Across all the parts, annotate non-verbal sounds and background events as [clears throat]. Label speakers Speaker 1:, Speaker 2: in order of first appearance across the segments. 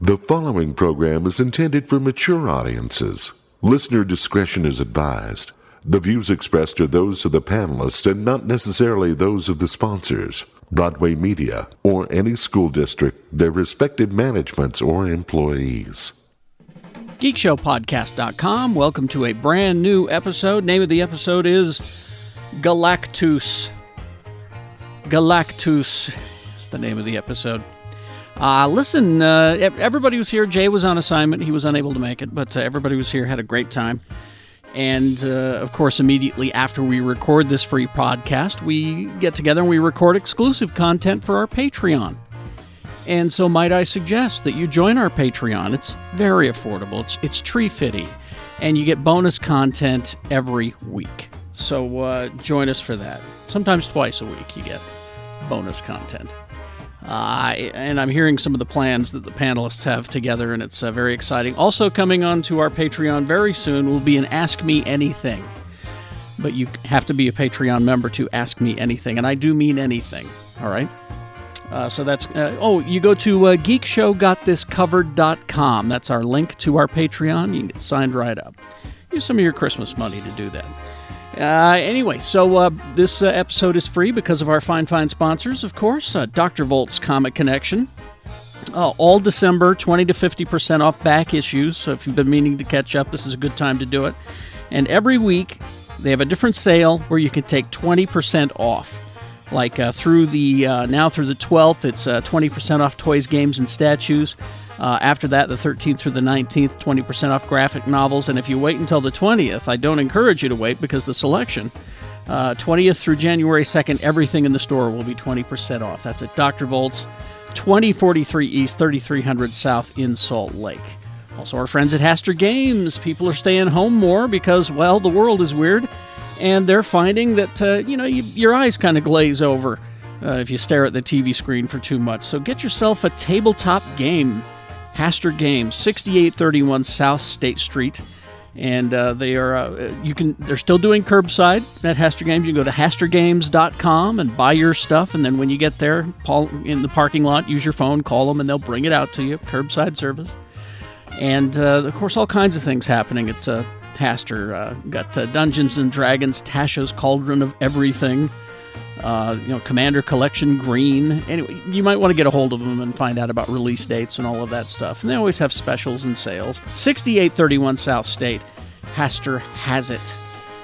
Speaker 1: The following program is intended for mature audiences. Listener discretion is advised. The views expressed are those of the panelists and not necessarily those of the sponsors, Broadway Media, or any school district, their respective managements, or employees.
Speaker 2: GeekshowPodcast.com. Welcome to a brand new episode. Name of the episode is Galactus. Galactus is the name of the episode. Uh, listen, uh, ev- everybody was here. Jay was on assignment. He was unable to make it, but uh, everybody was here, had a great time. And uh, of course, immediately after we record this free podcast, we get together and we record exclusive content for our Patreon. And so, might I suggest that you join our Patreon? It's very affordable. It's it's tree fitty, and you get bonus content every week. So uh, join us for that. Sometimes twice a week, you get bonus content. Uh, and I'm hearing some of the plans that the panelists have together, and it's uh, very exciting. Also, coming on to our Patreon very soon will be an Ask Me Anything. But you have to be a Patreon member to ask me anything, and I do mean anything, all right? Uh, so that's, uh, oh, you go to uh, geekshowgotthiscovered.com. That's our link to our Patreon. You can get signed right up. Use some of your Christmas money to do that. Uh, anyway, so uh, this uh, episode is free because of our fine, fine sponsors, of course uh, Dr. Volt's Comic Connection. Uh, all December, 20 to 50% off back issues. So if you've been meaning to catch up, this is a good time to do it. And every week, they have a different sale where you can take 20% off. Like uh, through the uh, now through the 12th, it's uh, 20% off toys, games, and statues. Uh, after that, the 13th through the 19th, 20% off graphic novels. And if you wait until the 20th, I don't encourage you to wait because the selection uh, 20th through January 2nd, everything in the store will be 20% off. That's at Dr. Volts, 2043 East, 3300 South in Salt Lake. Also, our friends at Haster Games. People are staying home more because, well, the world is weird, and they're finding that, uh, you know, you, your eyes kind of glaze over uh, if you stare at the TV screen for too much. So get yourself a tabletop game. Haster Games, 6831 South State Street and uh, they are uh, you can they're still doing curbside at Haster Games. You can go to hastergames.com and buy your stuff, and then when you get there, Paul in the parking lot, use your phone, call them, and they'll bring it out to you. Curbside service, and uh, of course, all kinds of things happening at uh, Haster. Uh, got uh, Dungeons and Dragons, Tasha's Cauldron of Everything. Uh, you know, Commander Collection Green. Anyway, you might want to get a hold of them and find out about release dates and all of that stuff. And they always have specials and sales. 6831 South State. Haster has it.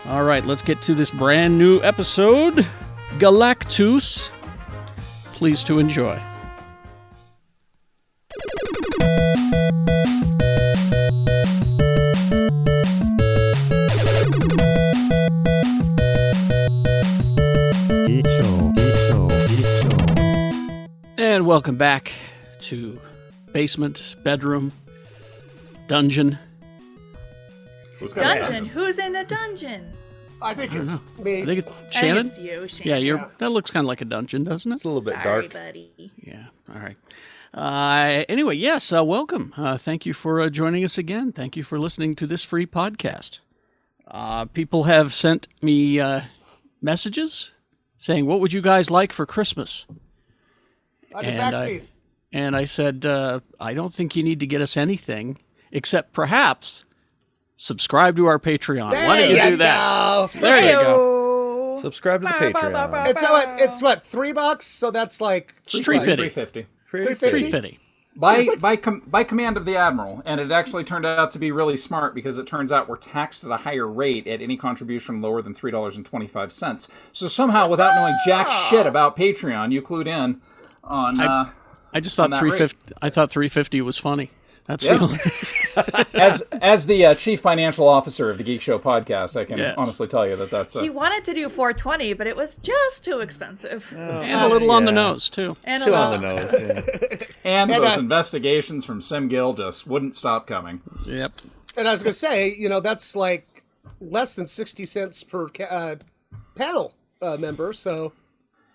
Speaker 2: All right, let's get to this brand new episode Galactus. Please to enjoy. And welcome back to basement, bedroom, dungeon.
Speaker 3: Dungeon. Who's in the dungeon?
Speaker 4: I think it's me.
Speaker 2: I think it's
Speaker 3: I
Speaker 2: Shannon.
Speaker 3: think it's you, Shannon.
Speaker 2: Yeah, you're, that looks kind of like a dungeon, doesn't it?
Speaker 5: a little bit
Speaker 3: Sorry,
Speaker 5: dark.
Speaker 3: buddy.
Speaker 2: Yeah. All right. Uh, anyway, yes, uh, welcome. Uh, thank you for uh, joining us again. Thank you for listening to this free podcast. Uh, people have sent me uh, messages saying, What would you guys like for Christmas?
Speaker 4: I
Speaker 2: And
Speaker 4: did
Speaker 2: I-
Speaker 4: vaccine.
Speaker 2: And I said, uh, I don't think you need to get us anything except perhaps subscribe to our Patreon. Why don't you
Speaker 4: There
Speaker 2: do that?
Speaker 4: go.
Speaker 2: There you go.
Speaker 3: Ayo.
Speaker 5: Subscribe to the
Speaker 3: Bow, bow, bow, bow,
Speaker 5: Patreon.
Speaker 4: It's what? It's what? Three bucks? So that's like
Speaker 2: It's tree
Speaker 6: Three
Speaker 2: fitty.
Speaker 6: fifty.
Speaker 5: Pretty
Speaker 4: fifty.
Speaker 2: Tree fitty.
Speaker 6: By by com- by command of the admiral, and it actually turned out to be really smart because it turns out we're taxed at a higher rate at any contribution lower than three dollars and twenty five cents. So somehow, without knowing jack shit about Patreon, you clued in on. Uh,
Speaker 2: I just thought
Speaker 6: that
Speaker 2: 350 I thought 350 was funny. That's
Speaker 6: Yeah.
Speaker 2: the only [laughs]
Speaker 6: as as the uh, chief financial officer of the Geek Show podcast, I can
Speaker 2: Yes.
Speaker 6: honestly tell you that that's.
Speaker 3: He
Speaker 6: Uh,
Speaker 3: wanted to do 420, but it was just too expensive.
Speaker 2: and a little on the nose too.
Speaker 3: and
Speaker 5: Two
Speaker 3: a
Speaker 5: on the
Speaker 3: lot-
Speaker 5: nose. yeah.
Speaker 6: and those
Speaker 4: uh,
Speaker 6: investigations from Sim Gill just wouldn't stop coming.
Speaker 2: Yep.
Speaker 4: And I was gonna say, you know, that's like less than sixty cents per ca- uh, panel uh, member. So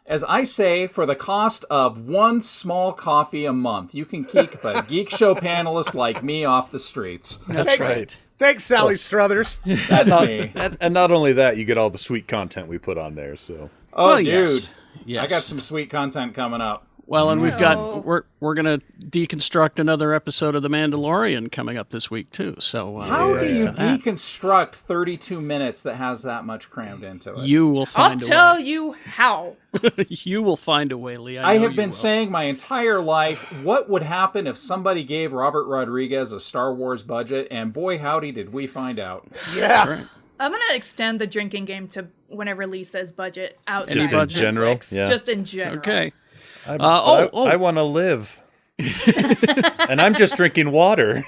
Speaker 6: As I say, for the cost of one small coffee a month, you can keep a geek show panelist like me off the streets.
Speaker 2: That's
Speaker 4: Thanks.
Speaker 2: right. Oh.
Speaker 4: thanks,
Speaker 2: [laughs]
Speaker 4: Sally Struthers.
Speaker 6: That's [laughs] me.
Speaker 5: [laughs] and, and not only that, you get all the sweet content we put on there. So
Speaker 6: Oh,
Speaker 2: Well,
Speaker 6: dude.
Speaker 2: yes. Yes.
Speaker 6: I got some sweet content coming up.
Speaker 2: Well, and we've
Speaker 3: No.
Speaker 2: got we're we're gonna deconstruct another episode of The Mandalorian coming up this week too. So uh,
Speaker 6: How do you
Speaker 2: that.
Speaker 6: deconstruct 32 minutes that has that much crammed into it?
Speaker 2: you will
Speaker 3: I'll
Speaker 2: find a
Speaker 3: tell
Speaker 2: way.
Speaker 3: you how.
Speaker 2: you will find a way, Lee. I,
Speaker 6: I
Speaker 2: know
Speaker 6: have
Speaker 2: you
Speaker 6: been
Speaker 2: will.
Speaker 6: saying my entire life what would happen if somebody gave Robert Rodriguez a Star Wars budget, and boy, howdy, did we find out.
Speaker 4: Yeah.
Speaker 3: I'm gonna extend the drinking game to whenever Lee says budget outside
Speaker 2: Just in
Speaker 3: of
Speaker 5: general?
Speaker 3: Netflix.
Speaker 5: Yeah.
Speaker 3: Just in general.
Speaker 2: Okay.
Speaker 5: I,
Speaker 2: oh,
Speaker 5: I-
Speaker 2: oh.
Speaker 5: I want to live. and I'm just drinking water.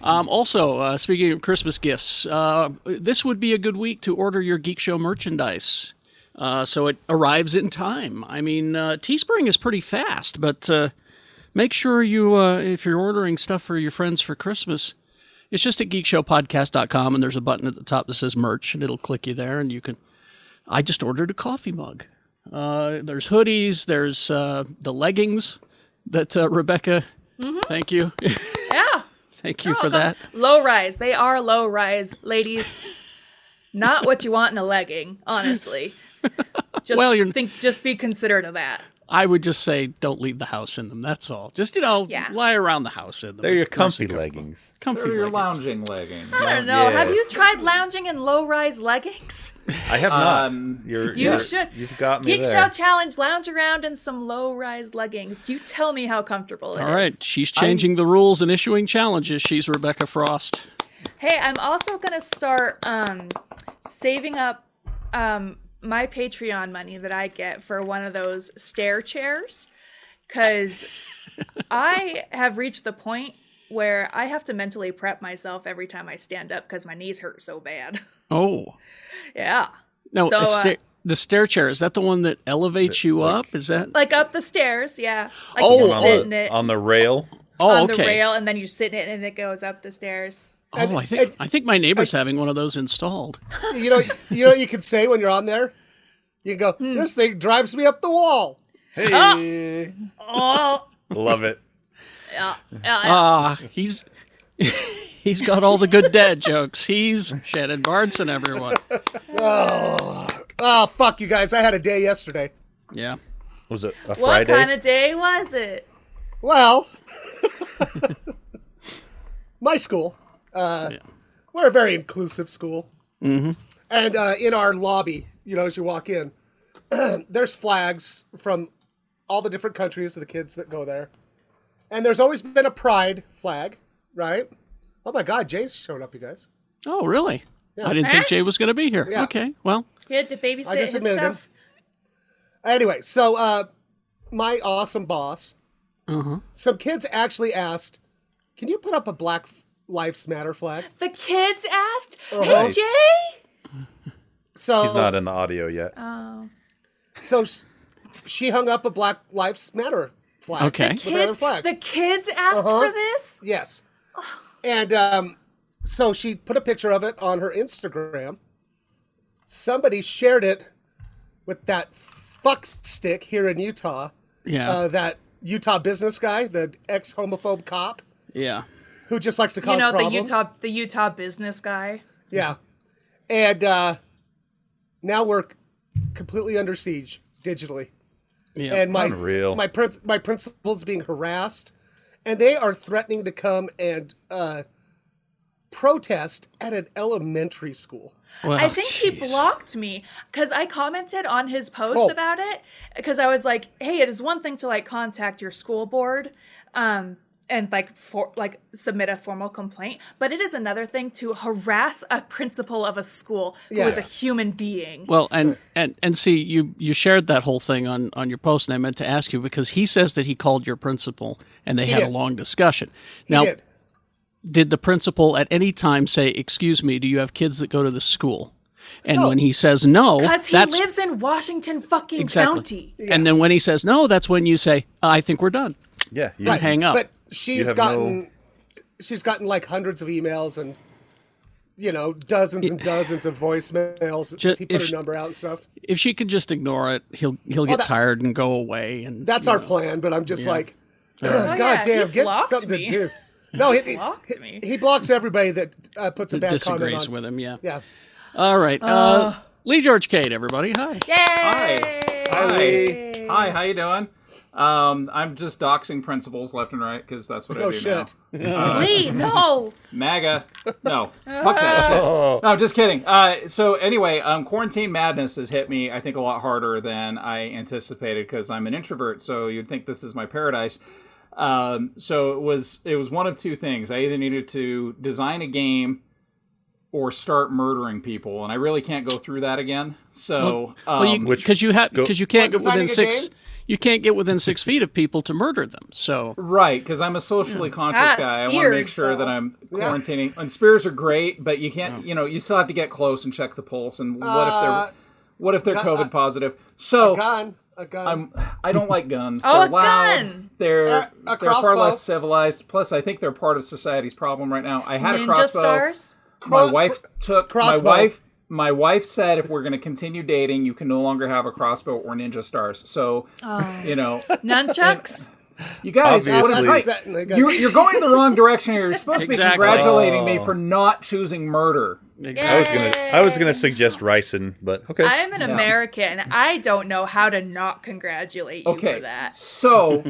Speaker 2: Um, also, uh, speaking of Christmas gifts, uh, this would be a good week to order your Geek Show merchandise. Uh, so it arrives in time. I mean, uh, Teespring is pretty fast, but uh, make sure you, uh, if you're ordering stuff for your friends for Christmas, it's just at geekshowpodcast.com, and there's a button at the top that says merch, and it'll click you there, and you can. I just ordered a coffee mug. Uh, there's hoodies, there's uh, the leggings that uh, Rebecca. Thank you. [laughs]
Speaker 3: Yeah.
Speaker 2: Thank you for that.
Speaker 3: Low rise. They are low rise, ladies. Not what you want in a legging,
Speaker 2: [laughs]
Speaker 3: honestly. Just
Speaker 2: Well, you're-
Speaker 3: think just be considerate of that.
Speaker 2: I would just say don't leave the house in them. That's all. Just you know,
Speaker 3: Yeah.
Speaker 2: lie around the house in them.
Speaker 5: [laughs] They're your
Speaker 2: Nice
Speaker 5: comfy
Speaker 2: and
Speaker 5: leggings.
Speaker 2: comfy
Speaker 6: Or your
Speaker 2: leggings.
Speaker 6: lounging legging.
Speaker 3: I
Speaker 2: Um,
Speaker 3: don't know. Have
Speaker 5: yes.
Speaker 3: you tried lounging in low rise leggings?
Speaker 5: I have not.
Speaker 6: Um,
Speaker 5: you're,
Speaker 3: you
Speaker 5: you're-
Speaker 3: should.
Speaker 5: You've got me
Speaker 3: Geek
Speaker 5: there.
Speaker 3: Show Challenge, lounge around in some low rise leggings. You tell me how comfortable it is.
Speaker 2: All right, she's changing the rules and issuing challenges. She's Rebecca Frost.
Speaker 3: Hey, I'm also gonna start um, saving up um, my Patreon money that I get for one of those stair chairs,
Speaker 2: [laughs]
Speaker 3: because I have reached the point where I have to mentally prep myself every time I stand up because my knees hurt so bad. [laughs]
Speaker 2: Oh
Speaker 3: yeah,
Speaker 2: no,
Speaker 3: So,
Speaker 2: a
Speaker 3: uh,
Speaker 2: sta- the stair chair is that the one that elevates you up? Is that?
Speaker 3: like up the stairs. Yeah, like
Speaker 2: Oh,
Speaker 3: you
Speaker 5: on,
Speaker 3: just sit in
Speaker 5: the,
Speaker 3: it
Speaker 5: on the rail.
Speaker 2: Oh,
Speaker 3: on
Speaker 2: okay.
Speaker 3: the rail, and then you sit in it, and it goes up the stairs.
Speaker 2: Oh, I think I think my neighbor's having one of those installed.
Speaker 4: You know, you know what you can say when you're on there? You can go, this thing drives me up the wall.
Speaker 3: Ah!
Speaker 5: Hey.
Speaker 3: Oh, [laughs]
Speaker 5: Love it.
Speaker 3: yeah, yeah,
Speaker 2: Ah, he's [laughs] he's got all the good dad jokes. He's Shannon Bardson, everyone.
Speaker 4: Oh, fuck you guys. I had a day yesterday.
Speaker 2: Yeah.
Speaker 5: Was it a
Speaker 3: what
Speaker 5: Friday?
Speaker 3: kind of day was it?
Speaker 4: Well, [laughs] my school, uh,
Speaker 2: Yeah.
Speaker 4: we're a very inclusive school. Mm-hmm. And uh, in our lobby, you know, as you walk in, [clears throat] there's flags from all the different countries of the kids that go there. And there's always been a pride flag, right? Oh my God, Jay's showed up, you guys.
Speaker 2: Oh, really? I didn't think Jay was going to be here.
Speaker 4: Yeah.
Speaker 2: Okay. Well,
Speaker 3: He had to babysit his
Speaker 4: just admitted him.
Speaker 3: stuff.
Speaker 4: Anyway, so uh, my awesome boss, some kids actually asked, "Can you put up a Black Lives Matter flag?"
Speaker 3: The kids asked,
Speaker 4: Uh-huh.
Speaker 3: "Hey
Speaker 5: Nice.
Speaker 3: Jay,
Speaker 4: So
Speaker 5: He's
Speaker 3: Oh.
Speaker 5: not in the audio yet.
Speaker 3: Uh,
Speaker 4: so sh- she hung up a Black Lives Matter flag.
Speaker 2: Okay.
Speaker 4: with another
Speaker 3: kids,
Speaker 4: flag.
Speaker 3: the kids asked for
Speaker 4: Uh-huh.
Speaker 3: this."
Speaker 4: Yes. And um, so she put a picture of it on her Instagram. Somebody shared it with that fuck stick here in Utah.
Speaker 2: yeah,
Speaker 4: Uh, that Utah business guy, the ex homophobe cop
Speaker 2: yeah.
Speaker 4: who just likes to cause
Speaker 3: You know
Speaker 4: problems.
Speaker 3: the Utah, the Utah business guy.
Speaker 4: Yeah. And uh, now we're completely under siege digitally.
Speaker 2: Yeah.
Speaker 4: And my
Speaker 5: Unreal.
Speaker 4: my prin- my principal's being harassed and they are threatening to come and uh, protest at an elementary school.
Speaker 2: Well,
Speaker 3: I think he
Speaker 2: Oh, jeez.
Speaker 3: blocked me because I commented on his post
Speaker 4: Oh.
Speaker 3: about it because I was like, "Hey, it is one thing to like contact your school board, um, and like for like submit a formal complaint, but it is another thing to harass a principal of a school who is
Speaker 4: Yeah.
Speaker 3: a human being."
Speaker 2: Well, and and and see, you you shared that whole thing on on your post, and I meant to ask you because he says that he called your principal and they had a
Speaker 4: did.
Speaker 2: long discussion.
Speaker 4: He
Speaker 2: now,
Speaker 4: did.
Speaker 2: did the principal at any time say, "Excuse me, do you have kids that go to this school?" And when he says no,
Speaker 3: because he
Speaker 2: that's
Speaker 3: lives in Washington fucking
Speaker 2: exactly.
Speaker 3: county.
Speaker 2: And then when he says no, that's when you say, "I think we're done."
Speaker 5: Yeah. You,
Speaker 4: Right.
Speaker 2: hang up.
Speaker 4: But
Speaker 5: You
Speaker 4: she's
Speaker 5: have
Speaker 4: gotten she's gotten like hundreds of emails and you know, dozens and dozens of voicemails.
Speaker 2: Ju-
Speaker 4: he put
Speaker 2: if-
Speaker 4: her number out and stuff.
Speaker 2: If she can just ignore it, he'll he'll get
Speaker 4: that-
Speaker 2: tired and go away. And
Speaker 4: That's our plan, but I'm just like,
Speaker 3: Oh,
Speaker 4: God
Speaker 3: yeah,
Speaker 4: damn,
Speaker 3: he
Speaker 4: get
Speaker 3: blocked
Speaker 4: something
Speaker 3: me.
Speaker 4: to
Speaker 3: [laughs]
Speaker 4: do. No, he, he,
Speaker 3: blocked me.
Speaker 4: he blocks everybody that uh, puts a bad comment
Speaker 2: disagrees
Speaker 4: on.
Speaker 2: with him. Yeah. uh,
Speaker 4: Yeah,
Speaker 2: All right. Uh, Lee George Cade, everybody. Hi.
Speaker 3: Yay!
Speaker 6: Hi. Lee. Hi, how you doing? Um, I'm just doxing principals left and right because that's what I
Speaker 4: Oh
Speaker 6: do
Speaker 4: shit.
Speaker 6: now.
Speaker 3: Lee, no.
Speaker 4: [laughs]
Speaker 6: MAGA. No, fuck that
Speaker 2: Oh.
Speaker 6: shit. No, just kidding. Uh, so anyway, um, quarantine madness has hit me. I think a lot harder than I anticipated because I'm an introvert. So you'd think this is my paradise. Um, so it was. It was one of two things. I either needed to design a game or start murdering people, and I really can't go through that again. So um,
Speaker 2: Well,
Speaker 5: which-
Speaker 2: because you, ha-
Speaker 5: go-
Speaker 2: 'cause you can't get
Speaker 4: designing
Speaker 2: within
Speaker 4: a
Speaker 2: six,
Speaker 4: game?
Speaker 2: you can't get within six feet of people to murder them. So
Speaker 6: Right, because I'm a socially conscious
Speaker 3: Ah,
Speaker 6: guy. I want to make
Speaker 3: spears,
Speaker 6: sure
Speaker 3: though.
Speaker 6: that I'm quarantining. And spears are great, but you can't. You know, you still have to get close and check the pulse. And what
Speaker 4: Uh,
Speaker 6: if they're what if they're COVID positive? So
Speaker 4: Gun. A gun.
Speaker 6: I'm, I don't like guns.
Speaker 3: Oh,
Speaker 6: they're
Speaker 3: a
Speaker 6: loud.
Speaker 3: gun!
Speaker 6: They're
Speaker 4: A- Uh, a
Speaker 6: they're far
Speaker 4: crossbow.
Speaker 6: less civilized. Plus, I think they're part of society's problem right now. I had a
Speaker 3: Ninja
Speaker 6: crossbow.
Speaker 3: stars.
Speaker 6: My wife took
Speaker 4: crossbow.
Speaker 6: my wife. My wife said, if we're going to continue dating, you can no longer have a crossbow or ninja stars. So,
Speaker 3: Oh.
Speaker 6: you know,
Speaker 2: [laughs]
Speaker 3: Nunchucks.
Speaker 6: you guys, what
Speaker 5: Obviously.
Speaker 6: am I-
Speaker 4: That- that-
Speaker 6: you're, you're going the wrong direction here. You're supposed to be
Speaker 2: Exactly.
Speaker 6: congratulating me for not choosing murder.
Speaker 5: I was gonna I was gonna suggest ricin, but okay.
Speaker 3: I'm an American. I don't know how to not congratulate you
Speaker 6: Okay.
Speaker 3: for that. [laughs]
Speaker 6: So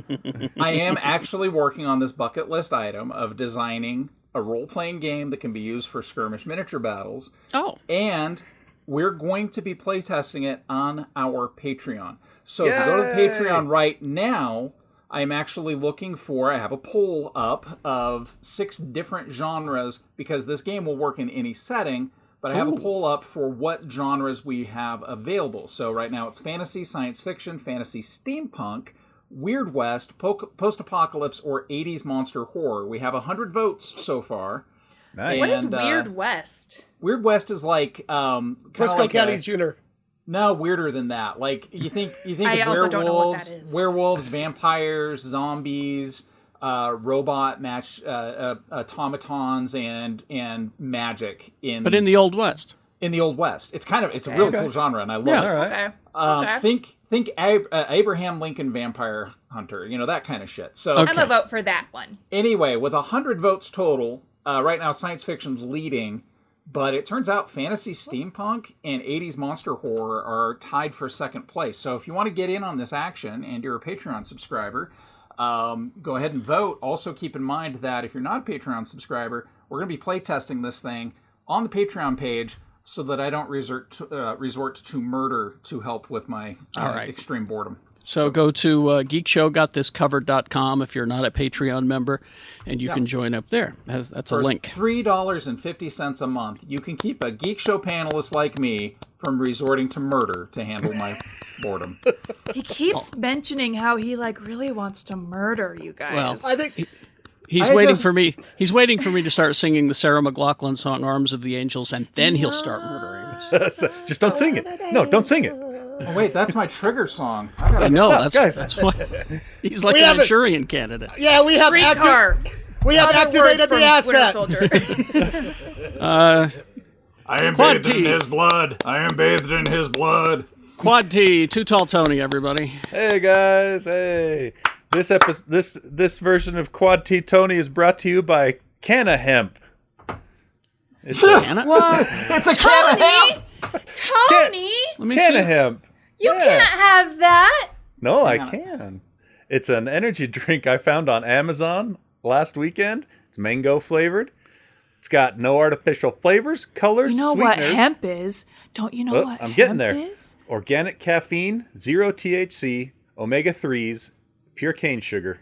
Speaker 6: I am actually working on this bucket list item of designing a role playing game that can be used for skirmish miniature battles.
Speaker 2: Oh,
Speaker 6: And we're going to be playtesting it on our Patreon. So if you go to Patreon right now, I'm actually looking for, I have a poll up of six different genres because this game will work in any setting, but I have a poll up for what genres we have available. So right now it's fantasy, science fiction, fantasy, steampunk, Weird West, po- post apocalypse, or 80s monster horror. We have 100 votes so far.
Speaker 5: Nice.
Speaker 3: What is
Speaker 6: And, uh,
Speaker 3: Weird West?
Speaker 6: Weird West is like um kinda
Speaker 4: Frisco
Speaker 6: like
Speaker 4: County
Speaker 6: a-
Speaker 4: Jr.
Speaker 6: no, weirder than that. Like you think you think
Speaker 3: I
Speaker 6: of
Speaker 3: also
Speaker 6: werewolves,
Speaker 3: don't know what that is.
Speaker 6: werewolves, vampires, zombies, uh, robot match, uh, uh, automatons, and and magic in
Speaker 2: but in the old west.
Speaker 6: in the old west. It's kind of it's a really cool genre, and I love it.
Speaker 5: All right.
Speaker 3: Okay.
Speaker 6: Um,
Speaker 3: okay.
Speaker 6: Think think Ab- uh, Abraham Lincoln Vampire Hunter, you know that kind of shit. So
Speaker 2: Okay.
Speaker 3: I'm a vote for that one.
Speaker 6: anyway, with 100 votes total, uh, right now science fiction's leading, but it turns out fantasy steampunk and 80s monster horror are tied for second place. So if you want to get in on this action and you're a Patreon subscriber, um, go ahead and vote. Also, keep in mind that if you're not a Patreon subscriber, we're going to be playtesting this thing on the Patreon page so that I don't resort to, uh, resort to murder to help with my uh,
Speaker 2: right.
Speaker 6: extreme boredom.
Speaker 2: So, go to uh, geekshowgotthiscovered.com if you're not a Patreon member, and you can join up there. That's, that's a link.
Speaker 6: Three dollars and fifty cents a month. You can keep a geek show panelist like me from resorting to murder to handle
Speaker 2: [laughs]
Speaker 6: my boredom.
Speaker 3: He keeps mentioning how he like really wants to murder you guys.
Speaker 2: Well,
Speaker 4: I think
Speaker 2: He's
Speaker 6: I
Speaker 2: waiting
Speaker 6: just-
Speaker 2: for me. He's waiting for me to start singing the Sarah McLaughlin song "Arms of the Angels," and then he'll start murdering us.
Speaker 5: Just don't sing it. No, don't sing it.
Speaker 6: Oh wait, that's my trigger song. I gotta,
Speaker 2: No, that's
Speaker 5: guys?
Speaker 2: that's why [laughs] he's like
Speaker 4: We
Speaker 2: an
Speaker 4: haven't-
Speaker 2: Manchurian candidate.
Speaker 4: yeah, we have acti-
Speaker 3: Streetcar.
Speaker 4: we have
Speaker 3: Other
Speaker 4: activated
Speaker 3: word
Speaker 4: the
Speaker 3: from
Speaker 4: asset.
Speaker 3: Winter Soldier.
Speaker 7: I am
Speaker 2: Quad
Speaker 7: bathed in
Speaker 2: T.
Speaker 7: his blood. I am bathed in his blood.
Speaker 2: Quad T, too tall, Tony. Everybody,
Speaker 5: Hey guys, hey. This episode, this this version of Quad T Tony is brought to you by Canna Hemp. It's a-
Speaker 2: Anna,
Speaker 3: Whoa.
Speaker 6: it's a can of
Speaker 3: Tony!
Speaker 6: hemp.
Speaker 3: Tony!
Speaker 2: let me
Speaker 5: Canna
Speaker 2: see.
Speaker 5: Hemp.
Speaker 3: You
Speaker 5: Yeah.
Speaker 3: can't have that!
Speaker 5: No, I can. It's an energy [laughs] drink I found on Amazon last weekend. It's mango flavored. It's got no artificial flavors, colors,
Speaker 3: You know what
Speaker 5: sweeteners.
Speaker 3: hemp is? Don't you know
Speaker 5: Oh,
Speaker 3: what
Speaker 5: I'm
Speaker 3: hemp
Speaker 5: getting there.
Speaker 3: is?
Speaker 5: Organic caffeine, zero THC, omega threes, pure cane sugar.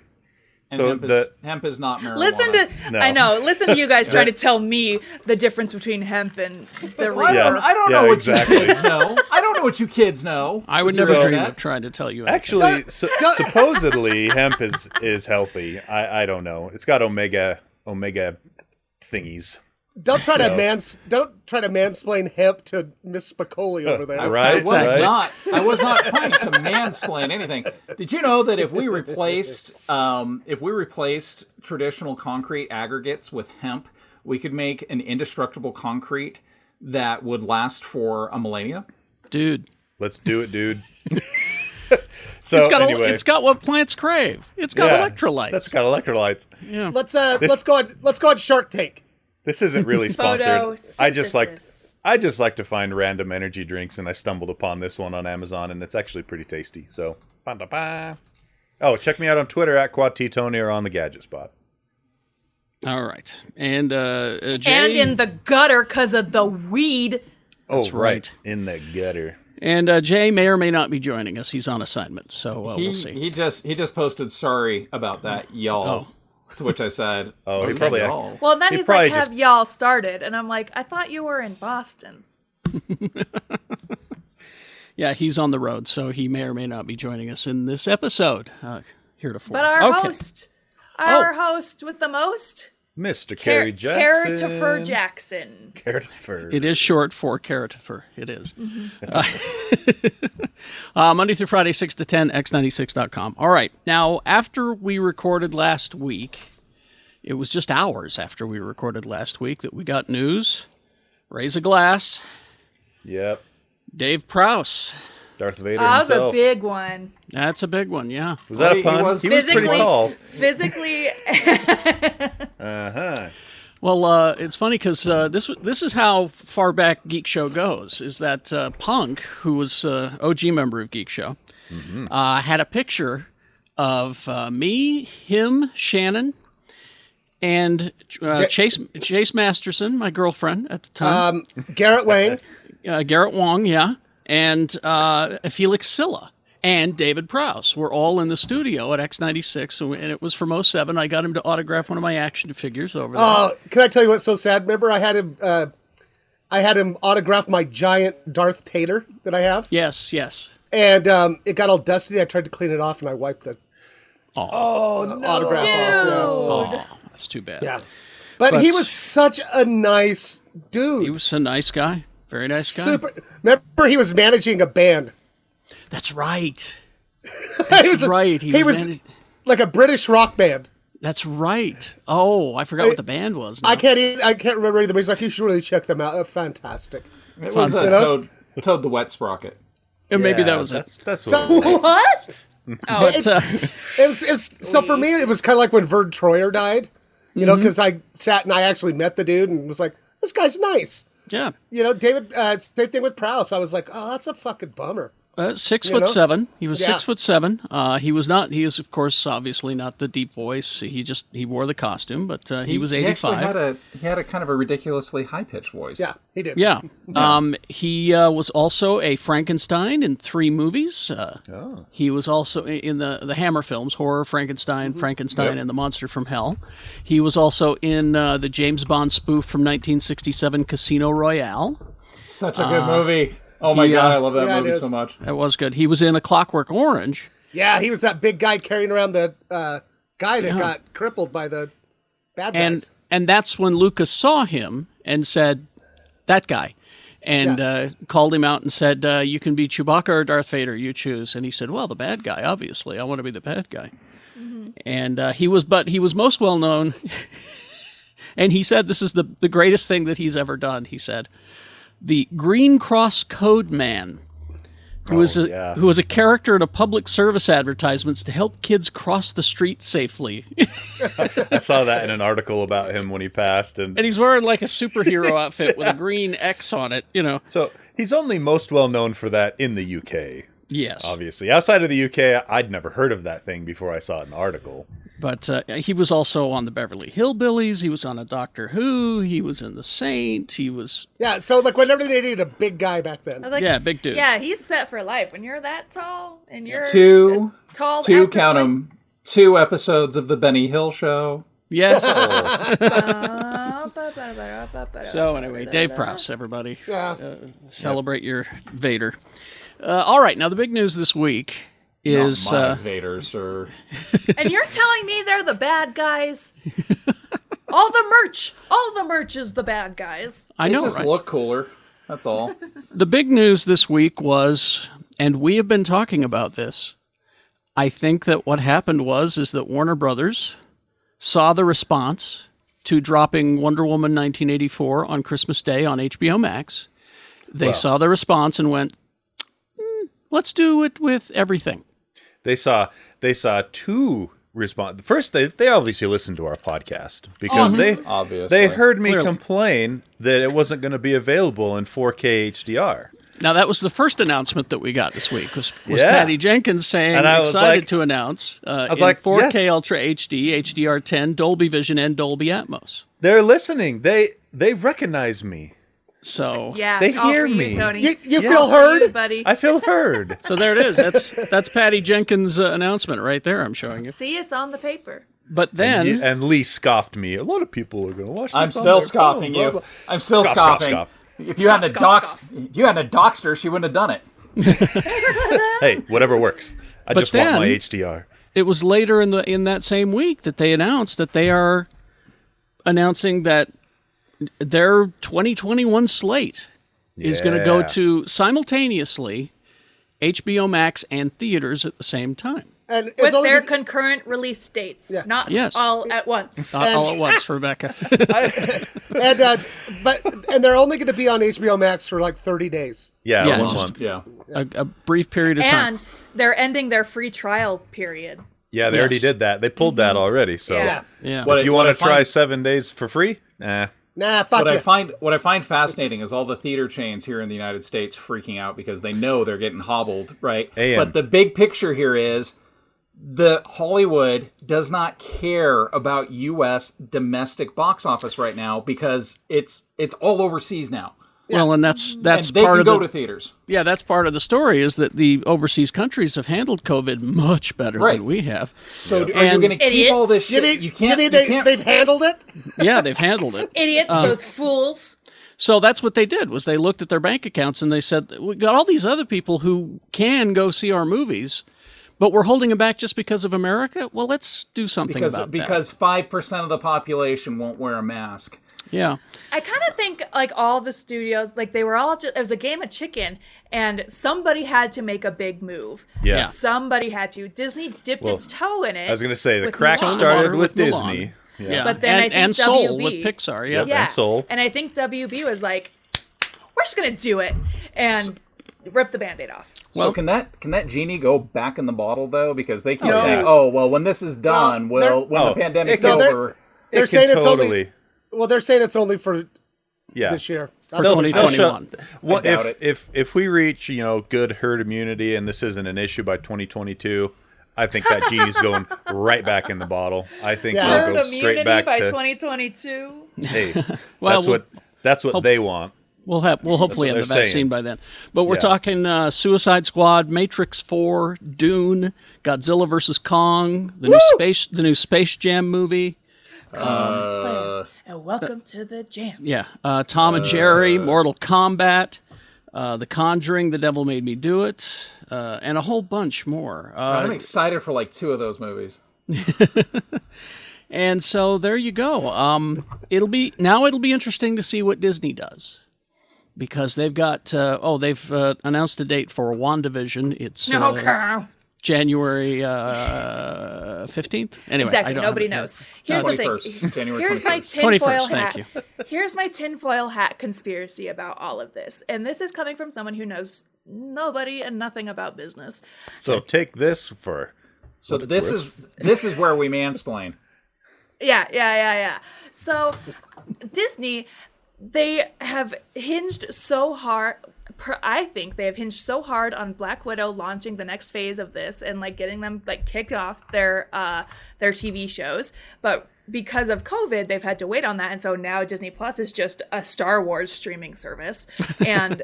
Speaker 6: And
Speaker 5: So
Speaker 6: hemp, is,
Speaker 5: the-
Speaker 6: hemp is not marijuana.
Speaker 3: Listen to
Speaker 5: No.
Speaker 3: I know. Listen to you guys trying to tell me the difference between hemp and the reefer.
Speaker 5: Yeah.
Speaker 6: I don't
Speaker 5: Yeah,
Speaker 6: know what
Speaker 5: exactly.
Speaker 6: you kids know. I don't know what you kids know.
Speaker 2: I would
Speaker 6: Did you
Speaker 2: never
Speaker 6: know
Speaker 2: dream
Speaker 6: that?
Speaker 2: of trying to tell you. anything.
Speaker 5: Actually, su-
Speaker 2: [laughs]
Speaker 5: supposedly hemp is is healthy. I I don't know. It's got omega omega thingies.
Speaker 4: Don't try to mans don't try to mansplain hemp to Miss Spicoli over there.
Speaker 5: Right?
Speaker 6: I was
Speaker 5: right?
Speaker 6: not. I was not trying to mansplain anything. Did you know that if we replaced, um, if we replaced traditional concrete aggregates with hemp, we could make an indestructible concrete that would last for a millennia.
Speaker 2: dude,
Speaker 5: Let's do it, dude. [laughs] so
Speaker 2: it's got
Speaker 5: anyway,
Speaker 2: a, it's got what plants crave. It's got
Speaker 5: yeah,
Speaker 2: electrolytes.
Speaker 5: That's got electrolytes.
Speaker 4: Let's uh let's go on let's go on Shark Tank.
Speaker 5: This isn't really sponsored. I just like
Speaker 3: Photosynthesis.
Speaker 5: I just like to find random energy drinks, and I stumbled upon this one on Amazon, and it's actually pretty tasty. So, ba-da-ba. oh, check me out on Twitter at Quatitoni or on the Gadget Spot.
Speaker 2: All right. And uh, uh Jay,
Speaker 3: and in the gutter because of the weed.
Speaker 5: Oh,
Speaker 2: right.
Speaker 5: in the gutter.
Speaker 2: and uh, Jay may or may not be joining us. He's on assignment, so uh,
Speaker 6: He,
Speaker 2: we'll see.
Speaker 6: he just he just posted sorry about that, y'all. To which I said,
Speaker 5: Oh, he
Speaker 6: "Who's
Speaker 5: probably-
Speaker 6: y'all?"
Speaker 3: Well, then
Speaker 5: He
Speaker 3: he's
Speaker 5: probably
Speaker 3: like, "Have
Speaker 5: just-
Speaker 3: y'all started?" And I'm like, "I thought you were in Boston."
Speaker 2: Yeah, he's on the road, so he may or may not be joining us in this episode. Uh, heretofore.
Speaker 3: But our
Speaker 2: okay.
Speaker 3: host, our host with the most,
Speaker 5: Mr. Kerry
Speaker 3: Car-
Speaker 5: Jackson.
Speaker 3: Carrot Jackson.
Speaker 5: Carrot Fur.
Speaker 2: It is short for Caratifer. It is. [laughs] Uh, uh, Monday through Friday, 6 to 10, x96.com. All right. Now, after we recorded last week, it was just hours after we recorded last week that we got news. Raise a glass.
Speaker 5: Yep.
Speaker 2: Dave Prouse.
Speaker 5: Darth Vader
Speaker 3: That was a
Speaker 5: himself.
Speaker 3: big one.
Speaker 2: That's a big one. Yeah.
Speaker 5: was that
Speaker 6: He
Speaker 5: a pun? He was,
Speaker 6: was-
Speaker 5: pretty
Speaker 3: Physically, [laughs]
Speaker 5: tall.
Speaker 3: physically,
Speaker 5: Uh-huh.
Speaker 2: Well, uh, it's funny because uh, this this is how far back Geek Show goes. Is that uh, Punk, who was uh, OG member of Geek Show, uh, had a picture of uh, me, him, Shannon, and uh, Chase Chase Masterson, my girlfriend at the time,
Speaker 4: Um, Garrett Wayne.
Speaker 6: [laughs]
Speaker 2: uh, Garrett Wong, yeah, and uh, Felix Silla. And David Prouse were all in the studio at X96, and it was from 07. I got him to autograph one of my action figures over there.
Speaker 4: Oh, can I tell you what's so sad? Remember, I had him. Uh, I had him autograph my giant Darth Tater that I have,
Speaker 2: yes, yes.
Speaker 4: and um, it got all dusty. I tried to clean it off, and I wiped the
Speaker 5: Oh, no.
Speaker 4: autograph off.
Speaker 2: Oh, that's too bad.
Speaker 4: Yeah, yeah. But, he was such a nice dude.
Speaker 2: He was a nice guy. Very nice guy.
Speaker 4: super. Remember, he was managing a band. [laughs]
Speaker 2: That's right.
Speaker 4: That's he was a-
Speaker 2: right.
Speaker 4: He, was
Speaker 2: manage-
Speaker 4: like a British rock band.
Speaker 2: That's right. Oh, I forgot what the band was. now.
Speaker 4: I can't. Even, I can't remember either. But he's like, you should really check them out. They're fantastic.
Speaker 6: It was a
Speaker 4: Fantastic.
Speaker 6: toad, toad the wet sprocket.
Speaker 2: And maybe that was
Speaker 5: that's,
Speaker 2: it.
Speaker 5: That's what
Speaker 4: So
Speaker 5: it was.
Speaker 3: what? Oh,
Speaker 2: But, [laughs] uh,
Speaker 4: it was, it was, so for me, it was kind of like when Verd Troyer died, you
Speaker 2: Mm-hmm.
Speaker 4: know, 'cause know, because I sat and I actually met the dude and was like, this guy's nice.
Speaker 2: yeah.
Speaker 4: You know, David, uh, same thing with Prowse. I was like, oh, that's a fucking bummer.
Speaker 2: Uh, six foot
Speaker 4: know?
Speaker 2: seven. He was
Speaker 4: Yeah.
Speaker 2: six foot seven. Uh, he was not. He is, of course, obviously not the deep voice. He just he wore the costume, but uh, he, was eighty
Speaker 6: actually
Speaker 2: five.
Speaker 6: had a he had a kind of a ridiculously high pitched voice.
Speaker 4: Yeah, he did.
Speaker 2: yeah. Um, he uh, was also a Frankenstein in three movies. Uh, He was also i- in the the Hammer films, horror, Frankenstein, Frankenstein, and the Monster from Hell. He was also in uh, the James Bond spoof from 1967, Casino Royale.
Speaker 6: such a good movie. Oh my god, I love that
Speaker 4: Yeah, it
Speaker 6: movie
Speaker 4: is.
Speaker 6: so much.
Speaker 2: That was good. He was in A Clockwork Orange.
Speaker 4: Yeah, he was that big guy carrying around the uh, guy that got crippled by the bad
Speaker 2: and
Speaker 4: guys.
Speaker 2: and that's when Lucas saw him and said, "That guy," and uh, called him out and said, uh, "You can be Chewbacca or Darth Vader, you choose." And he said, "Well, the bad guy, obviously. I want to be the bad guy." And uh, he was, but he was most well known. and he said, "This is the the greatest thing that he's ever done." He said, "The Green Cross Code Man." Who was a
Speaker 5: yeah.
Speaker 2: who was a character in a public service advertisements to help kids cross the street safely.
Speaker 5: I saw that in an article about him when he passed, and
Speaker 2: and he's wearing like a superhero outfit with a green X on it. You know,
Speaker 5: So he's only most well known for that in the UK,
Speaker 2: yes,
Speaker 5: obviously. Outside of the UK, I'd never heard of that thing before I saw an article.
Speaker 2: but uh, he was also on the Beverly Hillbillies. He was on a Doctor Who. He was in The Saint. He was
Speaker 4: yeah, so like whenever they needed a big guy back
Speaker 3: I
Speaker 4: then,
Speaker 3: was like,
Speaker 2: yeah, big dude.
Speaker 3: Yeah, he's set for life. When you're that tall and you're
Speaker 6: Two
Speaker 3: tall,
Speaker 6: two
Speaker 3: after
Speaker 6: count
Speaker 3: one-
Speaker 6: 'em, two episodes of the Benny Hill show.
Speaker 2: Yes.
Speaker 3: So
Speaker 2: so anyway, Dave Prouse, everybody, Uh,
Speaker 4: yeah,
Speaker 2: celebrate your Vader. Uh, all right, now the big news this week is
Speaker 6: Not my
Speaker 2: uh,
Speaker 6: Vader, sir.
Speaker 3: and you're telling me they're the bad guys. all the merch, all the merch is the bad guys.
Speaker 2: I know
Speaker 6: Just
Speaker 2: right?
Speaker 6: look cooler. That's all.
Speaker 2: the big news this week was, and we have been talking about this. I think that what happened was is that Warner Brothers saw the response to dropping Wonder Woman 1984 on Christmas Day on HBO Max. They saw the response and went, "Hmm, "Let's do it with everything."
Speaker 5: They saw they saw two respond. First, they they obviously listened to our podcast because they
Speaker 6: Obviously.
Speaker 5: they heard me
Speaker 2: Clearly.
Speaker 5: complain that it wasn't going to be available in 4K HDR.
Speaker 2: Now that was the first announcement that we got this week was, was
Speaker 5: Yeah.
Speaker 2: Patty Jenkins saying
Speaker 5: And I was
Speaker 2: excited
Speaker 5: like-
Speaker 2: to announce uh,
Speaker 5: was
Speaker 2: in
Speaker 5: like,
Speaker 2: 4K
Speaker 5: yes.
Speaker 2: Ultra HD, HDR10, Dolby Vision, and Dolby Atmos.
Speaker 5: They're listening. They they recognize me.
Speaker 2: So
Speaker 3: Yeah,
Speaker 5: They
Speaker 3: all
Speaker 5: hear
Speaker 3: for you,
Speaker 5: me.
Speaker 3: Tony.
Speaker 4: You, you
Speaker 3: All
Speaker 4: feel
Speaker 3: for you,
Speaker 4: heard?
Speaker 3: buddy.
Speaker 5: I feel heard.
Speaker 2: so there it is. That's that's Patty Jenkins' uh, announcement right there. I'm showing you.
Speaker 3: See, it's on the paper.
Speaker 2: But then
Speaker 5: You- and Lee scoffed me. A lot of people are going to watch this.
Speaker 6: I'm
Speaker 5: on
Speaker 6: still
Speaker 5: their
Speaker 6: scoffing
Speaker 5: phone,
Speaker 6: you.
Speaker 5: blah, blah.
Speaker 6: I'm still
Speaker 5: Scoff, scoff,
Speaker 6: scoffing.
Speaker 5: scoff.
Speaker 6: If you hadn't a
Speaker 3: scoff,
Speaker 6: dox,
Speaker 3: scoff.
Speaker 6: if you hadn't a doxter, she wouldn't have done it.
Speaker 5: Hey, whatever works. I
Speaker 2: But
Speaker 5: just want my
Speaker 2: then-
Speaker 5: HDR.
Speaker 2: it was later in the in that same week that they announced that they are announcing that their 2021 slate is going to go
Speaker 5: Yeah.
Speaker 2: to simultaneously HBO Max and theaters at the same time.
Speaker 4: And it's
Speaker 3: With
Speaker 4: only
Speaker 3: their
Speaker 4: be-
Speaker 3: concurrent release dates, not
Speaker 2: Yes.
Speaker 3: all at once.
Speaker 2: Not all at once, Rebecca.
Speaker 4: and uh, but and they're only going to be on HBO Max for like 30 days.
Speaker 5: Yeah,
Speaker 2: Yeah,
Speaker 5: one
Speaker 2: just-
Speaker 5: month.
Speaker 6: Yeah.
Speaker 2: a, a brief period of time.
Speaker 3: and they're ending their free trial period.
Speaker 5: Yeah, they already
Speaker 2: Yes.
Speaker 5: did that. They pulled that
Speaker 2: Mm-hmm.
Speaker 5: already. So
Speaker 3: Yeah.
Speaker 2: yeah.
Speaker 5: if you
Speaker 6: What
Speaker 5: want
Speaker 6: I
Speaker 5: to try
Speaker 6: find-
Speaker 5: seven days for free, eh, nah.
Speaker 4: Nah, fuck
Speaker 6: What I
Speaker 4: you.
Speaker 6: find what I find fascinating is all the theater chains here in the United States freaking out because they know they're getting hobbled, right?
Speaker 5: And-
Speaker 6: But the big picture here is the Hollywood does not care about US domestic box office right now because it's it's all overseas now.
Speaker 2: Well, and that's that's
Speaker 6: and they
Speaker 2: part
Speaker 6: can
Speaker 2: of
Speaker 6: go
Speaker 2: the,
Speaker 6: to theaters.
Speaker 2: yeah, that's part of the story is that the overseas countries have handled COVID much better
Speaker 6: Right.
Speaker 2: than we have.
Speaker 6: So are you
Speaker 2: And-
Speaker 6: going to keep all this
Speaker 4: You
Speaker 6: shit?
Speaker 4: mean,
Speaker 6: you can't.
Speaker 4: mean
Speaker 6: you
Speaker 4: they,
Speaker 6: can't-
Speaker 4: they've handled it?
Speaker 2: Yeah, they've handled it.
Speaker 3: Idiots, those fools.
Speaker 2: So that's what they did was they looked at their bank accounts and they said, "We got all these other people who can go see our movies, but we're holding them back just because of America. Well, let's do something
Speaker 6: because
Speaker 2: about that."
Speaker 6: because five percent of the population won't wear a mask.
Speaker 2: Yeah,
Speaker 3: I kind of think like all the studios, like they were all just, it was a game of chicken, and somebody had to make a big move.
Speaker 5: Yeah.
Speaker 3: Somebody had to. Disney dipped its toe in it.
Speaker 5: I was going to say the
Speaker 3: with
Speaker 5: crack
Speaker 3: Mulan.
Speaker 5: started
Speaker 2: Mulan
Speaker 5: with,
Speaker 2: with Mulan.
Speaker 5: Disney.
Speaker 2: yeah.
Speaker 3: But then
Speaker 2: and,
Speaker 3: I think
Speaker 2: and Soul
Speaker 3: WB
Speaker 2: with Pixar. Yeah,
Speaker 5: Yep.
Speaker 3: yeah.
Speaker 5: and Soul.
Speaker 3: And I think WB was like, we're just going to do it and rip the band aid off.
Speaker 6: so can that can that genie go back in the bottle though? Because they keep
Speaker 5: No.
Speaker 6: saying, "Oh well, when this is done,
Speaker 4: Well, they're-
Speaker 6: well, when
Speaker 5: Oh,
Speaker 6: the pandemic's
Speaker 5: it can-
Speaker 4: they're-
Speaker 6: over."
Speaker 4: They're
Speaker 5: It
Speaker 4: saying
Speaker 5: can
Speaker 4: it's only
Speaker 5: totally.
Speaker 4: well, they're saying it's only for
Speaker 5: Yeah.
Speaker 4: this year.
Speaker 2: for
Speaker 4: That's-
Speaker 5: They'll- they'll
Speaker 2: 2021.
Speaker 5: show- well,
Speaker 6: doubt
Speaker 5: if
Speaker 6: it.
Speaker 5: if if we reach you know good herd immunity and this isn't an issue by 2022, I think that genie's
Speaker 4: [laughs]
Speaker 5: going right back in the bottle. I think
Speaker 4: Yeah.
Speaker 5: we'll
Speaker 3: Herd
Speaker 5: go straight
Speaker 3: immunity
Speaker 5: back
Speaker 3: by
Speaker 5: to
Speaker 3: 2022.
Speaker 2: [laughs]
Speaker 5: hey.
Speaker 2: Well,
Speaker 5: that's what that's what they want.
Speaker 2: We'll have we'll hopefully
Speaker 5: what
Speaker 2: have the
Speaker 5: they're saying.
Speaker 2: vaccine by then. But we're
Speaker 5: Yeah.
Speaker 2: talking uh, Suicide Squad, Matrix Four, Dune, Godzilla versus Kong, the new space the new Space Jam movie.
Speaker 3: Slayer, and welcome to the jam.
Speaker 2: Yeah, uh, Tom and Jerry, Mortal Kombat, uh, The Conjuring, The Devil Made Me Do It, uh, and a whole bunch more. Uh,
Speaker 6: I'm excited for like two of those movies.
Speaker 2: and so there you go. Um, it'll be now. It'll be interesting to see what Disney does because they've got uh, oh they've uh, announced a date for Wandavision. It's
Speaker 3: No,
Speaker 2: uh,
Speaker 3: girl.
Speaker 2: January uh, 15th. Anyway, I
Speaker 3: Exactly.
Speaker 2: don't
Speaker 3: Nobody
Speaker 2: have it here.
Speaker 3: knows. Here's the thing.
Speaker 6: 21st, January
Speaker 3: Here's my
Speaker 6: 21st.
Speaker 3: tinfoil
Speaker 2: 21st,
Speaker 3: hat.
Speaker 2: thank
Speaker 3: Here's my tinfoil hat conspiracy about all of this. And this is coming from someone who knows nobody and nothing about business.
Speaker 5: So take this for
Speaker 6: So this is this is where we mansplain.
Speaker 3: Yeah, yeah, yeah, yeah. So Disney, they have hinged so hard. Per, I think they have hinged so hard on Black Widow launching the next phase of this and like getting them like kicked off their uh their TV shows, but because of COVID, they've had to wait on that, and so now Disney Plus is just a Star Wars streaming service, and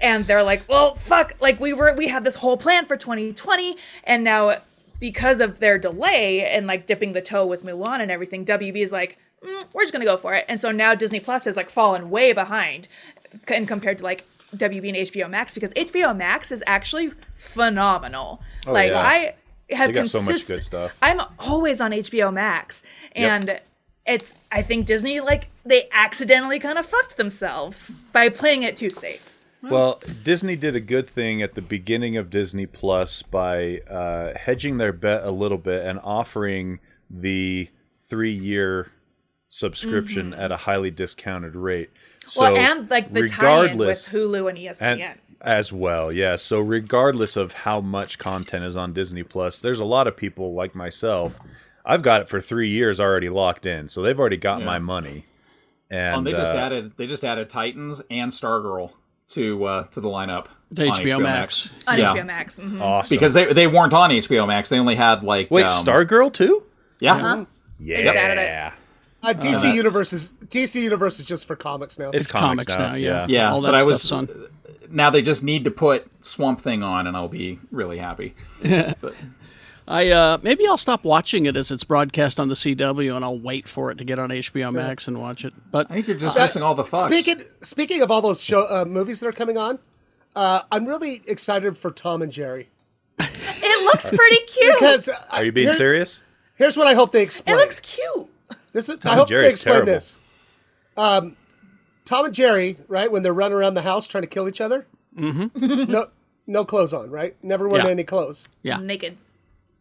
Speaker 3: and they're like, well, fuck, like we were we had this whole plan for 2020, and now because of their delay and like dipping the toe with Mulan and everything, WB is like, mm, we're just gonna go for it. And so now Disney Plus has like fallen way behind, c- and compared to like WB and HBO Max because HBO Max is actually phenomenal. like
Speaker 5: Oh, yeah.
Speaker 3: I have
Speaker 5: They got so much
Speaker 3: consist-
Speaker 5: good stuff.
Speaker 3: I'm always on HBO Max, and it's I think Disney like they accidentally kind of fucked themselves by playing it too safe.
Speaker 5: Well, Disney did a good thing at the beginning of Disney Plus by uh, hedging their bet a little bit and offering the three-year subscription at a highly discounted rate. So
Speaker 3: well, Mm-hmm. and like the tie-in with
Speaker 5: regardless,
Speaker 3: Hulu and E ESPN.
Speaker 5: and as well. Yeah. So regardless of how much content is on Disney Plus, there's a lot of people like myself. I've got it for three years already locked in, so they've already got my money. [laughs] And
Speaker 6: Oh, and they just
Speaker 5: uh,
Speaker 6: added they just added Titans and Stargirl to uh, to the lineup
Speaker 2: The
Speaker 6: on
Speaker 2: HBO Max.
Speaker 3: on
Speaker 6: Yeah.
Speaker 3: HBO Max. mhm.
Speaker 5: awesome.
Speaker 6: because they they weren't on HBO Max. They only had like
Speaker 5: wait,
Speaker 6: um,
Speaker 5: Stargirl too?
Speaker 6: Yeah,
Speaker 4: Uh-huh.
Speaker 5: Yeah.
Speaker 3: just added it.
Speaker 4: Uh,
Speaker 2: Oh,
Speaker 4: DC Universe is
Speaker 2: uh,
Speaker 4: DC Universe is just for comics now.
Speaker 5: It's,
Speaker 2: It's comics, now, yeah.
Speaker 6: Yeah,
Speaker 2: All that
Speaker 6: but I was-
Speaker 2: stuff's on.
Speaker 6: now they just need to put Swamp Thing on, and I'll be really happy.
Speaker 2: I uh, maybe I'll stop watching it as it's broadcast on the CW, and I'll wait for it to get on HBO Max and watch it. But
Speaker 6: I think you're just missing all the fucks.
Speaker 4: Speaking speaking of all those show uh, movies that are coming on, uh, I'm really excited for Tom and Jerry
Speaker 3: It looks
Speaker 5: [laughs]
Speaker 3: pretty cute.
Speaker 4: because uh,
Speaker 5: Are you being
Speaker 4: here's,
Speaker 5: serious?
Speaker 4: Here's what I hope they
Speaker 3: it
Speaker 4: explain.
Speaker 3: looks cute.
Speaker 4: This is, I
Speaker 5: and
Speaker 4: hope
Speaker 5: Jerry's
Speaker 4: they explain
Speaker 5: terrible.
Speaker 4: this. Um, Tom and Jerry, right when they're running around the house trying to kill each other, mm-hmm. no, no clothes on, right? Never wearing
Speaker 2: Yeah.
Speaker 4: any clothes.
Speaker 2: yeah,
Speaker 3: Naked.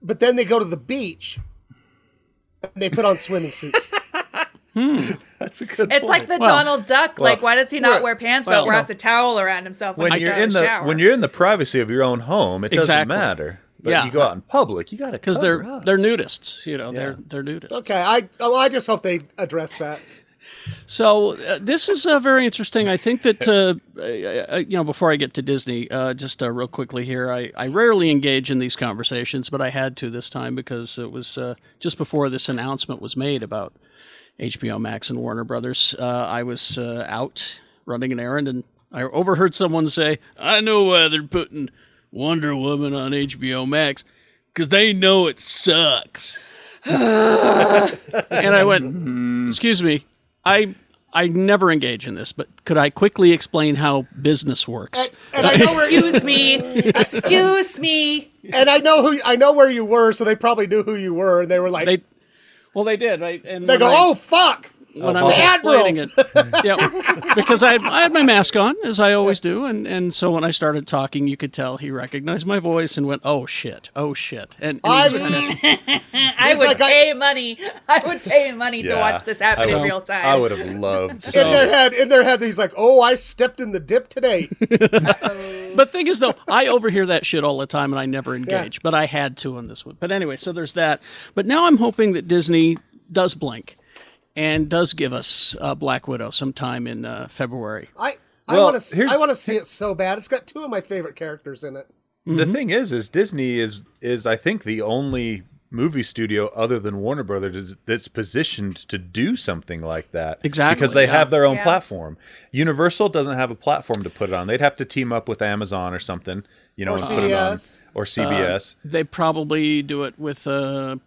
Speaker 4: But then they go to the beach and they put on swimming suits.
Speaker 5: [laughs]
Speaker 3: [laughs]
Speaker 5: That's a good.
Speaker 3: It's like the Donald Duck. like, why does he not wear pants
Speaker 2: well,
Speaker 3: but wraps a towel around himself when,
Speaker 5: when
Speaker 3: he's
Speaker 5: you're
Speaker 3: out of
Speaker 5: in the
Speaker 3: shower?
Speaker 5: when you're in the privacy of your own home, it doesn't
Speaker 2: Exactly.
Speaker 5: matter. But
Speaker 2: Yeah.
Speaker 5: you go out in public, you got to
Speaker 2: because they're they're nudists, you know, they're they're nudists.
Speaker 4: Okay, I well, I just hope they address that.
Speaker 2: So uh, this is uh, very interesting. I think that uh, [laughs] I, I, you know, before I get to Disney, uh, just uh, real quickly here, I, I rarely engage in these conversations, but I had to this time because it was uh, just before this announcement was made about HBO Max and Warner Brothers. Uh, I was uh, out running an errand and I overheard someone say, "I know why they're putting Wonder Woman on HBO Max because they know it sucks." and I went, "Excuse me, I." I never engage in this, but could I quickly explain how business works?
Speaker 4: And I know where,
Speaker 3: excuse
Speaker 5: [laughs]
Speaker 3: me. excuse me.
Speaker 4: and I know who I know where you were, so they probably knew who you were, and they were like,
Speaker 2: They-
Speaker 4: they,
Speaker 2: Well, they did. I, and
Speaker 4: go, "Oh fuck!"
Speaker 2: when I was
Speaker 4: Admiral.
Speaker 2: explaining it. [laughs] Yeah, because I had, I had my mask on as I always do, and, and so when I started talking, you could tell he recognized my voice and went, "Oh shit, oh shit," and, and he was
Speaker 4: I-
Speaker 2: kinda-
Speaker 3: I would
Speaker 4: like I-
Speaker 3: pay money. [laughs] I would pay money to
Speaker 5: Yeah.
Speaker 3: watch this happen
Speaker 2: I
Speaker 3: in
Speaker 2: would-
Speaker 3: real time.
Speaker 5: I would have
Speaker 2: [laughs]
Speaker 5: loved. to
Speaker 4: In
Speaker 5: see
Speaker 4: their
Speaker 5: it.
Speaker 4: head, in their head, he's like, "Oh, I stepped in the dip today."
Speaker 2: But thing is, though, I overhear that shit all the time, and I never engage. But I had to on this one. But anyway, so there's that. But now I'm hoping that Disney does blink and does give us uh, Black Widow sometime in uh, February.
Speaker 4: I I
Speaker 5: Well,
Speaker 4: want to
Speaker 5: here's-
Speaker 4: I want to see it so bad. It's got two of my favorite characters in it.
Speaker 2: Mm-hmm.
Speaker 5: The thing is, is Disney is is I think the only movie studio other than Warner Brothers that's positioned to do something like that.
Speaker 2: Exactly,
Speaker 5: because they
Speaker 2: yeah.
Speaker 5: have their own
Speaker 3: Yeah.
Speaker 5: platform. Universal doesn't have a platform to put it on. They'd have to team up with Amazon or something, you know, and put it on
Speaker 4: CBS.
Speaker 5: or CBS.
Speaker 2: They probably do it with, uh,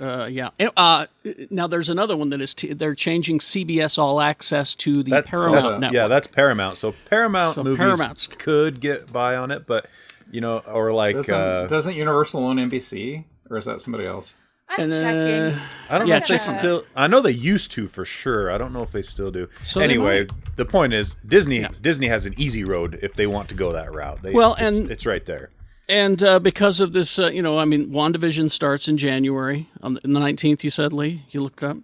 Speaker 2: uh, yeah. Uh, now there's another one that is t- they're changing CBS All Access to the
Speaker 5: that's
Speaker 2: Paramount
Speaker 5: that's-
Speaker 2: Network.
Speaker 5: Yeah, that's Paramount. So Paramount
Speaker 2: So
Speaker 5: movies
Speaker 2: Paramount's-
Speaker 5: could get by on it, but you know, or like
Speaker 6: doesn't,
Speaker 5: uh,
Speaker 6: doesn't Universal own NBC or is that somebody else?
Speaker 3: I'm
Speaker 2: And, uh,
Speaker 3: checking.
Speaker 5: I don't
Speaker 2: Yeah,
Speaker 5: know if they
Speaker 2: check that.
Speaker 5: still. I know they used to for sure. I don't know if they still do.
Speaker 2: So they
Speaker 5: anyway, the point is Disney. Disney has an easy road if they want to go that route. They,
Speaker 2: Well,
Speaker 5: it's,
Speaker 2: and-
Speaker 5: it's right there.
Speaker 2: And uh, because of this, uh, you know, I mean, WandaVision starts in January on the, on the 19th. You said Lee, you looked up.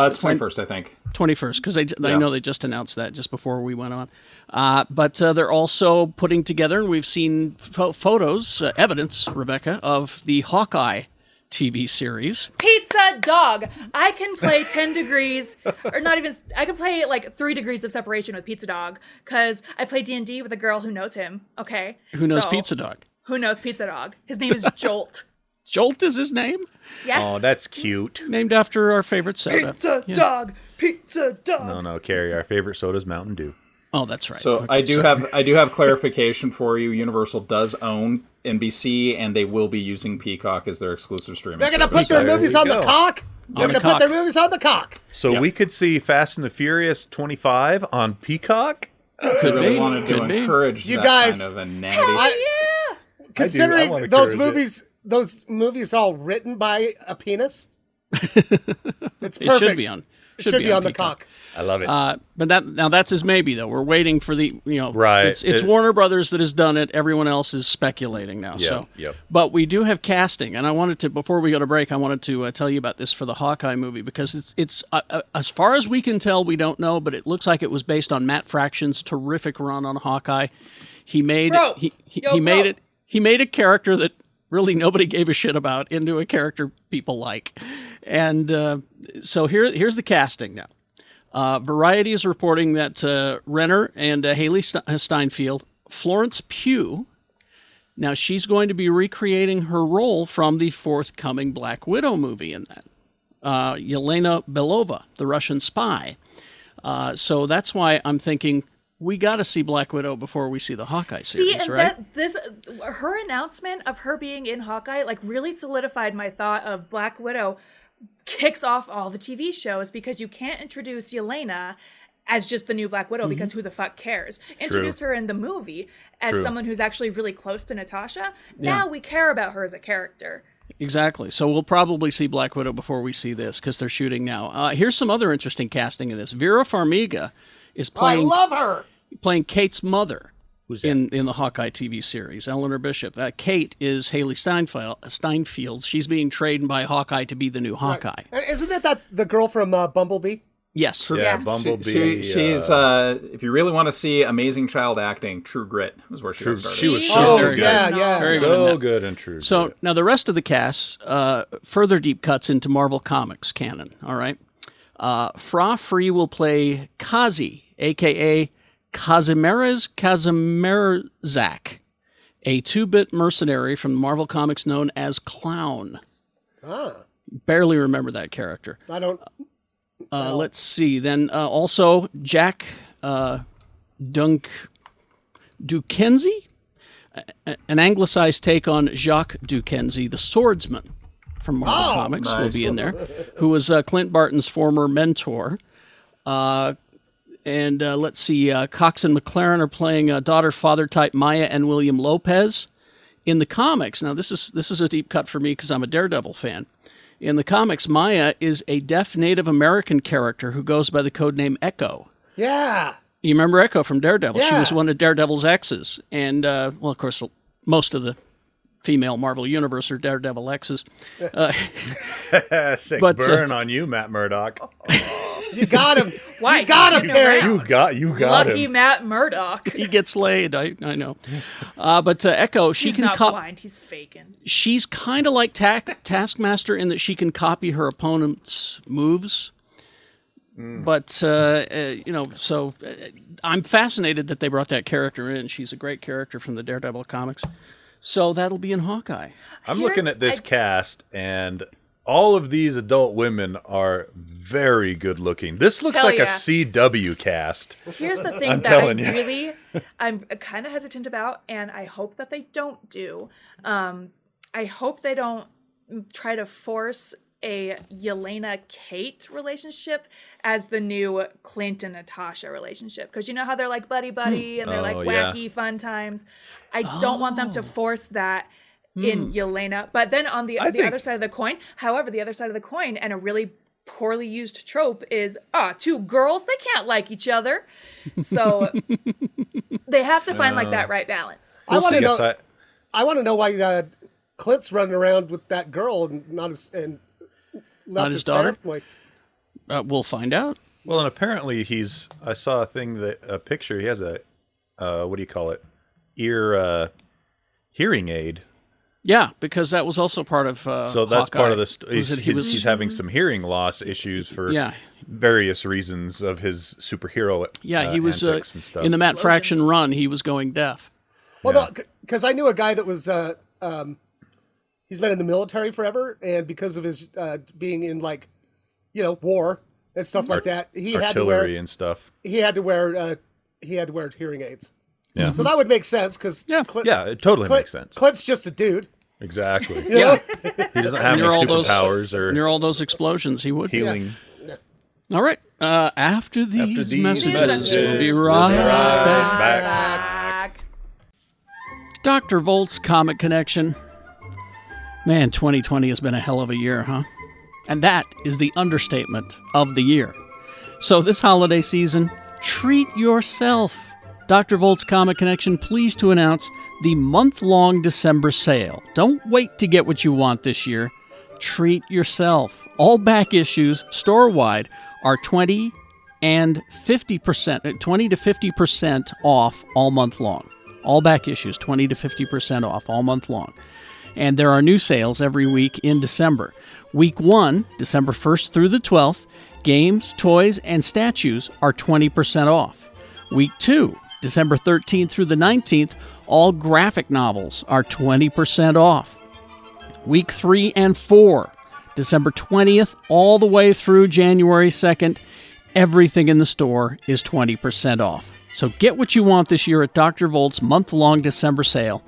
Speaker 6: Uh, it's twenty first, I think.
Speaker 2: 21st because I, I know they just announced that just before we went on uh, but uh, they're also putting together and we've seen pho- photos uh, evidence rebecca of the hawkeye tv series
Speaker 3: Pizza dog. I can play 10 degrees or not even I can play like 3 degrees of separation with Pizza Dog cuz I play D&D with a girl who knows him, okay?
Speaker 2: who knows
Speaker 3: So,
Speaker 2: pizza Oh, dog
Speaker 3: Who knows Pizza Dog? His
Speaker 2: [laughs]
Speaker 3: name is Jolt.
Speaker 2: jolt is his name
Speaker 3: Yes.
Speaker 5: Oh, that's cute.
Speaker 2: named after our favorite soda
Speaker 5: Pizza dog, pizza dog. No, no, Carrie. Our favorite soda's Mountain Dew.
Speaker 2: oh that's right
Speaker 6: So
Speaker 2: Okay,
Speaker 6: I do
Speaker 2: so-
Speaker 6: have I do have clarification for you. Universal does own NBC, and they will be using Peacock as their exclusive streaming.
Speaker 4: They're gonna
Speaker 6: service.
Speaker 4: put their
Speaker 5: There
Speaker 4: movies
Speaker 5: we
Speaker 4: on the
Speaker 5: go.
Speaker 4: cock. They're
Speaker 2: the
Speaker 4: gonna
Speaker 2: cock.
Speaker 4: put their movies on the cock.
Speaker 5: So we could see Fast and the Furious 25 on Peacock.
Speaker 2: could
Speaker 6: really
Speaker 2: be,
Speaker 6: wanted to
Speaker 2: could be.
Speaker 6: encourage
Speaker 4: You
Speaker 6: that
Speaker 4: guys-
Speaker 6: kind of inanity.
Speaker 4: I-
Speaker 5: I
Speaker 4: Considering
Speaker 5: wanna
Speaker 4: those
Speaker 5: encourage it.
Speaker 4: movies, those movies all written by a penis. it's perfect.
Speaker 2: it should be on
Speaker 4: Should be on the
Speaker 2: Peacock.
Speaker 4: cock.
Speaker 5: I love it.
Speaker 2: Uh, but that now that's his maybe though. We're waiting for the you know
Speaker 5: Right.
Speaker 2: It's, it's
Speaker 5: It-
Speaker 2: Warner Brothers that has done it. Everyone else is speculating now.
Speaker 5: Yeah,
Speaker 2: so
Speaker 5: yep.
Speaker 2: but we do have casting, and I wanted to before we go to break, I wanted to uh, tell you about this for the Hawkeye movie because it's it's uh, uh, as far as we can tell, we don't know, but it looks like it was based on Matt Fraction's terrific run on Hawkeye. He made
Speaker 3: Bro.
Speaker 2: he he,
Speaker 3: Yo,
Speaker 2: he made
Speaker 3: bro.
Speaker 2: it he made a character that really nobody gave a shit about into a character people like, and uh, so here here's the casting now. Uh, Variety is reporting that uh, Renner and uh, Haley Ste- Steinfeld, Florence Pugh. Now she's going to be recreating her role from the forthcoming Black Widow movie in that. Uh, Yelena Belova, the Russian spy. Uh, so that's why I'm thinking we got to see Black Widow before we see the Hawkeye
Speaker 3: See,
Speaker 2: series,
Speaker 3: and
Speaker 2: right?
Speaker 3: that this her announcement of her being in Hawkeye like really solidified my thought of Black Widow kicks off all the TV shows because you can't introduce Yelena as just the new Black Widow because
Speaker 2: Mm-hmm.
Speaker 3: who the fuck cares? Introduce her in the movie as
Speaker 5: True.
Speaker 3: someone who's actually really close to Natasha. Now we care about her as a character.
Speaker 2: Exactly. So we'll probably see Black Widow before we see this because they're shooting now. Uh, here's some other interesting casting in this. Vera Farmiga is
Speaker 4: I
Speaker 2: playing
Speaker 4: love her.
Speaker 2: playing Kate's mother in in the Hawkeye TV series, Eleanor Bishop. Uh, Kate is Haley Steinfeld. Steinfeld. She's being trained by Hawkeye to be the new Hawkeye.
Speaker 4: And isn't that, that the girl from uh, Bumblebee?
Speaker 2: Yes.
Speaker 5: Yeah, Bumblebee.
Speaker 6: She, she's
Speaker 5: uh,
Speaker 6: uh, if you really want to see amazing child acting, True Grit was where she got started.
Speaker 5: she was so
Speaker 4: Oh,
Speaker 5: good.
Speaker 4: yeah, yeah.
Speaker 2: Very good in
Speaker 5: so
Speaker 2: that.
Speaker 5: good and true.
Speaker 2: So now the rest of the cast, uh, further deep cuts into Marvel Comics canon. All right. Uh, Fra Free will play Kazi, aka Kazimierz Kazimierzak, a two-bit mercenary from Marvel Comics known as Clown.
Speaker 4: Ah,
Speaker 2: Barely remember that character.
Speaker 4: I don't.
Speaker 2: Uh, let's see. Then uh, also Jack uh, Dunk Dukenzie, a- an anglicized take on Jacques Dukenzie, the swordsman from Marvel Comics, will
Speaker 6: nice.
Speaker 2: be in there, who was uh, Clint Barton's former mentor. Uh, and uh, let's see, uh, Cox and McLaren are playing uh, daughter father type Maya and William Lopez in the comics. Now this is this is a deep cut for me because I'm a Daredevil fan. In the comics, Maya is a deaf Native American character who goes by the codename Echo.
Speaker 4: Yeah.
Speaker 2: You remember Echo from Daredevil? She
Speaker 4: Yeah.
Speaker 2: was one of Daredevil's exes, and uh, well, of course, most of the female Marvel universe are Daredevil exes.
Speaker 5: Sick
Speaker 2: but, uh,
Speaker 5: burn on you, Matt Murdock.
Speaker 3: Oh,
Speaker 5: [laughs]
Speaker 4: You got him.
Speaker 3: Why?
Speaker 4: You got him,
Speaker 3: Keeping
Speaker 4: Carrie.
Speaker 3: around.
Speaker 5: You got you got
Speaker 3: Lucky
Speaker 5: him.
Speaker 3: Matt Murdock.
Speaker 2: He gets laid. I, I know,
Speaker 3: [laughs]
Speaker 2: uh, but uh, Echo she
Speaker 3: He's
Speaker 2: can
Speaker 3: not
Speaker 2: co-
Speaker 3: blind. He's faking.
Speaker 2: she's kind of like ta- Taskmaster in that she can copy her opponent's moves.
Speaker 5: Mm.
Speaker 2: But uh, uh, you know, so uh, I'm fascinated that they brought that character in. She's a great character from the Daredevil comics. So that'll be in Hawkeye.
Speaker 5: I'm
Speaker 3: Here's-
Speaker 5: looking at this
Speaker 3: I-
Speaker 5: cast and all of these adult women are very good looking. This looks
Speaker 3: Hell
Speaker 5: like
Speaker 3: yeah.
Speaker 5: a CW cast.
Speaker 3: Here's
Speaker 5: [laughs]
Speaker 3: the thing that I
Speaker 5: telling you. [laughs]
Speaker 3: really, I'm kind of hesitant about, and I hope that they don't do. Um, I hope they don't try to force a Yelena Kate relationship as the new Clint and Natasha relationship because you know how they're like buddy buddy and they're like
Speaker 5: Oh, yeah.
Speaker 3: wacky fun times. I don't want
Speaker 4: Oh.
Speaker 3: them to force that
Speaker 4: Hmm.
Speaker 3: in Yelena. But then on the
Speaker 5: I
Speaker 3: the
Speaker 5: think-
Speaker 3: other side of the coin, however, the other side of the coin and a really poorly used trope is ah two girls they can't like each other.
Speaker 4: [laughs]
Speaker 3: So they have to find like
Speaker 4: Uh.
Speaker 3: that right balance.
Speaker 4: I want to
Speaker 5: I
Speaker 4: know.
Speaker 5: guess I,
Speaker 4: I want to know why uh, Clint's running around with that girl and not his and left
Speaker 2: his
Speaker 4: his,
Speaker 2: daughter?
Speaker 4: family.
Speaker 2: Uh, we'll find out.
Speaker 5: well, and apparently he's. I saw a thing that a picture. He has a, uh, what do you call it? Ear, uh, hearing aid.
Speaker 2: Yeah, because that was also part of. Uh,
Speaker 5: So that's part
Speaker 2: Hawkeye.
Speaker 5: of the. St-
Speaker 2: Was
Speaker 5: he's,
Speaker 2: it he
Speaker 5: he's,
Speaker 2: was-
Speaker 5: he's having some hearing loss issues for
Speaker 2: Yeah.
Speaker 5: various reasons of his superhero.
Speaker 2: yeah,
Speaker 5: uh,
Speaker 2: he was uh,
Speaker 5: antics and stuff.
Speaker 2: in the Matt Fraction
Speaker 3: Explosions.
Speaker 2: run. He was going
Speaker 5: [laughs]
Speaker 2: deaf.
Speaker 4: Well, because I knew a guy that was. Uh, um, he's been in the military forever, and because of his uh, being in like, you know, war and stuff like that, he had to
Speaker 5: artillery
Speaker 4: wear
Speaker 5: and stuff.
Speaker 4: he had to wear uh, he had to wear hearing aids.
Speaker 5: Yeah.
Speaker 4: So that would make sense because
Speaker 2: Yeah.
Speaker 4: Clint,
Speaker 5: Yeah, it totally
Speaker 4: Clint-
Speaker 5: makes sense.
Speaker 4: Clint's just a dude.
Speaker 5: Exactly.
Speaker 2: Yeah,
Speaker 5: He doesn't have any
Speaker 2: Near all those-
Speaker 5: superpowers or
Speaker 2: near all those explosions, he would. be.
Speaker 5: healing.
Speaker 2: All right. Uh, after these,
Speaker 5: these
Speaker 2: messages,
Speaker 5: messages,
Speaker 2: we'll be
Speaker 5: we'll be
Speaker 2: right
Speaker 5: right
Speaker 2: back.
Speaker 5: Back.
Speaker 3: Back.
Speaker 2: Dr. Volt's Comic Connection. Man, 2020 has been a hell of a year, huh? And that is the understatement of the year. So, this holiday season, treat yourself. Dr. Volt's Comic Connection, pleased to announce the month long December sale. Don't wait to get what you want this year. Treat yourself. All back issues, store wide, are 20 and 50%, uh, 20 to 50% off all month long All back issues, 20 to 50% off all month long. And there are new sales every week in December. Week 1, December 1st through the 12th, games, toys, and statues are 20% off. Week 2, December 13th through the 19th, all graphic novels are 20% off week three and four, December 20th, all the way through January 2nd. Everything in the store is 20% off. So get what you want this year at Dr. Volt's month long December sale.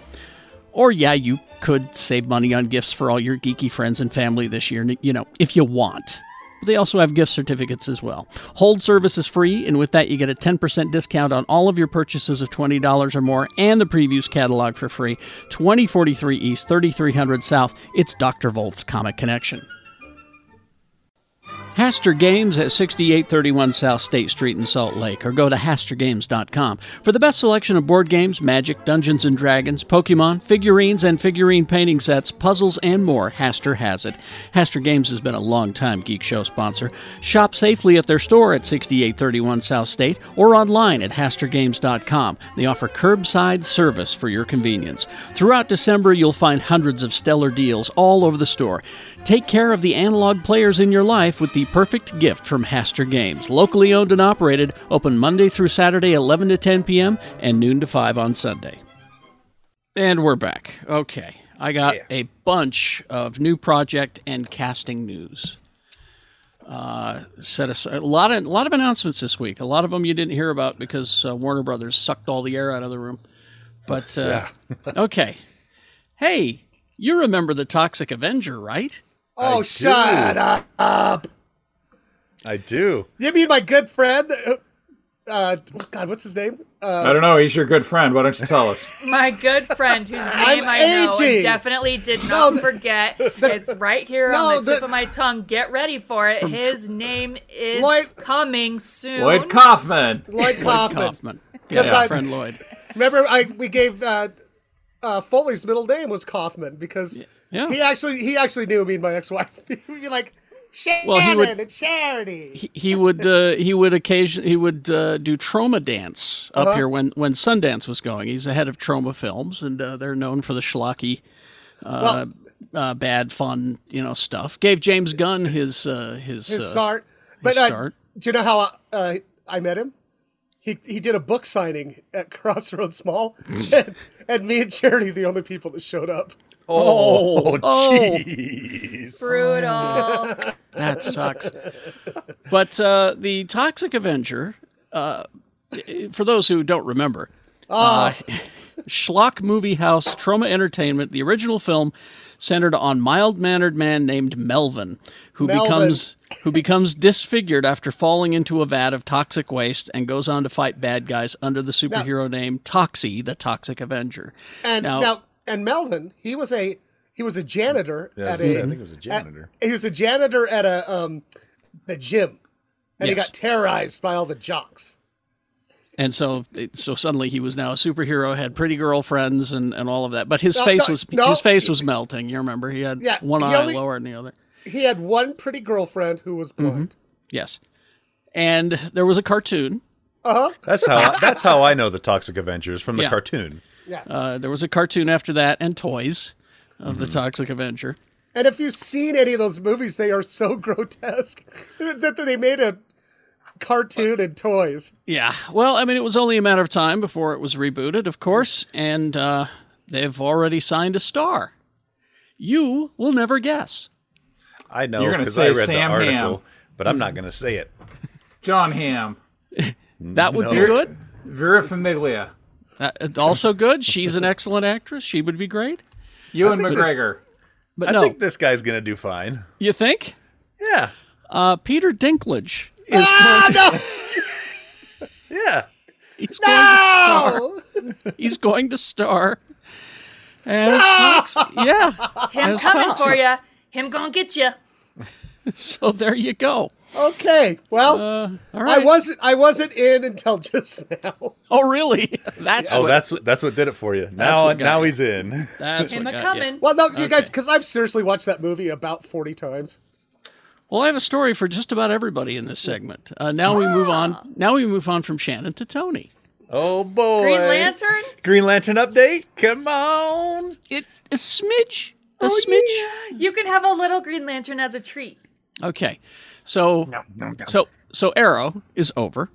Speaker 2: Or, yeah, you could save money on gifts for all your geeky friends and family this year, you know, if you want. But they also have gift certificates as well. Hold service is free, and with that, you get a 10% discount on all of your purchases of $20 or more and the previews catalog for free. 2043 East, 3300 South. It's Dr. Volt's Comic Connection. Haster Games at 6831 South State Street in Salt Lake, or go to HasterGames.com for the best selection of board games, Magic, Dungeons and Dragons, Pokemon, figurines and figurine painting sets, puzzles, and more. Haster has it. Haster Games has been a long-time Geek Show sponsor. Shop safely at their store at 6831 South State or online at HasterGames.com. They offer curbside service for your convenience. Throughout December, you'll find hundreds of stellar deals all over the store. Take care of the analog players in your life with the perfect gift from Haster Games. Locally owned and operated, open Monday through Saturday, 11 to 10 p.m. and noon to 5 on Sunday. And we're back. Okay. I got a bunch of new project and casting news. Uh, set us a lot of a lot of announcements this week. A lot of them you didn't hear about because uh, Warner Brothers sucked all the air out of the room. But uh, okay, hey, you remember the Toxic Avenger, right?
Speaker 4: Oh, shut up!
Speaker 5: I do.
Speaker 4: You mean my good friend? uh, Uh, God, what's his name? Uh,
Speaker 6: I don't know. He's your good friend. Why don't you tell us?
Speaker 3: My good friend,
Speaker 4: [laughs]
Speaker 3: whose name i know
Speaker 4: aging.
Speaker 3: and definitely did not
Speaker 4: [laughs] the-
Speaker 3: forget. it's right here
Speaker 4: No,
Speaker 3: on the, tip
Speaker 4: the-
Speaker 3: of my tongue. Get ready for it. His name is
Speaker 4: Lloyd-
Speaker 3: coming soon.
Speaker 6: Lloyd Kaufman.
Speaker 4: Lloyd Kaufman.
Speaker 2: Kaufman. Yeah,
Speaker 4: Yes, I-
Speaker 2: friend Lloyd.
Speaker 4: Remember, I we gave uh, uh, Foley's middle name was Kaufman because
Speaker 2: yeah.
Speaker 4: he actually he actually knew me and my ex-wife. [laughs] You're like Shannon
Speaker 2: Well, he would-
Speaker 4: and Charity.
Speaker 2: He- he would uh, he would occasion he would uh, do Troma Dance
Speaker 4: Uh-huh.
Speaker 2: up here when when Sundance was going. He's the head of Troma Films, and uh, they're known for the schlocky, uh, uh, bad fun you know stuff. Gave James Gunn his uh, his,
Speaker 4: his
Speaker 2: uh,
Speaker 4: start. But uh,
Speaker 2: start.
Speaker 4: do you know how uh, I met him? He he did a book signing at [laughs]
Speaker 2: [laughs]
Speaker 4: Crossroads Mall, and, and me and Charity the only people that showed up.
Speaker 5: Oh, [laughs] jeez.
Speaker 3: Brutal.
Speaker 2: that sucks. But uh, the Toxic Avenger, uh, for those who don't remember, uh, Schlock Movie House, Trauma Entertainment, the original film centered on mild mannered man named Melvin, who
Speaker 4: Melvin.
Speaker 2: becomes who becomes disfigured after falling into a vat of toxic waste and goes on to fight bad guys under the superhero name Toxie, the Toxic Avenger.
Speaker 4: And
Speaker 2: Now-
Speaker 4: now, and Melvin, he was a he was a janitor
Speaker 5: I,
Speaker 4: at
Speaker 5: was gonna say, I
Speaker 4: a
Speaker 5: think it was a janitor.
Speaker 4: he was a janitor at a um the gym, and he
Speaker 2: Yes.
Speaker 4: got terrorized by all the jocks.
Speaker 2: And so, it- so suddenly he was now a superhero, had pretty girlfriends and, and all of that. But his
Speaker 4: No,
Speaker 2: face
Speaker 4: no,
Speaker 2: was
Speaker 4: no.
Speaker 2: his face was melting. You remember he had
Speaker 4: Yeah,
Speaker 2: one
Speaker 4: he
Speaker 2: eye
Speaker 4: only-
Speaker 2: lower than the other.
Speaker 4: He had one pretty girlfriend who was blind.
Speaker 2: Yes, and there was a cartoon.
Speaker 4: [laughs]
Speaker 5: That's how that's how I know the Toxic Avengers from the
Speaker 2: Yeah.
Speaker 5: cartoon.
Speaker 2: Uh, there was a cartoon after that, and toys of the Toxic Avenger.
Speaker 4: And if you've seen any of those movies, they are so [laughs] grotesque that they made a cartoon and toys.
Speaker 2: Yeah. Well, I mean, it was only a matter of time before it was rebooted, of course, and uh, they've already signed a star. You will never guess.
Speaker 5: I know
Speaker 6: You're gonna
Speaker 5: because
Speaker 6: say
Speaker 5: I read
Speaker 6: Sam
Speaker 5: the
Speaker 6: Hamm.
Speaker 5: article, but I'm not going to say it.
Speaker 6: John Hamm.
Speaker 2: That would be good.
Speaker 6: Vera Famiglia.
Speaker 2: That, also good. She's an excellent actress. She would be great.
Speaker 6: Ewan McGregor.
Speaker 2: But
Speaker 5: I
Speaker 2: no,
Speaker 5: think this guy's going to do fine.
Speaker 2: you think?
Speaker 5: Yeah,
Speaker 2: Uh, Peter Dinklage is going,
Speaker 5: yeah.
Speaker 2: he's going
Speaker 4: Oh,
Speaker 2: to, [laughs] he's going to star. As Toxic. Yeah.
Speaker 3: Him
Speaker 2: That's
Speaker 3: coming
Speaker 2: toxic.
Speaker 3: for you. Him gonna get you.
Speaker 2: So there you go.
Speaker 4: okay. Well,
Speaker 2: All
Speaker 4: I
Speaker 2: right.
Speaker 4: wasn't. I wasn't in until [laughs] just now.
Speaker 2: oh, really? [laughs] That's
Speaker 5: Oh,
Speaker 2: what,
Speaker 5: that's what that's what did it for you. Now
Speaker 2: what got
Speaker 5: now
Speaker 2: you.
Speaker 5: he's in.
Speaker 2: that's
Speaker 3: Him
Speaker 2: what
Speaker 3: a
Speaker 2: got you.
Speaker 3: coming.
Speaker 4: Well, no, you guys, because I've seriously watched that movie about forty times.
Speaker 2: Well, I have a story for just about everybody in this segment. Uh, now we move on. Now we move on from Shannon to Tony.
Speaker 5: Oh boy.
Speaker 3: Green Lantern?
Speaker 5: Green Lantern update. Come on.
Speaker 2: It a smidge, a smidge.
Speaker 3: You can have a little Green Lantern as a treat.
Speaker 2: Okay, so so so Arrow is over,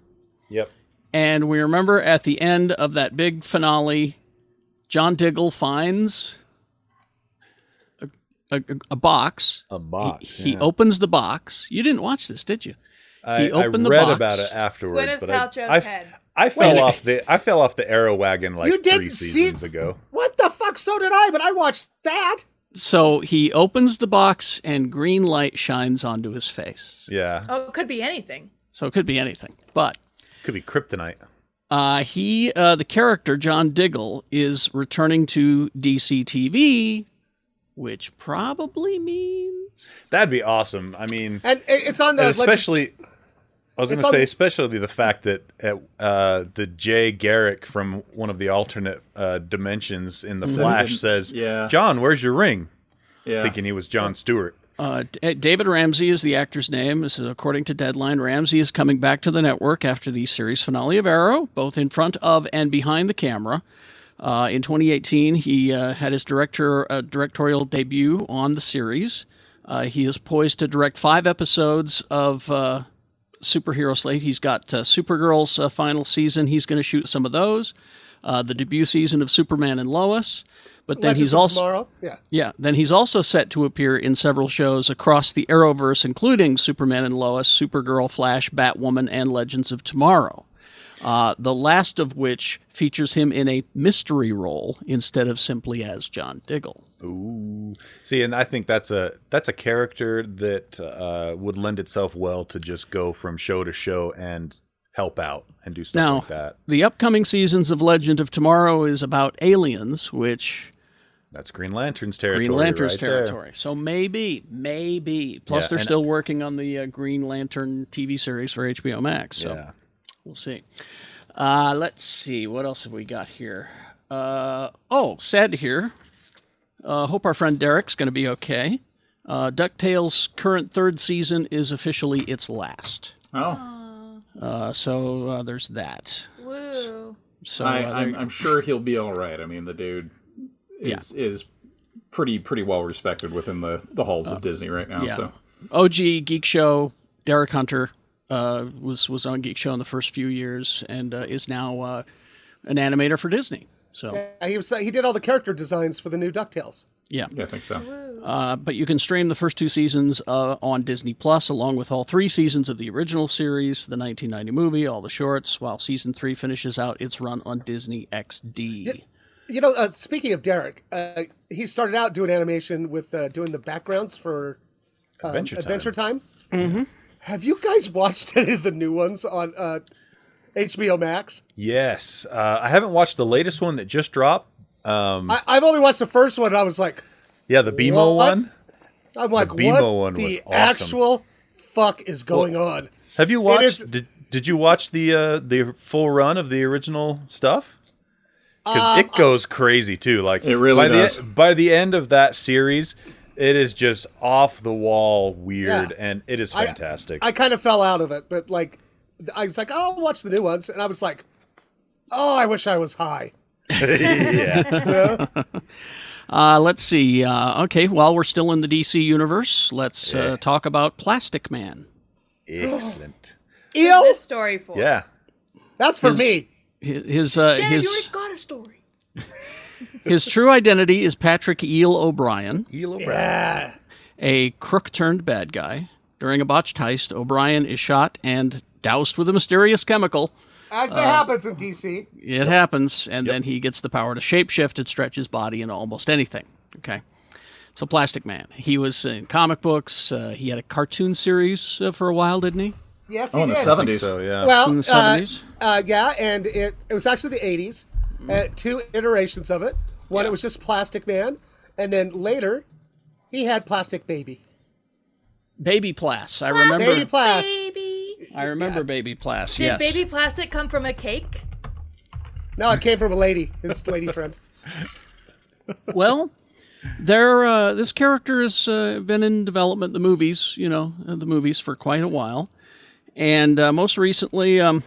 Speaker 5: Yep.
Speaker 2: and we remember at the end of that big finale, John Diggle finds a, a, a box.
Speaker 5: A box.
Speaker 2: He opens the box. You didn't watch this, did you?
Speaker 5: I,
Speaker 2: he opened the
Speaker 5: I read
Speaker 2: box.
Speaker 5: about it afterwards,
Speaker 3: Gwyneth
Speaker 5: but
Speaker 3: Paltrow's
Speaker 5: I, I,
Speaker 3: head.
Speaker 5: I fell off the I fell off the arrow wagon like
Speaker 4: You
Speaker 5: three
Speaker 4: didn't see
Speaker 5: seasons ago.
Speaker 4: What the fuck? So did I, but I watched that.
Speaker 2: So he opens the box, and green light shines onto his face.
Speaker 5: Yeah,
Speaker 3: Oh, it could be anything.
Speaker 2: So it could be anything, but
Speaker 5: could be kryptonite.
Speaker 2: Uh, he, uh, the character John Diggle, is returning to DC TV, which probably means
Speaker 5: That'd be awesome. I mean,
Speaker 4: And it- it's on the
Speaker 5: and
Speaker 4: legis-
Speaker 5: especially. I was
Speaker 4: It's
Speaker 5: going
Speaker 4: on
Speaker 5: to say,
Speaker 4: the-
Speaker 5: especially the fact that uh, uh, the Jay Garrick from one of the alternate uh, dimensions in the Flash says,
Speaker 6: yeah.
Speaker 5: "John, where's your ring?"
Speaker 6: Yeah.
Speaker 5: Thinking he was John Stewart.
Speaker 2: uh, D- David Ramsey is the actor's name. This is according to Deadline. Ramsey is coming back to the network after the series finale of Arrow, both in front of and behind the camera. Uh, in 2018, he uh, had his director uh, directorial debut on the series. Uh, he is poised to direct five episodes of uh, superhero slate. He's got uh, Supergirl's uh, final season. He's going to shoot some of those. Uh, the debut season of Superman and Lois. But then
Speaker 4: Legends
Speaker 2: he's
Speaker 4: of
Speaker 2: also
Speaker 4: tomorrow. Yeah.
Speaker 2: yeah, then he's also set to appear in several shows across the Arrowverse, including Superman and Lois, Supergirl, Flash, Batwoman, and Legends of Tomorrow. Uh, the last of which features him in a mystery role instead of simply as John Diggle.
Speaker 5: See, and I think that's a that's a character that uh, would lend itself well to just go from show to show and help out and do stuff
Speaker 2: Now,
Speaker 5: like that.
Speaker 2: the upcoming seasons of Legend of Tomorrow is about aliens, which
Speaker 5: That's Green Lantern's territory.
Speaker 2: Green Lantern's
Speaker 5: right there.
Speaker 2: territory. So maybe, maybe. Plus,
Speaker 5: Yeah,
Speaker 2: they're
Speaker 5: and-
Speaker 2: still working on the uh, Green Lantern TV series for HBO Max. So.
Speaker 5: Yeah.
Speaker 2: We'll see. Uh, let's see. What else have we got here? Uh, oh, sad to hear. Uh, hope our friend Derek's going to be okay. Uh, DuckTales' current third season is officially its last.
Speaker 6: Oh,
Speaker 2: Uh, so uh, there's that.
Speaker 3: Woo.
Speaker 2: So
Speaker 6: I,
Speaker 2: uh,
Speaker 6: I'm,
Speaker 2: there-
Speaker 6: I'm sure he'll be all right. I mean, the dude is is pretty pretty well respected within the the halls of Disney right now.
Speaker 2: yeah.
Speaker 6: So
Speaker 2: OG Geek Show, Derek Hunter uh, was was on Geek Show in the first few years and uh, is now uh, an animator for Disney. So
Speaker 4: And He was, he did all the character designs for the new DuckTales.
Speaker 2: yeah,
Speaker 6: yeah, I think so.
Speaker 2: Uh, but you can stream the first two seasons uh, on Disney Plus, along with all three seasons of the original series, the 1990 movie, all the shorts, while season three finishes out its run on Disney XD.
Speaker 4: You know, uh, speaking of Derek, uh, he started out doing animation with uh, doing the backgrounds for um,
Speaker 5: Adventure Time.
Speaker 4: Adventure Time. Mm-hmm. Have you guys [laughs] watched any of the new ones on uh, HBO Max?
Speaker 5: Yes, uh, I haven't watched the latest one that just dropped. Um,
Speaker 4: I, I've only watched the first one. And I was like,
Speaker 5: yeah, the BMO
Speaker 4: What?
Speaker 5: one.
Speaker 4: I'm like,
Speaker 5: BMO
Speaker 4: what
Speaker 5: one was
Speaker 4: the
Speaker 5: awesome.
Speaker 4: actual fuck is going on?
Speaker 5: Have you watched?
Speaker 4: is-
Speaker 5: Did, did you watch the uh, the full run of the original stuff? Because
Speaker 4: Um,
Speaker 5: it goes crazy too. Like
Speaker 6: It really
Speaker 5: by
Speaker 6: does.
Speaker 5: The, e, by the end of that series, it is just off the wall weird,
Speaker 4: Yeah.
Speaker 5: and it is
Speaker 4: I-
Speaker 5: fantastic.
Speaker 4: I, kind of fell out of it, but like, th- I was like, oh, I'll watch the new ones, and I was like, oh, I wish I was high.
Speaker 5: [laughs] yeah,
Speaker 2: Uh, let's see. Uh, okay, while we're still in the DC universe, let's uh, talk about Plastic Man.
Speaker 4: [laughs]
Speaker 5: excellent.
Speaker 4: Eel,
Speaker 3: This story for.
Speaker 5: Yeah,
Speaker 4: that's for me.
Speaker 2: Hi- His uh,
Speaker 3: Shannon, you [laughs] already
Speaker 2: his
Speaker 3: got a story.
Speaker 2: his true identity is Patrick Eel O'Brien.
Speaker 5: Elo
Speaker 2: a crook turned bad guy. During a botched heist, O'Brien is shot and doused with a mysterious chemical.
Speaker 4: As that happens in DC,
Speaker 2: It happens, and then he gets the power to shapeshift and stretch his body into almost anything. Okay. So, Plastic Man. He was in comic books. Uh, he had a cartoon series uh, for a while, didn't he?
Speaker 4: yes, he
Speaker 6: Oh, in the
Speaker 4: did.
Speaker 6: seventies.
Speaker 5: So yeah,
Speaker 4: Well,
Speaker 2: In the
Speaker 4: uh,
Speaker 2: 70s?
Speaker 4: uh, yeah, and it it was actually the '80s.
Speaker 6: Mm.
Speaker 4: Uh, two iterations of it. One, it was just Plastic Man, and then later, he had Plastic Baby.
Speaker 2: Baby Plas. I remember.
Speaker 4: Baby Plas.
Speaker 3: Baby.
Speaker 2: I remember Baby Plas.
Speaker 3: Did
Speaker 2: yes.
Speaker 3: baby plastic come from a cake?
Speaker 4: No, it came from a lady, his lady friend.
Speaker 2: well, there. Uh, this character has uh, been in development, the movies, you know, uh, the movies for quite a while, and uh, most recently, um,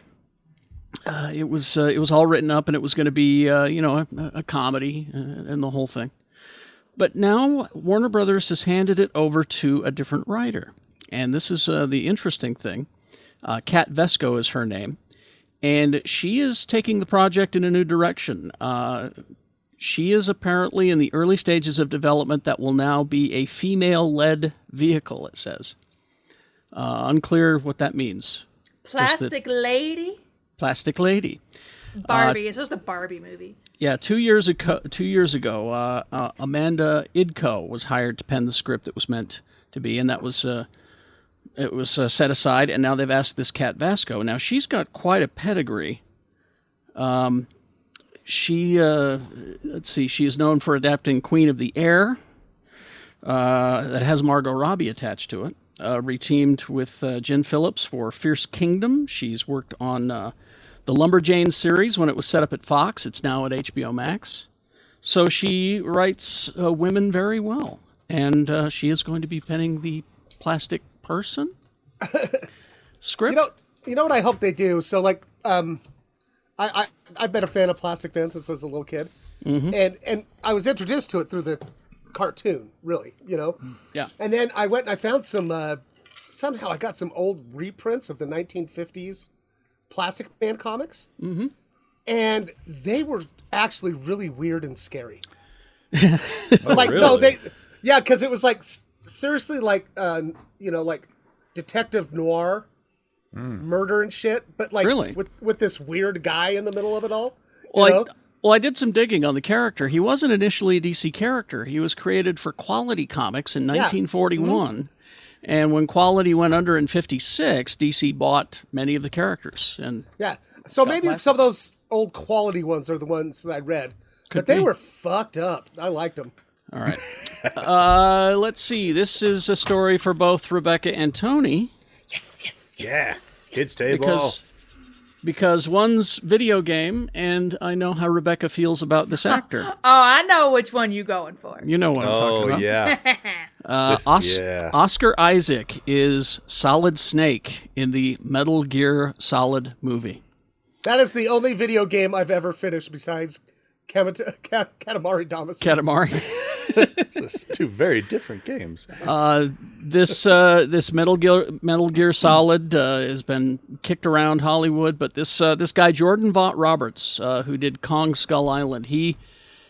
Speaker 2: uh, it was uh, it was all written up, and it was going to be uh, you know a, a comedy uh, and the whole thing. But now Warner Brothers has handed it over to a different writer, and this is uh, the interesting thing. Uh, Kat Vesco is her name, and she is taking the project in a new direction. Uh, she is apparently in the early stages of development that will now be a female-led vehicle. It says. Uh, unclear what that means.
Speaker 3: Plastic Lady
Speaker 2: Plastic lady.
Speaker 3: Barbie. it's just a Barbie movie.
Speaker 2: Yeah, two years ago, two years ago, uh, uh, Amanda Idco was hired to pen the script that was meant to be, and that was uh, it was uh, set aside. And now they've asked this Cat Vasco. Now she's got quite a pedigree. Um, she uh, let's see, she is known for adapting Queen of the Air, uh, that has Margot Robbie attached to it. Uh, reteamed with uh, Jen Phillips for Fierce Kingdom. She's worked on uh, the Lumberjane series when it was set up at Fox. It's now at HBO Max. So she writes uh, women very well, and uh, she is going to be penning the plastic person script.
Speaker 4: You know, you know what I hope they do. So like, um, I I I've been a fan of Plastic Man since I was a little kid,
Speaker 2: Mm-hmm.
Speaker 4: and and I was introduced to it through the cartoon, really. You know,
Speaker 6: Mm.
Speaker 2: yeah,
Speaker 4: and then I went and I found some. Uh, somehow I got some old reprints of the 1950s Plastic Man comics, mm-hmm. and they were actually really weird and scary. like no,
Speaker 5: really?
Speaker 4: they yeah, because it was like s- seriously like uh, you know like detective noir murder and shit, but like
Speaker 2: Really?
Speaker 4: with with this weird guy in the middle of it all. you
Speaker 2: Well,
Speaker 4: know?
Speaker 2: I, well, I did some digging on the character. He wasn't initially a DC character. He was created for Quality Comics in 1941. And when Quality went under in 56, DC bought many of the characters. And
Speaker 4: Yeah. So maybe some of those old quality ones are the ones that I read.
Speaker 2: Could
Speaker 4: but they
Speaker 2: be.
Speaker 4: were fucked up. I liked them.
Speaker 2: all
Speaker 4: [laughs]
Speaker 2: right. uh, let's see. This is a story for both Rebecca and Tony
Speaker 3: Yes, yes, yes.
Speaker 5: Yeah. Kids table.
Speaker 2: because because one's video game and I know how Rebecca feels about this actor.
Speaker 3: Oh, I know which one you going for.
Speaker 2: You know what I'm talking
Speaker 5: oh
Speaker 2: about.
Speaker 5: yeah.
Speaker 4: [laughs]
Speaker 2: Uh,
Speaker 5: This-
Speaker 2: Os-
Speaker 5: yeah.
Speaker 2: Oscar Isaac is Solid Snake in the Metal Gear Solid movie.
Speaker 4: That is the only video game I've ever finished besides Kamata- [laughs] Ka- Katamari Damacy.
Speaker 2: Katamari. [laughs]
Speaker 5: It's two very different games.
Speaker 2: this uh, this Metal Gear Metal Gear Solid uh, has been kicked around Hollywood, but this uh, this guy Jordan Vaught Roberts, uh, who did Kong Skull Island, he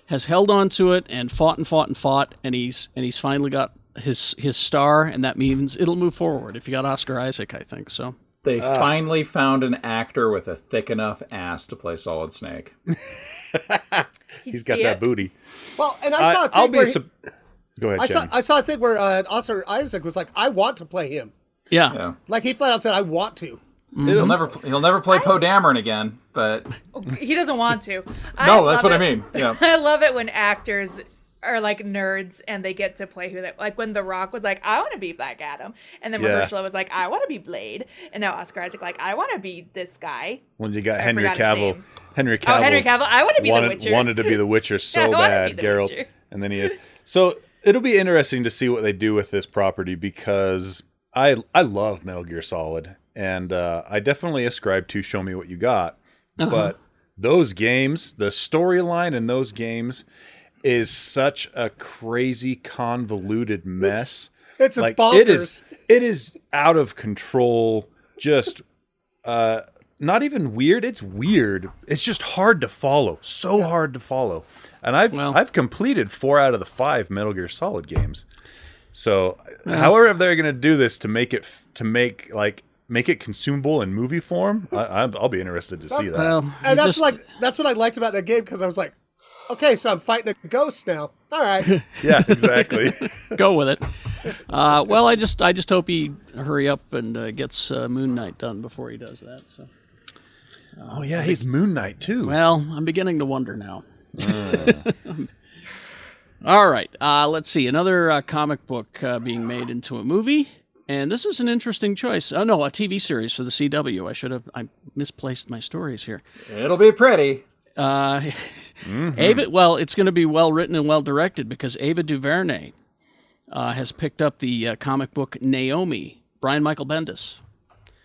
Speaker 2: has held on to it and fought and fought and fought, and he's and he's finally got his his star, and that means it'll move forward. If you got Oscar Isaac, I think so.
Speaker 6: They finally found an actor with a thick enough ass to play Solid Snake.
Speaker 5: He's got
Speaker 3: Yeah.
Speaker 5: that booty.
Speaker 4: Well, and I saw a
Speaker 5: I,
Speaker 4: thing
Speaker 5: I'll be.
Speaker 4: where he-
Speaker 5: Su- Go ahead,
Speaker 4: I saw,
Speaker 5: Jen.
Speaker 4: I saw a thing where uh, Oscar Isaac was like, I want to play him.
Speaker 2: Yeah,
Speaker 6: Yeah.
Speaker 4: Like, he flat out said, I want to.
Speaker 6: He'll never he'll never play Poe Dameron again, but
Speaker 3: He doesn't want
Speaker 5: [laughs]
Speaker 3: to.
Speaker 6: No,
Speaker 3: love
Speaker 6: that's what I
Speaker 3: it-
Speaker 6: mean. Yeah.
Speaker 3: [laughs] I love it when actors are like nerds and they get to play who they like. When The Rock was like, "I want to be Black Adam," and then
Speaker 5: Yeah.
Speaker 3: Mahershala was like, "I want to be Blade," and now Oscar Isaac like, "I want to be this guy."
Speaker 5: when you got Henry
Speaker 3: forgot his
Speaker 5: Cavill.
Speaker 3: name.
Speaker 5: Henry Cavill.
Speaker 3: Oh, Henry Cavill, I want to be
Speaker 5: wanted,
Speaker 3: the Witcher.
Speaker 5: wanted to be
Speaker 3: [laughs]
Speaker 5: the Witcher so
Speaker 3: I wanna
Speaker 5: bad,
Speaker 3: be the
Speaker 5: Geralt.
Speaker 3: Witcher.
Speaker 5: And then
Speaker 3: [laughs]
Speaker 5: he is. So it'll be interesting to see what they do with this property because I I love Metal Gear Solid and uh, I definitely ascribe to Show Me What You Got,
Speaker 3: Uh-huh.
Speaker 5: but those games, the storyline in those games is such a crazy convoluted mess.
Speaker 4: It's a
Speaker 5: like
Speaker 4: bonkers.
Speaker 5: it is it is out of control just uh not even weird it's weird it's just hard to follow so hard to follow and i've
Speaker 2: Well-
Speaker 5: i've completed four out of the five metal gear solid games so however they're gonna do this to make it f- to make like make it consumable in movie form I, I'm- i'll be interested to see that
Speaker 2: well, you
Speaker 4: And that's
Speaker 2: just-
Speaker 4: like that's what I liked about that game because I was like, okay, so I'm fighting a ghost now. All right.
Speaker 5: yeah
Speaker 2: [laughs]
Speaker 5: exactly
Speaker 2: go with it. Uh, well, I just I just hope he hurry up and uh, gets uh, Moon Knight done before he does that. So.
Speaker 5: oh yeah he's moon knight too
Speaker 2: Well, I'm beginning to wonder now. [laughs] All right, uh, let's see. Another uh, comic book uh, being made into a movie, and this is an interesting choice. Oh no, a TV series for the CW. I should have I misplaced my stories here.
Speaker 6: it'll be pretty.
Speaker 2: Uh, Ava, well, it's going to be well written and well directed because Ava DuVernay uh, has picked up the uh, comic book Naomi, Brian Michael Bendis,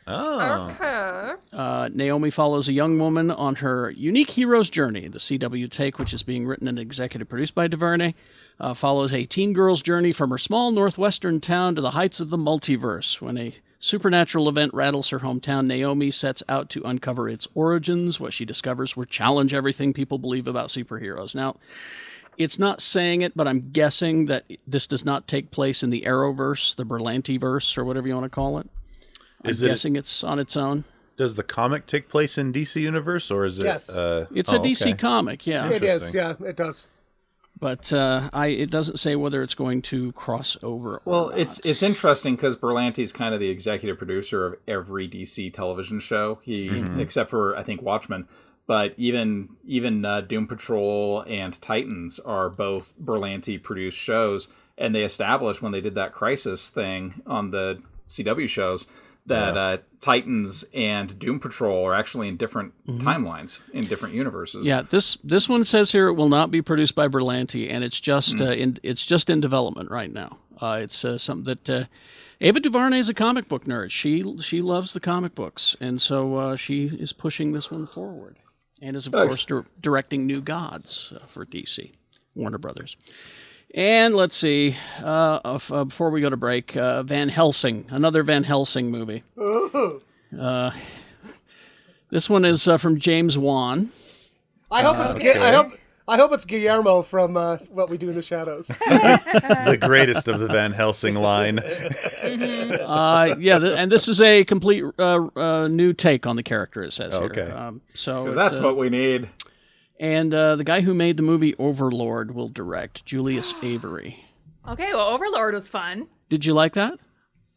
Speaker 5: Oh.
Speaker 3: Okay.
Speaker 2: Uh, Naomi follows a young woman on her unique hero's journey. The CW take, which is being written and executive produced by DuVernay, uh, follows a teen girl's journey from her small northwestern town to the heights of the multiverse. When a supernatural event rattles her hometown, Naomi sets out to uncover its origins. What she discovers will challenge everything people believe about superheroes. Now, it's not saying it, but I'm guessing that this does not take place in the Arrowverse, the Berlanti verse, or whatever you want to call it. I'm
Speaker 5: Is it-
Speaker 2: guessing it's on its own.
Speaker 5: Does the comic take place in DC Universe or is it?
Speaker 4: Yes.
Speaker 5: Uh,
Speaker 2: It's
Speaker 5: oh,
Speaker 2: a DC
Speaker 5: okay.
Speaker 2: comic, yeah,
Speaker 4: It is,
Speaker 5: Interesting.
Speaker 4: yeah, it does.
Speaker 2: but uh, I it doesn't say whether it's going to cross over. Or
Speaker 6: Well,
Speaker 2: not.
Speaker 6: it's it's interesting because Berlanti's kind of the executive producer of every DC television show. He,
Speaker 2: Mm-hmm.
Speaker 6: except for I think Watchmen, but even even uh, Doom Patrol and Titans are both Berlanti produced shows, and they established when they did that Crisis thing on the CW shows that uh, Titans and Doom Patrol are actually in different timelines, in different
Speaker 2: Mm-hmm.
Speaker 6: universes.
Speaker 2: yeah. This this one says here it will not be produced by Berlanti, and it's just uh, in it's just in development right now. Uh, it's uh, something that uh, Ava DuVernay is a comic book nerd. She she loves the comic books, and so uh, she is pushing this one forward, and is of course dir- directing New Gods uh, for DC Warner Brothers. And let's see, uh, uh, f- uh, before we go to break, uh, Van Helsing, another Van Helsing movie. Uh, This one is uh, from James Wan.
Speaker 4: I hope it's Gu- I hope I hope it's Guillermo from uh, What We Do in the Shadows.
Speaker 5: the greatest of the Van
Speaker 3: [laughs]
Speaker 5: Helsing line.
Speaker 2: Uh, yeah, th- and this is a complete uh, uh, new take on the character. It says here.
Speaker 5: Okay.
Speaker 2: Um, so
Speaker 6: 'Cause
Speaker 2: it's,
Speaker 6: that's
Speaker 2: uh,
Speaker 6: what we need.
Speaker 2: And uh, the guy who made the movie Overlord will direct Julius Avery.
Speaker 3: Okay. Well, Overlord was fun.
Speaker 2: Did you like that?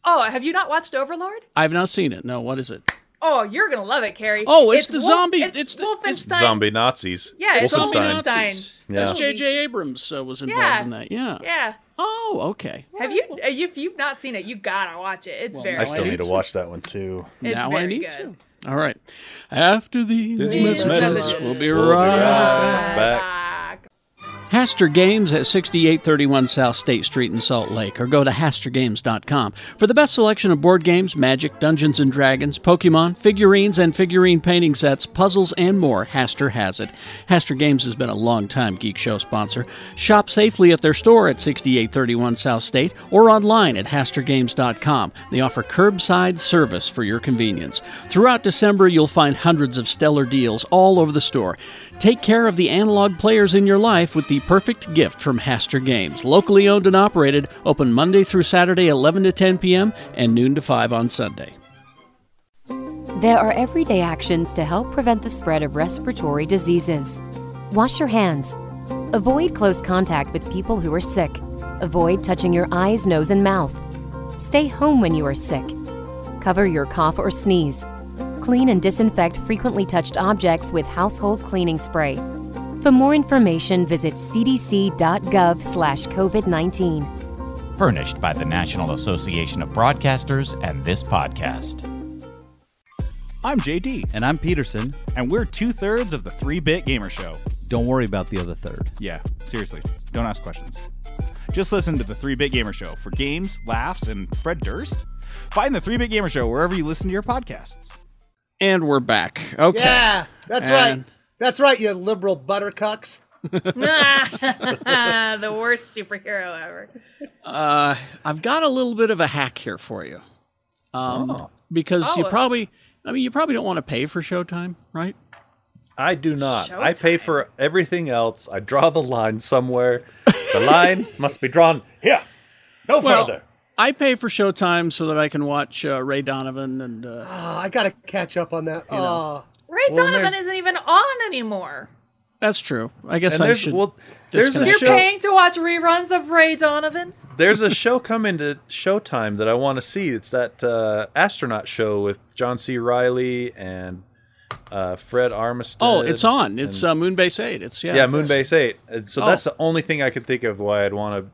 Speaker 3: Oh, have you not watched Overlord?
Speaker 2: I've not seen it. No, what is it?
Speaker 3: Oh, you're gonna love it, Carrie.
Speaker 2: Oh, it's the zombie-
Speaker 3: It's,
Speaker 2: it's the-
Speaker 3: Wolfenstein.
Speaker 2: it's
Speaker 5: Zombie Nazis.
Speaker 3: Yeah, it's
Speaker 5: Wolfenstein.
Speaker 3: zombie Nazis.
Speaker 2: Nazis.
Speaker 5: Yeah.
Speaker 2: That's J.J. Abrams uh, was involved
Speaker 3: Yeah.
Speaker 2: in that. Yeah.
Speaker 3: Yeah.
Speaker 2: Oh, okay.
Speaker 3: Have you? If you've not seen it, you gotta watch it. It's very.
Speaker 5: I
Speaker 2: now
Speaker 5: still
Speaker 2: I
Speaker 5: need
Speaker 2: do
Speaker 5: to
Speaker 2: too.
Speaker 5: watch that one too.
Speaker 3: it's
Speaker 2: now
Speaker 3: very
Speaker 2: I need
Speaker 3: good.
Speaker 2: to. All right. After these
Speaker 5: These
Speaker 2: messages,
Speaker 3: messages.
Speaker 2: we'll be
Speaker 5: We'll be
Speaker 2: right
Speaker 5: right back.
Speaker 3: Ah,
Speaker 2: Haster Games at 6831 South State Street in Salt Lake, or go to HasterGames.com for the best selection of board games, Magic, Dungeons and Dragons, Pokemon, figurines and figurine painting sets, puzzles, and more. Haster has it. Haster Games has been a long-time Geek Show sponsor. Shop safely at their store at 6831 South State or online at HasterGames.com. They offer curbside service for your convenience. Throughout December, you'll find hundreds of stellar deals all over the store. Take care of the analog players in your life with the perfect gift from Haster Games. Locally owned and operated, open Monday through Saturday, 11 to 10 p.m. and noon to 5 on Sunday.
Speaker 8: There are everyday actions to help prevent the spread of respiratory diseases. Wash your hands. Avoid close contact with people who are sick. Avoid touching your eyes, nose, and mouth. Stay home when you are sick. Cover your cough or sneeze. Clean and disinfect frequently touched objects with household cleaning spray. For more information, visit cdc.gov/covid19.
Speaker 9: furnished by the National Association of Broadcasters and this podcast. I'm JD,
Speaker 10: And I'm Peterson.
Speaker 9: and we're two thirds of the 3 Bit Gamer Show.
Speaker 10: Don't worry about the other third.
Speaker 9: Yeah, seriously, don't ask questions. Just listen to the 3 Bit Gamer Show for games, laughs, and Fred Durst. Find the 3 Bit Gamer Show wherever you listen to your podcasts.
Speaker 2: And we're back. Okay.
Speaker 4: Yeah, that's
Speaker 2: And-
Speaker 4: right. That's right, you liberal buttercucks.
Speaker 3: back. [laughs] the worst superhero ever.
Speaker 2: I've got a little bit of a hack here for you. Um, Because you
Speaker 3: Oh.
Speaker 2: probably, I mean, you probably don't want to pay for Showtime, right?
Speaker 5: I do not. I pay for everything else. I draw the line somewhere. The [laughs] line must be drawn here. No further.
Speaker 2: I pay for Showtime so that I can watch uh, Ray Donovan and uh,
Speaker 4: Oh, I gotta catch up on that. Oh,
Speaker 3: Ray Donovan isn't even on anymore.
Speaker 2: that's true. I guess
Speaker 5: And
Speaker 2: I
Speaker 5: there's
Speaker 2: should.
Speaker 5: well, there's a
Speaker 3: You're
Speaker 5: show.
Speaker 3: paying to watch reruns of Ray Donovan.
Speaker 5: There's a show coming to Showtime that I want to see. It's that uh, astronaut show with John C. Riley and uh, Fred Armistead.
Speaker 2: oh, it's on. It's
Speaker 5: and-
Speaker 2: uh, Moonbase Eight. It's yeah.
Speaker 5: yeah, Moonbase Eight. And so
Speaker 2: Oh.
Speaker 5: that's the only thing I could think of why I'd want to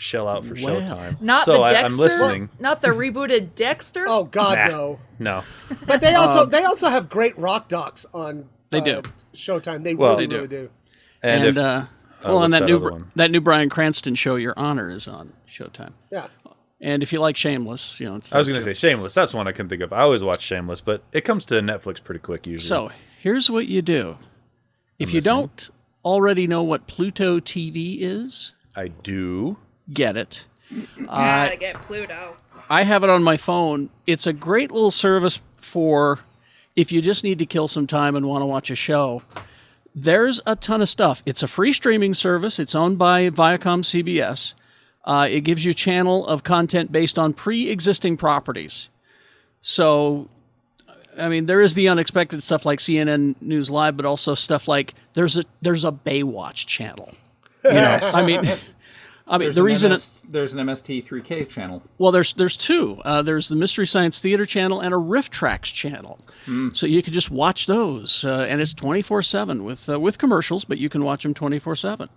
Speaker 5: shell out for
Speaker 2: Well.
Speaker 5: Showtime.
Speaker 3: Not
Speaker 5: so
Speaker 3: the
Speaker 5: I, I'm
Speaker 3: Dexter.
Speaker 5: listening.
Speaker 3: Not the rebooted Dexter.
Speaker 4: oh God,
Speaker 5: Nah.
Speaker 4: no.
Speaker 5: No,
Speaker 4: But they also they also have great rock docs on.
Speaker 2: They
Speaker 4: uh,
Speaker 2: do.
Speaker 4: Showtime. They
Speaker 5: Well-
Speaker 4: really,
Speaker 5: They
Speaker 4: really do.
Speaker 5: and,
Speaker 2: and,
Speaker 5: if,
Speaker 2: uh, well,
Speaker 5: what's
Speaker 2: and that,
Speaker 5: that
Speaker 2: new
Speaker 5: other one?
Speaker 2: that new Brian Cranston show, Your Honor, is on Showtime.
Speaker 4: Yeah.
Speaker 2: And if you like Shameless, you know, it's
Speaker 5: I was
Speaker 2: there,
Speaker 5: going to
Speaker 2: too.
Speaker 5: say Shameless. That's one I can think of. I always watch Shameless, but it comes to Netflix pretty quick usually.
Speaker 2: So here's what you do. If you don't already know what Pluto TV is,
Speaker 5: I do.
Speaker 2: get it.
Speaker 3: Gotta get Pluto.
Speaker 2: I have it on my phone. It's a great little service for if you just need to kill some time and want to watch a show. There's a ton of stuff. It's a free streaming service. It's owned by Viacom CBS. Uh, it gives you a channel of content based on pre-existing properties. So, I mean, there is the unexpected stuff like CNN News Live, but also stuff like there's a there's a Baywatch channel. You know, I mean, I mean
Speaker 6: There's
Speaker 2: the
Speaker 6: an
Speaker 2: reason it-
Speaker 6: MS there's an MST3K channel.
Speaker 2: well, there's there's two. Uh, there's the Mystery Science Theater channel and a Riff Tracks channel.
Speaker 5: Mm-hmm.
Speaker 2: So you can just watch those, uh, and it's twenty four seven with uh, with commercials, but you can watch them twenty four seven.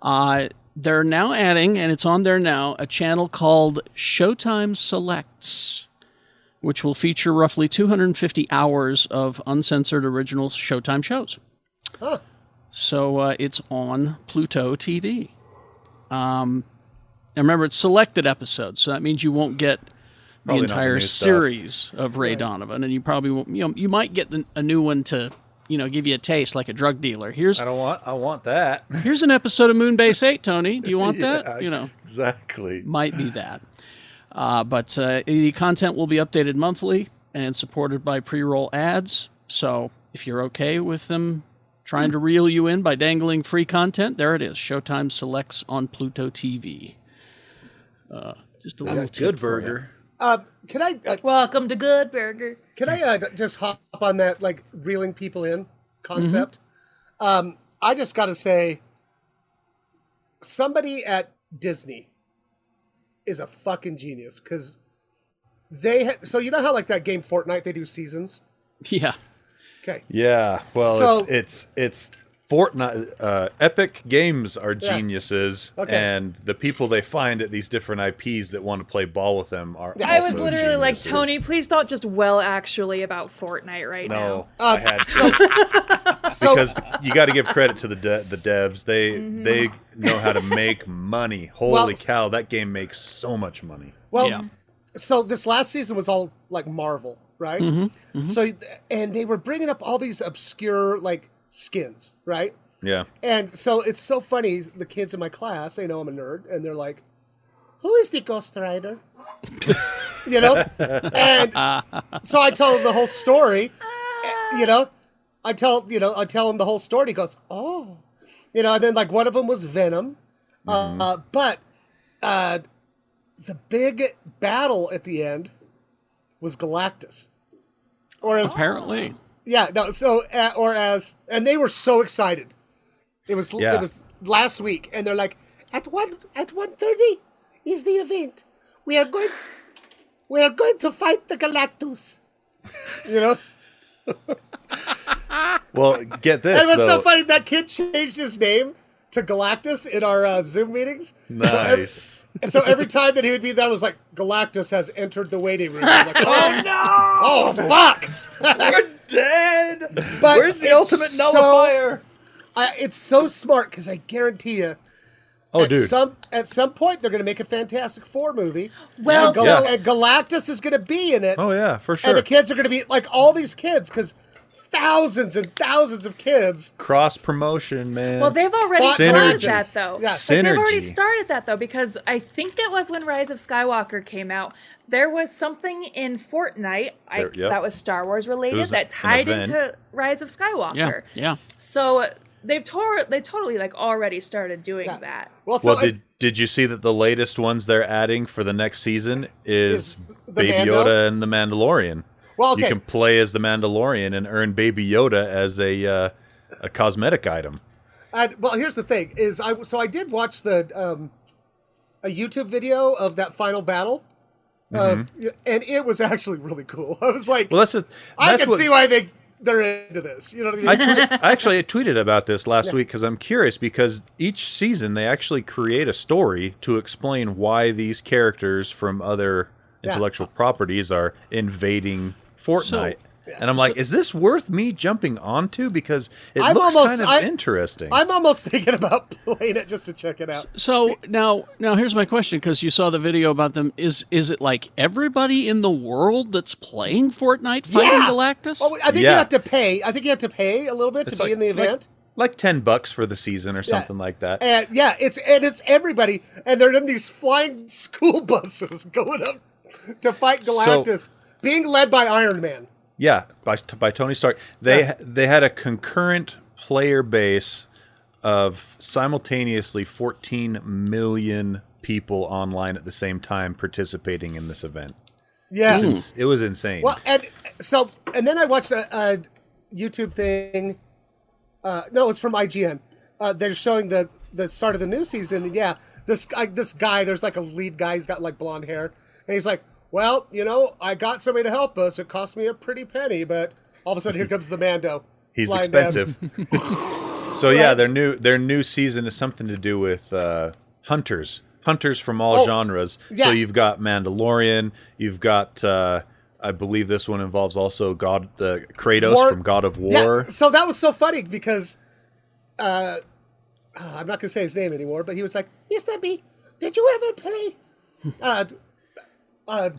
Speaker 2: Uh, They're now adding, and it's on there now, a channel called Showtime Selects, which will feature roughly two hundred and fifty hours of uncensored original Showtime shows. So uh, it's on Pluto TV. And remember, it's selected episodes, so that means you won't get the
Speaker 5: Probably not the
Speaker 2: entire
Speaker 5: new stuff.
Speaker 2: series of Ray Donovan, and you probably won't. You know, you might get the, a new one to, you know, give you a taste, like a drug dealer. Here's
Speaker 5: I don't want. I want [laughs] that.
Speaker 2: here's an episode of Moonbase Eight, Tony. Do you want that? You know,
Speaker 5: exactly.
Speaker 2: might be that. Uh, but uh, the content will be updated monthly and supported by pre-roll ads. So if you're okay with them trying to reel you in by dangling free content, there it is. Showtime selects on Pluto TV. Uh, just a little tip
Speaker 5: Good
Speaker 2: for you.
Speaker 5: burger.
Speaker 4: Uh, can I uh,
Speaker 3: Welcome to Good Burger.
Speaker 4: Can I uh, just hop on that like reeling people in concept? Um, I just got to say, somebody at Disney is a fucking genius because they. Ha- so you know how like that game Fortnite they do seasons.
Speaker 2: Yeah.
Speaker 4: Okay,
Speaker 5: Yeah. Well,
Speaker 4: So-
Speaker 5: it's it's it's Fortnite. Uh, Epic Games are
Speaker 4: Yeah.
Speaker 5: geniuses,
Speaker 4: Okay.
Speaker 5: and the people they find at these different IPs that want to play ball with them are.
Speaker 3: I was
Speaker 5: also
Speaker 3: literally like,
Speaker 5: geniuses.
Speaker 3: Tony, please don't just well actually about Fortnite right
Speaker 5: No,
Speaker 3: now.
Speaker 4: Oh,
Speaker 5: I had to.
Speaker 4: [laughs]
Speaker 5: because you got to give credit to the de- the devs. They they know how to
Speaker 4: [laughs]
Speaker 5: make money. Holy
Speaker 4: Well,
Speaker 5: cow, that game makes so much money.
Speaker 4: Well,
Speaker 2: Yeah.
Speaker 4: so this last season was all like Marvel, right? So and they were bringing up all these obscure like skins, right?
Speaker 5: Yeah.
Speaker 4: And so it's so funny. The kids in my class, they know I'm a nerd, and they're like, "Who is the Ghost Rider?" [laughs] you know. And so I tell them the whole story. eh, You know, I tell you know I tell him the whole story. He goes, "Oh," you know. And then like one of them was Venom, uh, but uh, the big battle at the end was Galactus, or as
Speaker 2: Apparently.
Speaker 4: yeah, no. So uh, or as and they were so excited. It was
Speaker 5: Yeah.
Speaker 4: it was last week, and they're like, at one at one thirty is the event. We are going we are going to fight the Galactus. [laughs] You know,
Speaker 5: Well, get this.
Speaker 4: and it was
Speaker 5: though.
Speaker 4: so funny that kid changed his name to Galactus in our uh, Zoom meetings.
Speaker 5: Nice.
Speaker 4: And so
Speaker 5: [laughs]
Speaker 4: every time that he would be there, I was like, Galactus has entered the waiting room. [laughs] I'm like, oh no! Oh fuck! [laughs]
Speaker 5: Dead.
Speaker 4: But
Speaker 5: Where's the
Speaker 4: it's
Speaker 5: ultimate
Speaker 4: so-
Speaker 5: nullifier?
Speaker 4: I, it's so smart because I guarantee you.
Speaker 5: Oh,
Speaker 4: at
Speaker 5: dude.
Speaker 4: some at some point they're going to make a Fantastic Four movie.
Speaker 3: Well,
Speaker 4: and, Gal-
Speaker 3: so
Speaker 4: and Galactus is going to be in it,
Speaker 5: oh yeah, for
Speaker 4: and
Speaker 5: sure.
Speaker 4: the kids are going to be like all these kids because thousands and thousands of kids.
Speaker 5: Cross promotion, man.
Speaker 3: well, they've already
Speaker 4: Synergies.
Speaker 3: started that though.
Speaker 4: Yeah.
Speaker 3: Like, they've already
Speaker 5: Synergy.
Speaker 3: started that though because I think it was when Rise of Skywalker came out. There was something in Fortnite I,
Speaker 5: There- yep.
Speaker 3: that was Star Wars
Speaker 5: It
Speaker 3: related
Speaker 5: was an
Speaker 3: that tied into
Speaker 5: event.
Speaker 3: Rise of Skywalker.
Speaker 2: Yeah. Yeah.
Speaker 3: So they've tor- they totally like already started doing that.
Speaker 4: Well, so
Speaker 5: Well, did did you see that the latest ones they're adding for the next season is,
Speaker 4: Is the
Speaker 5: Baby
Speaker 4: Mando?
Speaker 5: Yoda and the Mandalorian?
Speaker 4: Well, okay.
Speaker 5: You can play as the Mandalorian and earn Baby Yoda as a uh, a cosmetic item.
Speaker 4: I, well, here's the thing: is I so I did watch the um, a YouTube video of that final battle, of, and it was actually really cool. [laughs] I was like,
Speaker 5: Mm-hmm. Well, that's a, that's
Speaker 4: I can
Speaker 5: what,
Speaker 4: see why they they're into this. You know what I mean? [laughs]
Speaker 5: I, tweeted, I actually tweeted about this last week because I'm curious because each season they actually create a story to explain why these characters from other intellectual properties are invading Fortnite.
Speaker 2: So
Speaker 5: And I'm like, is this worth me jumping onto? Because it
Speaker 4: I'm
Speaker 5: looks
Speaker 4: almost-
Speaker 5: kind of
Speaker 4: I-
Speaker 5: interesting.
Speaker 4: I'm almost [laughs] thinking about playing it just to check it out.
Speaker 2: So now, now here's my question because you saw the video about them. Is is it like everybody in the world that's playing Fortnite fighting
Speaker 4: Yeah!
Speaker 2: Galactus?
Speaker 4: Well, I think you
Speaker 5: Yeah.
Speaker 4: have to pay. I think you have to pay a little bit
Speaker 5: It's
Speaker 4: to be
Speaker 5: like-
Speaker 4: in the
Speaker 5: like-
Speaker 4: event.
Speaker 5: like 10 bucks for the season or something like that.
Speaker 4: And yeah, it's and it's everybody, and they're in these flying [laughs] school buses going up to fight
Speaker 5: So-
Speaker 4: Galactus, being led by Iron Man.
Speaker 5: Yeah, by by Tony Stark. They they had a concurrent player base of simultaneously 14 million people online at the same time participating in this event.
Speaker 4: Yeah.
Speaker 5: It's ins- it was insane.
Speaker 4: Well, and so and then I watched a, a YouTube thing. Uh, no, it's from IGN. Uh, they're showing the the start of the new season, and yeah, this guy, this guy, there's like a lead guy. He's got like blonde hair, and he's like, "Well, you know, I got somebody to help us. It cost me a pretty penny, but all of a sudden, here comes the Mando.
Speaker 5: [laughs] He's
Speaker 4: flying down." [laughs]
Speaker 5: expensive. so yeah, their new their new season is something to do with uh, hunters, hunters from all
Speaker 4: Oh,
Speaker 5: genres.
Speaker 4: yeah.
Speaker 5: So you've got Mandalorian, you've got uh, I believe this one involves also God uh, Kratos
Speaker 4: War-
Speaker 5: from God of War.
Speaker 4: Yeah, so that was so funny because uh, uh, I'm not going to say his name anymore, but he was like, Mr. B, did you ever play uh, uh,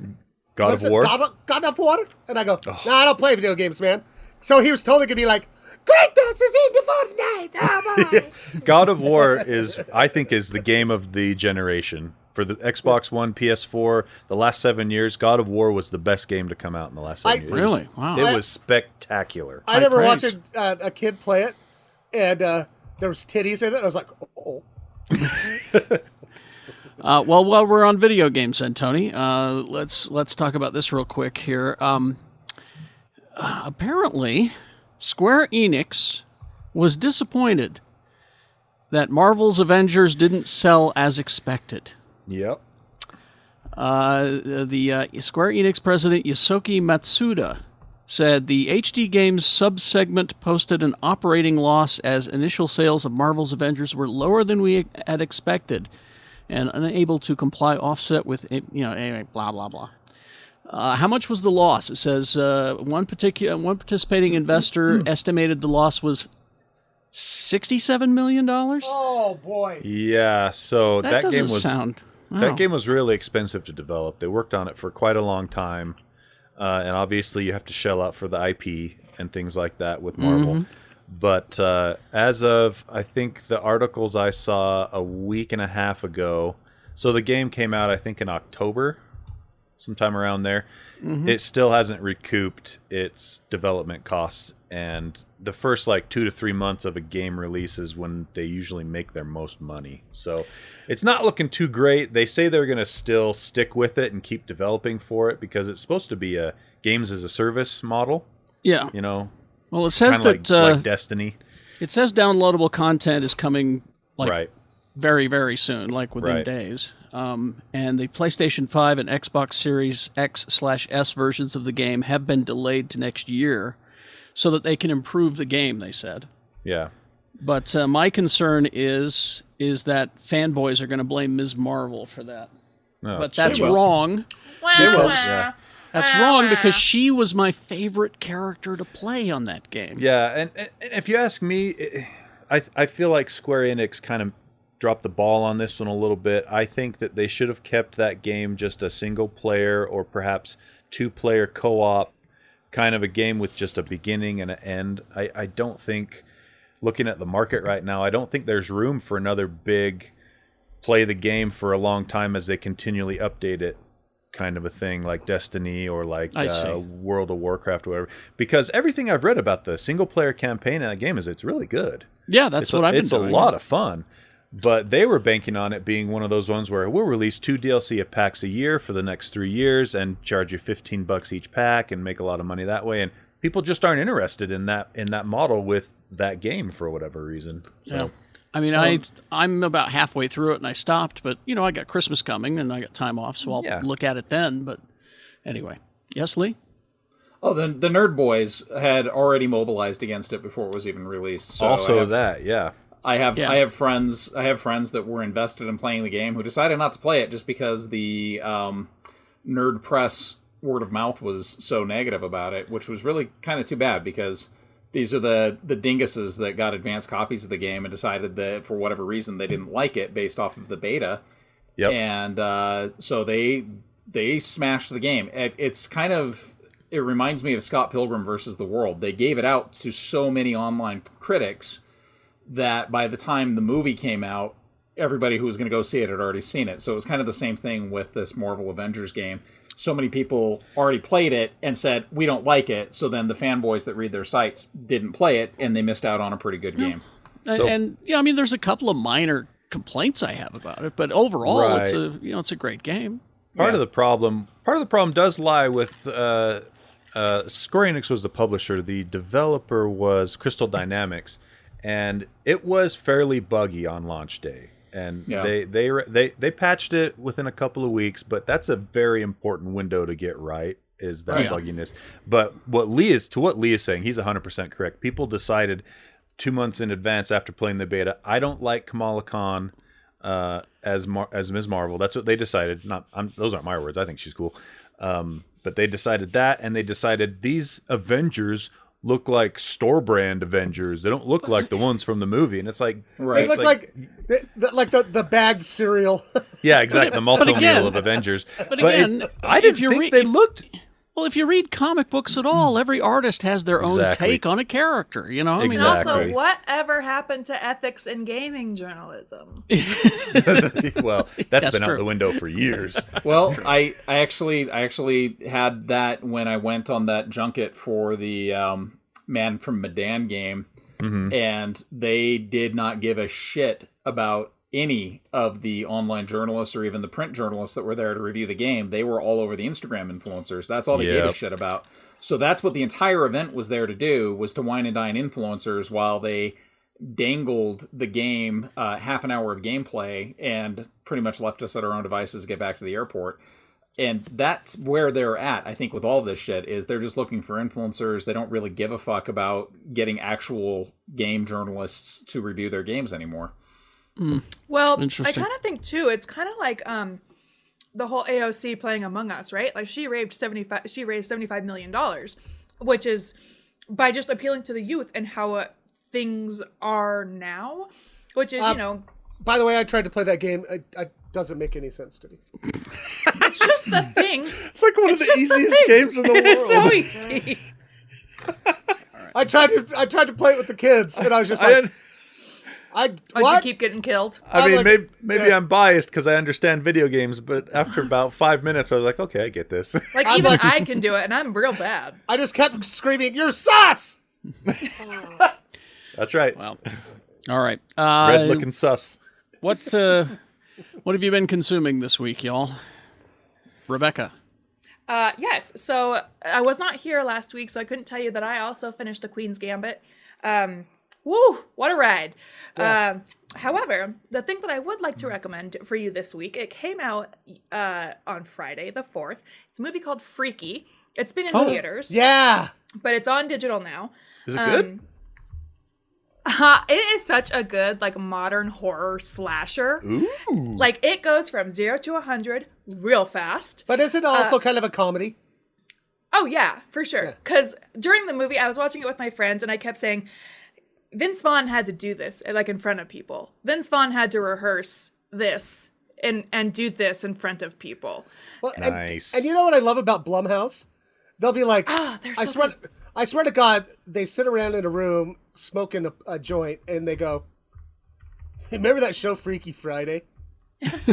Speaker 5: God
Speaker 4: what's
Speaker 5: of
Speaker 4: it,
Speaker 5: War.
Speaker 4: God, of- God of War? And I go, no, I don't play video games, man. So he was totally going to be like, Kratos is into Fortnite. Oh, boy.
Speaker 5: [laughs] God of War is, I think, is the game of the generation for the Xbox One, PS4. The last seven years, God of War was the best game to come out in the last seven
Speaker 4: I-
Speaker 5: years.
Speaker 2: Really? Wow.
Speaker 5: It was spectacular.
Speaker 4: I remember
Speaker 2: praise.
Speaker 4: watching uh, a kid play it, and uh, there was titties in it. I was like, oh.
Speaker 2: Uh, well, while we're on video games, then Tony, uh, let's let's talk about this real quick here. Um, uh, apparently, Square Enix was disappointed that Marvel's Avengers didn't sell as expected.
Speaker 5: Yep.
Speaker 2: Uh, the uh, Square Enix president Yosuke Matsuda said the HD games subsegment posted an operating loss as initial sales of Marvel's Avengers were lower than we had expected, and unable to comply offset with eh, you know anyway blah blah blah. Uh, how much was the loss? It says uh, one particular one participating investor estimated the loss was sixty-seven million dollars.
Speaker 4: Oh, boy.
Speaker 5: Yeah. So
Speaker 2: that,
Speaker 5: that,
Speaker 2: doesn't
Speaker 5: game was
Speaker 2: sound. wow.
Speaker 5: that game was really expensive to develop. They worked on it for quite a long time, uh, and obviously you have to shell out for the IP and things like that with Marvel. But uh, as of I think the articles I saw a week and a half ago, so the game came out I think in October, sometime around there. It still hasn't recouped its development costs, and the first like two to three months of a game release is when they usually make their most money. So it's not looking too great. They say they're going to still stick with it and keep developing for it because it's supposed to be a games as a service model.
Speaker 2: yeah.
Speaker 5: You know,
Speaker 2: Well, it says
Speaker 5: kind of like,
Speaker 2: that uh,
Speaker 5: like Destiny,
Speaker 2: It says downloadable content is coming like
Speaker 5: right?
Speaker 2: very very soon, like within
Speaker 5: Right.
Speaker 2: days. Um, and the PlayStation 5 and Xbox Series X slash S versions of the game have been delayed to next year, so that they can improve the game. They said.
Speaker 5: Yeah.
Speaker 2: But uh, my concern is is that fanboys are going to blame Ms. Marvel for that.
Speaker 5: No,
Speaker 2: but that's
Speaker 5: they Oh, will.
Speaker 2: wrong.
Speaker 3: Wow,
Speaker 5: will,
Speaker 3: wow.
Speaker 5: yeah.
Speaker 2: That's
Speaker 3: Wow,
Speaker 2: wrong
Speaker 3: wow.
Speaker 2: because she was my favorite character to play on that game.
Speaker 5: Yeah, and, and and if you ask me, it- I I feel like Square Enix kind of dropped the ball on this one a little bit. I think that they should have kept that game just a single player or perhaps two player co op kind of a game with just a beginning and an end. I, I don't think looking at the market right now, I don't think there's room for another big play the game for a long time as they continually update it kind of a thing like Destiny or like
Speaker 2: I see.
Speaker 5: uh, World of Warcraft or whatever. Because everything I've read about the single player campaign in that game is it's really good.
Speaker 2: Yeah, that's
Speaker 5: it's
Speaker 2: what
Speaker 5: a,
Speaker 2: I've been
Speaker 5: It's
Speaker 2: doing.
Speaker 5: a lot of fun. But they were banking on it being one of those ones where we'll release two DLC packs a year for the next three years and charge you fifteen bucks each pack and make a lot of money that way. And people just aren't interested in that in that model with that game for whatever reason. So
Speaker 2: Yeah. I mean,
Speaker 5: Um,
Speaker 2: I I'm about halfway through it and I stopped, but you know, I got Christmas coming and I got time off, so I'll
Speaker 5: Yeah.
Speaker 2: look at it then. But anyway, yes, Lee.
Speaker 6: Oh, the the Nerd Boys had already mobilized against it before it was even released. So I
Speaker 5: also
Speaker 6: have,
Speaker 5: that, yeah.
Speaker 6: I have
Speaker 2: Yeah.
Speaker 6: I have friends I have friends that were invested in playing the game who decided not to play it just because the um, Nerd Press word of mouth was so negative about it, which was really kind of too bad because these are the the dinguses that got advanced copies of the game and decided that for whatever reason they didn't like it based off of the beta.
Speaker 5: Yep.
Speaker 6: And uh, so they they smashed the game. It, it's kind of it reminds me of Scott Pilgrim versus the World. They gave it out to so many online critics that by the time the movie came out, everybody who was going to go see it had already seen it. So it was kind of the same thing with this Marvel Avengers game. So many people already played it and said, we don't like it. So then the fanboys that read their sites didn't play it and they missed out on a pretty good game.
Speaker 2: And,
Speaker 5: So-
Speaker 2: and yeah, I mean, there's a couple of minor complaints I have about it, but overall, it's a
Speaker 5: Right.
Speaker 2: you know it's a great game.
Speaker 5: Part of the problem, part of the problem does lie with uh, uh, Square Enix was the publisher, the developer was Crystal Dynamics, and it was fairly buggy on launch day. And
Speaker 6: Yeah.
Speaker 5: they they they they patched it within a couple of weeks, but that's a very important window to get right is that
Speaker 2: Right.
Speaker 5: bugginess. But what Lee is to what Lee is saying, he's 100% correct. People decided 2 months in advance after playing the beta, I don't like Kamala Khan uh, as Mar- as Ms. Marvel. That's what they decided. Not I'm, those aren't my words. I think she's cool. Um, but they decided that, and they decided these Avengers look like store brand Avengers. They don't look like the ones from the movie. And it's like
Speaker 6: Right.
Speaker 4: They
Speaker 5: it's
Speaker 4: look like the, the, like the, the bagged cereal. [laughs]
Speaker 5: yeah, exactly the multi
Speaker 2: again-
Speaker 5: meal of Avengers. But, it-
Speaker 2: again,
Speaker 5: I
Speaker 2: if
Speaker 5: didn't
Speaker 2: you
Speaker 5: think
Speaker 2: re-
Speaker 5: they
Speaker 2: if-
Speaker 5: looked [laughs]
Speaker 2: Well, if you read comic books at all, every artist has their own
Speaker 5: Exactly.
Speaker 2: take on a character. You know, I mean,
Speaker 3: And also,
Speaker 5: Exactly.
Speaker 3: whatever happened to ethics in gaming journalism?
Speaker 5: well.
Speaker 2: That's
Speaker 5: that's been
Speaker 2: true.
Speaker 5: out the window for years.
Speaker 6: Well, I, I actually I actually had that when I went on that junket for the um, Man from Medan game,
Speaker 5: Mm-hmm.
Speaker 6: and they did not give a shit about any of the online journalists or even the print journalists that were there to review the game. They were all over the Instagram influencers. That's all they gave a
Speaker 5: Yep.
Speaker 6: shit about. So that's what the entire event was there to do was to wine and dine influencers while they dangled the game uh, half an hour of gameplay and pretty much left us at our own devices to get back to the airport and that's where they're at i think with all this shit is they're just looking for influencers they don't really give a fuck about getting actual game journalists to review their games anymore
Speaker 3: Well, I
Speaker 2: Interesting.
Speaker 3: kind of think too. It's kind of like um, the whole AOC playing Among Us, right? Like she raised seventy five. She raised seventy five million dollars, which is by just appealing to the youth and how uh, things are now, which is you know
Speaker 4: By the way, I tried to play that game. It, it doesn't make any sense to me.
Speaker 3: it's just the thing.
Speaker 5: It's like one
Speaker 3: It's just the thing. [laughs] it's so easy.
Speaker 4: I tried to I tried to play it with the kids, and I was
Speaker 5: [laughs]
Speaker 4: just like, I,
Speaker 3: Why'd
Speaker 4: what?
Speaker 3: you keep getting killed?
Speaker 5: I
Speaker 4: I'm
Speaker 5: mean,
Speaker 4: like-
Speaker 5: maybe maybe
Speaker 4: yeah.
Speaker 5: I'm biased because I understand video games, but after about five minutes, I was like, okay, I get this. [laughs]
Speaker 3: Like
Speaker 4: I'm
Speaker 3: even
Speaker 4: like-
Speaker 3: I can do it, and I'm real bad.
Speaker 4: I just kept screaming, "You're sus!"
Speaker 5: That's right.
Speaker 2: Wow. All right. Uh,
Speaker 5: Red looking sus.
Speaker 2: What uh, what have you been consuming this week, y'all? Rebecca.
Speaker 3: Uh, yes. So I was not here last week, so I couldn't tell you that I also finished the Queen's Gambit. Um, woo! What a ride. Um, however, the thing that I would like to recommend for you this week, it came out uh, on Friday the fourth. It's a movie called Freaky. It's been in theaters,
Speaker 4: Oh, Yeah,
Speaker 3: but it's on digital now.
Speaker 5: Is it good?
Speaker 3: Uh, it is such a good like modern horror slasher. Like it goes from zero to a hundred real fast.
Speaker 4: but is it also kind of a comedy?
Speaker 3: Oh yeah, for sure. Because during the movie, I was watching it with my friends, and I kept saying, "Vince Vaughn had to do this, eh, like in front of people. Vince Vaughn had to rehearse this and and do this in front of people."
Speaker 4: Well, and-
Speaker 5: Nice.
Speaker 4: And, you know what I love about Blumhouse? They'll be like,
Speaker 3: Ah, they're
Speaker 4: I
Speaker 3: so
Speaker 4: swear, I swear to God, they sit around in a room smoking a, a joint, and they go, "Hey, "Remember that show, Freaky Friday?
Speaker 3: Well,
Speaker 4: [laughs]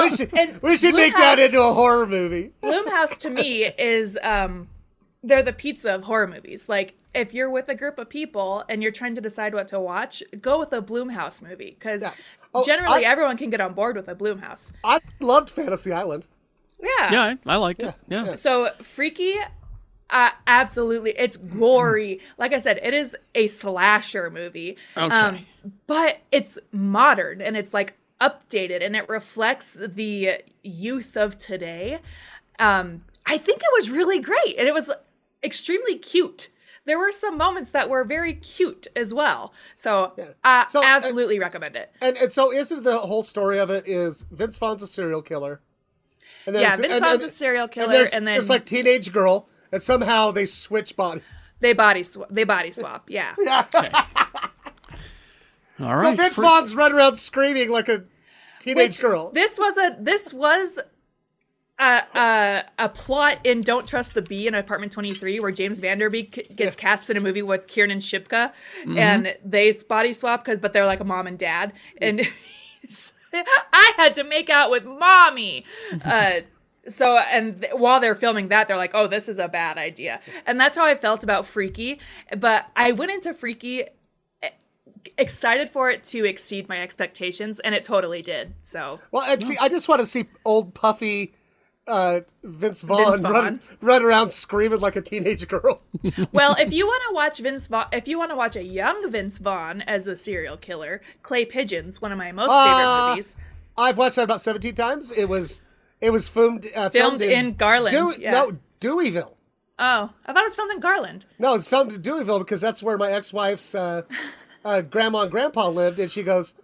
Speaker 4: We should,
Speaker 3: Ah, and
Speaker 4: we should make that
Speaker 3: Blumhouse-
Speaker 4: into a horror movie."
Speaker 3: Bloomhouse to me is um they're the pizza of horror movies. Like if you're with a group of people and you're trying to decide what to watch, go with a Bloomhouse movie because
Speaker 4: Yeah. Oh,
Speaker 3: generally
Speaker 4: I-
Speaker 3: everyone can get on board with a Bloomhouse.
Speaker 4: I loved Fantasy Island.
Speaker 3: Yeah.
Speaker 2: Yeah, I, I liked it. Yeah.
Speaker 3: So freaky uh, absolutely. It's gory. Like I said, it is a slasher movie. Um,
Speaker 2: Okay.
Speaker 3: but it's modern and it's like updated and it reflects the youth of today. Um, I think it was really great and it was extremely cute. There were some moments that were very cute as well. So, uh,
Speaker 4: So, uh,
Speaker 3: absolutely recommend it.
Speaker 4: And and so isn't the whole story of it is Vince Vaughn's a serial killer, And then
Speaker 3: yeah,
Speaker 4: it's-
Speaker 3: Vince
Speaker 4: and-
Speaker 3: Vaughn's a
Speaker 4: and-
Speaker 3: serial killer,
Speaker 4: there's-
Speaker 3: and then
Speaker 4: it's like teenage girl, and somehow they switch bodies.
Speaker 3: they body sw- they body swap. Yeah,
Speaker 2: All
Speaker 4: So
Speaker 2: right.
Speaker 4: Vince
Speaker 2: Fre-
Speaker 4: Vaughn's running around screaming like a teenage
Speaker 3: Which,
Speaker 4: girl.
Speaker 3: This was a this was a, a a plot in Don't Trust the Bee in Apartment 23 where James Vanderbeek c- gets cast in a movie with Kiernan Shipka and they body swap cuz but they're like a mom and dad and [laughs] I had to make out with mommy. Uh so and th- while they're filming that they're like oh this is a bad idea and that's how i felt about freaky but i went into freaky excited for it to exceed my expectations, and it totally did. So
Speaker 4: Well, and see, I just want to see old puffy uh, Vince Vaughn,
Speaker 3: Vince
Speaker 4: Run,
Speaker 3: Vaughn.
Speaker 4: run around screaming like a teenage girl. [laughs]
Speaker 3: well, if you want to watch Vince Vaughn, if you want to watch a young Vince Vaughn as a serial killer, Clay Pigeons, one of my most
Speaker 4: Ah,
Speaker 3: favorite movies.
Speaker 4: I've watched that about seventeen times. It was it was filmed uh, filmed,
Speaker 3: Filmed in Garland,
Speaker 4: Dew-
Speaker 3: yeah.
Speaker 4: No, Deweyville.
Speaker 3: Oh, I thought it was filmed in Garland.
Speaker 4: No, it's filmed in Deweyville because that's where my
Speaker 3: [laughs]
Speaker 4: ex-wife's uh, uh, grandma and grandpa lived, and she goes,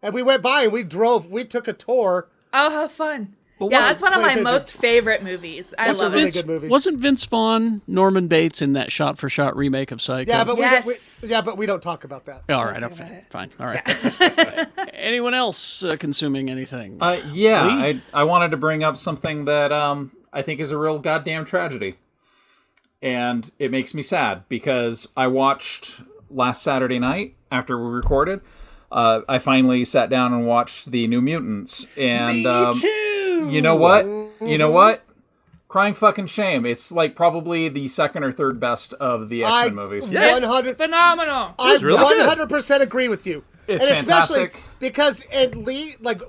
Speaker 4: and we went by and we drove, we took a tour.
Speaker 3: Oh, how fun! yeah, that's one of
Speaker 4: Clay
Speaker 3: my
Speaker 4: Pigeons?
Speaker 3: most favorite movies. I
Speaker 4: What's a
Speaker 3: love
Speaker 4: really
Speaker 3: it.
Speaker 2: Vince-
Speaker 4: good movie.
Speaker 2: Wasn't Vince Vaughn Norman Bates in that shot for shot remake of Psycho? Oh,
Speaker 4: Yeah, but we,
Speaker 3: Yes.
Speaker 4: don't, we yeah, but we don't talk about that.
Speaker 2: all right, okay, fine. All right. [laughs] Anyone else uh, consuming anything?
Speaker 6: Uh, yeah, I, I wanted to bring up something that um, I think is a real goddamn tragedy. And it makes me sad because I watched last Saturday night after we recorded. Uh, I finally sat down and watched the New Mutants, and um, you know what? You
Speaker 4: Mm-hmm.
Speaker 6: know what? Crying fucking shame. It's like probably the second or third best of the X
Speaker 4: I
Speaker 6: Men movies.
Speaker 4: one hundred
Speaker 3: Phenomenal.
Speaker 4: I
Speaker 5: was really good.
Speaker 4: 100% agree with you.
Speaker 6: It's
Speaker 4: and especially
Speaker 6: fantastic.
Speaker 4: because and Lee like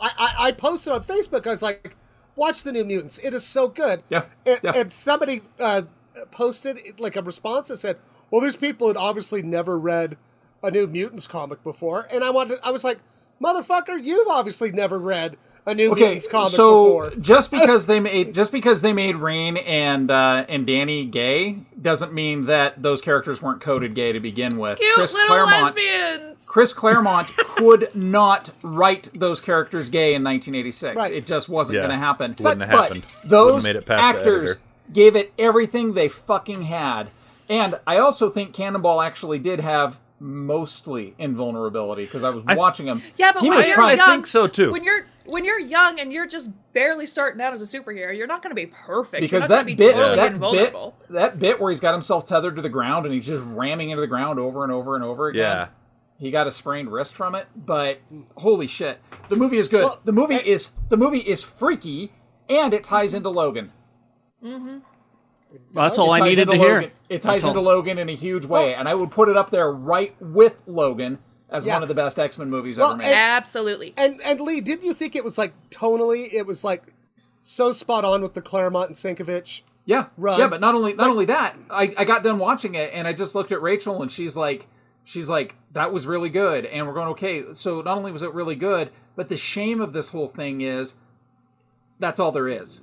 Speaker 4: I, I I posted on Facebook I was like watch the new mutants. It is so good.
Speaker 6: Yeah,
Speaker 4: And,
Speaker 6: yeah.
Speaker 4: and somebody uh, posted like a response that said, "Well, these people had obviously never read a new mutants comic before." And I wanted I was like, "Motherfucker, you've obviously never read a new
Speaker 6: Okay,
Speaker 4: mutants comic
Speaker 6: so
Speaker 4: before." [laughs]
Speaker 6: just because they made just because they made Rain and uh, and Danny gay doesn't mean that those characters weren't coded gay to begin with.
Speaker 3: Cute
Speaker 6: Chris
Speaker 3: little
Speaker 6: Claremont,
Speaker 3: lesbians.
Speaker 6: Chris Claremont could not write those characters gay in 1986.
Speaker 4: Right.
Speaker 6: It just wasn't
Speaker 5: Yeah,
Speaker 6: going to happen.
Speaker 5: wouldn't
Speaker 6: but,
Speaker 5: have happened.
Speaker 6: but those
Speaker 5: Wouldn't have made it past the
Speaker 6: actors
Speaker 5: editor.
Speaker 6: gave it everything they fucking had. And I also think Cannonball actually did have mostly invulnerability because I was watching him.
Speaker 3: Yeah, but
Speaker 6: he
Speaker 3: when
Speaker 6: was
Speaker 3: you're
Speaker 6: trying.
Speaker 3: young,
Speaker 5: I think so, too.
Speaker 3: When you're when you're young and you're just barely starting out as a superhero, you're not going to be perfect.
Speaker 6: because
Speaker 3: you're not
Speaker 6: that
Speaker 3: gonna be
Speaker 6: bit,
Speaker 3: totally
Speaker 6: that bit,
Speaker 3: invulnerable.
Speaker 6: that bit where he's got himself tethered to the ground and he's just ramming into the ground over and over and over again.
Speaker 5: Yeah.
Speaker 6: he got a sprained wrist from it, but holy shit, the movie is good.
Speaker 4: Well,
Speaker 6: the movie
Speaker 4: I-
Speaker 6: is the movie is freaky, and it ties into Logan.
Speaker 2: Well, that's all
Speaker 6: It
Speaker 2: I
Speaker 6: ties
Speaker 2: needed
Speaker 6: into
Speaker 2: to hear.
Speaker 6: Logan. It
Speaker 2: That's
Speaker 6: ties into
Speaker 2: all.
Speaker 6: Logan in a huge way, and I would put it up there right with Logan as
Speaker 4: Yeah.
Speaker 6: one of the best X Men movies
Speaker 4: Well,
Speaker 6: ever made.
Speaker 4: and-
Speaker 3: Absolutely.
Speaker 4: And and Lee, didn't you think it was like tonally it was like so spot on with the Claremont and Sinkovich?
Speaker 6: Yeah,
Speaker 4: Run.
Speaker 6: yeah, but not only not only that, I, I got done watching it and I just looked at Rachel and she's like, she's like, that was really good, and we're going okay. So not only was it really good, but the shame of this whole thing is that's all there is.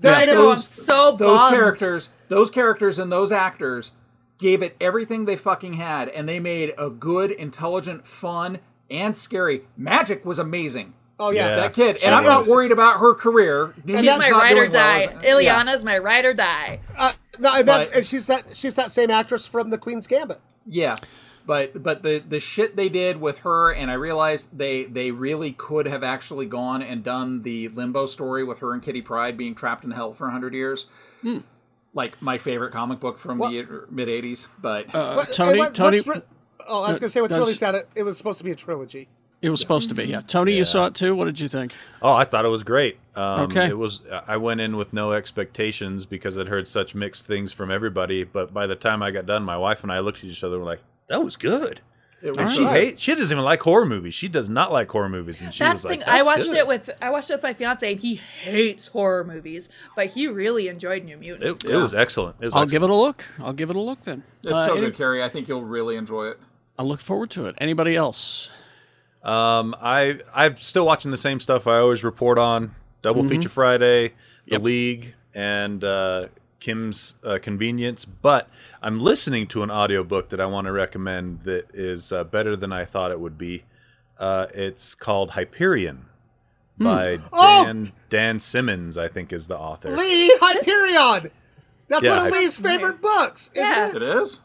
Speaker 4: There
Speaker 3: I
Speaker 4: ain't
Speaker 3: know.
Speaker 4: a-
Speaker 3: Oh, I'm so bummed.
Speaker 6: Those characters, those characters, and those actors gave it everything they fucking had, and they made a good, intelligent, fun, and scary. Magic was amazing.
Speaker 4: Oh yeah,
Speaker 5: Yeah.
Speaker 6: That kid, and I'm not
Speaker 5: was.
Speaker 6: worried about her career. She's
Speaker 3: She's my
Speaker 6: not
Speaker 3: ride or
Speaker 6: doing
Speaker 3: die.
Speaker 6: well, isn't- yeah.
Speaker 3: Ileana's my ride or die.
Speaker 4: Uh, no, and that's
Speaker 6: But-
Speaker 4: and she's that she's that same actress from The Queen's Gambit.
Speaker 6: Yeah. But but the the shit they did with her and I realized they they really could have actually gone and done the limbo story with her and Kitty Pride being trapped in hell for 100 years.
Speaker 3: Hmm.
Speaker 6: Like my favorite comic book from
Speaker 4: Well-
Speaker 6: the mid 80s, but
Speaker 2: Uh, Tony,
Speaker 4: And what-
Speaker 2: Tony,
Speaker 4: what's re- oh, I was gonna say what's
Speaker 2: does-
Speaker 4: really sad. It, it was supposed to be a trilogy.
Speaker 2: it was supposed to be. Yeah, Tony, you saw it too. What did you think?
Speaker 5: Oh, I thought it was great. Um,
Speaker 2: Okay.
Speaker 5: It was. I went in with no expectations because I'd heard such mixed things from everybody. But by the time I got done, my wife and I looked at each other and were like, "That was good."
Speaker 6: it
Speaker 5: And
Speaker 6: was
Speaker 5: she
Speaker 6: uh,
Speaker 5: hates. She doesn't even like horror movies. She does not like horror movies. And she
Speaker 3: That's
Speaker 5: was
Speaker 3: the
Speaker 5: like,
Speaker 3: thing. I
Speaker 5: "That's
Speaker 3: watched
Speaker 5: good."
Speaker 3: it with I watched it with my fiance, and he hates horror movies, but he really enjoyed New Mutants.
Speaker 5: It, it was excellent. It was
Speaker 2: I'll give it a look. I'll give it a look then.
Speaker 6: it's
Speaker 2: Uh,
Speaker 6: so
Speaker 2: any-
Speaker 6: good, Carrie. I think you'll really enjoy it.
Speaker 2: I look forward to it. Anybody else?
Speaker 5: Um, I I'm still watching the same stuff I always report on: Double
Speaker 3: Mm-hmm.
Speaker 5: Feature Friday, The League, and uh, Kim's uh, Convenience. But I'm listening to an audiobook that I want to recommend that is uh, better than I thought it would be. Uh, it's called Hyperion
Speaker 3: Hmm.
Speaker 5: by
Speaker 4: Oh!
Speaker 5: Dan Dan Simmons, I think is the author.
Speaker 4: Lee Hyperion. That's
Speaker 5: Yeah,
Speaker 4: one of
Speaker 5: I-
Speaker 4: Lee's favorite books, isn't
Speaker 3: Yeah.
Speaker 4: it?
Speaker 6: It is?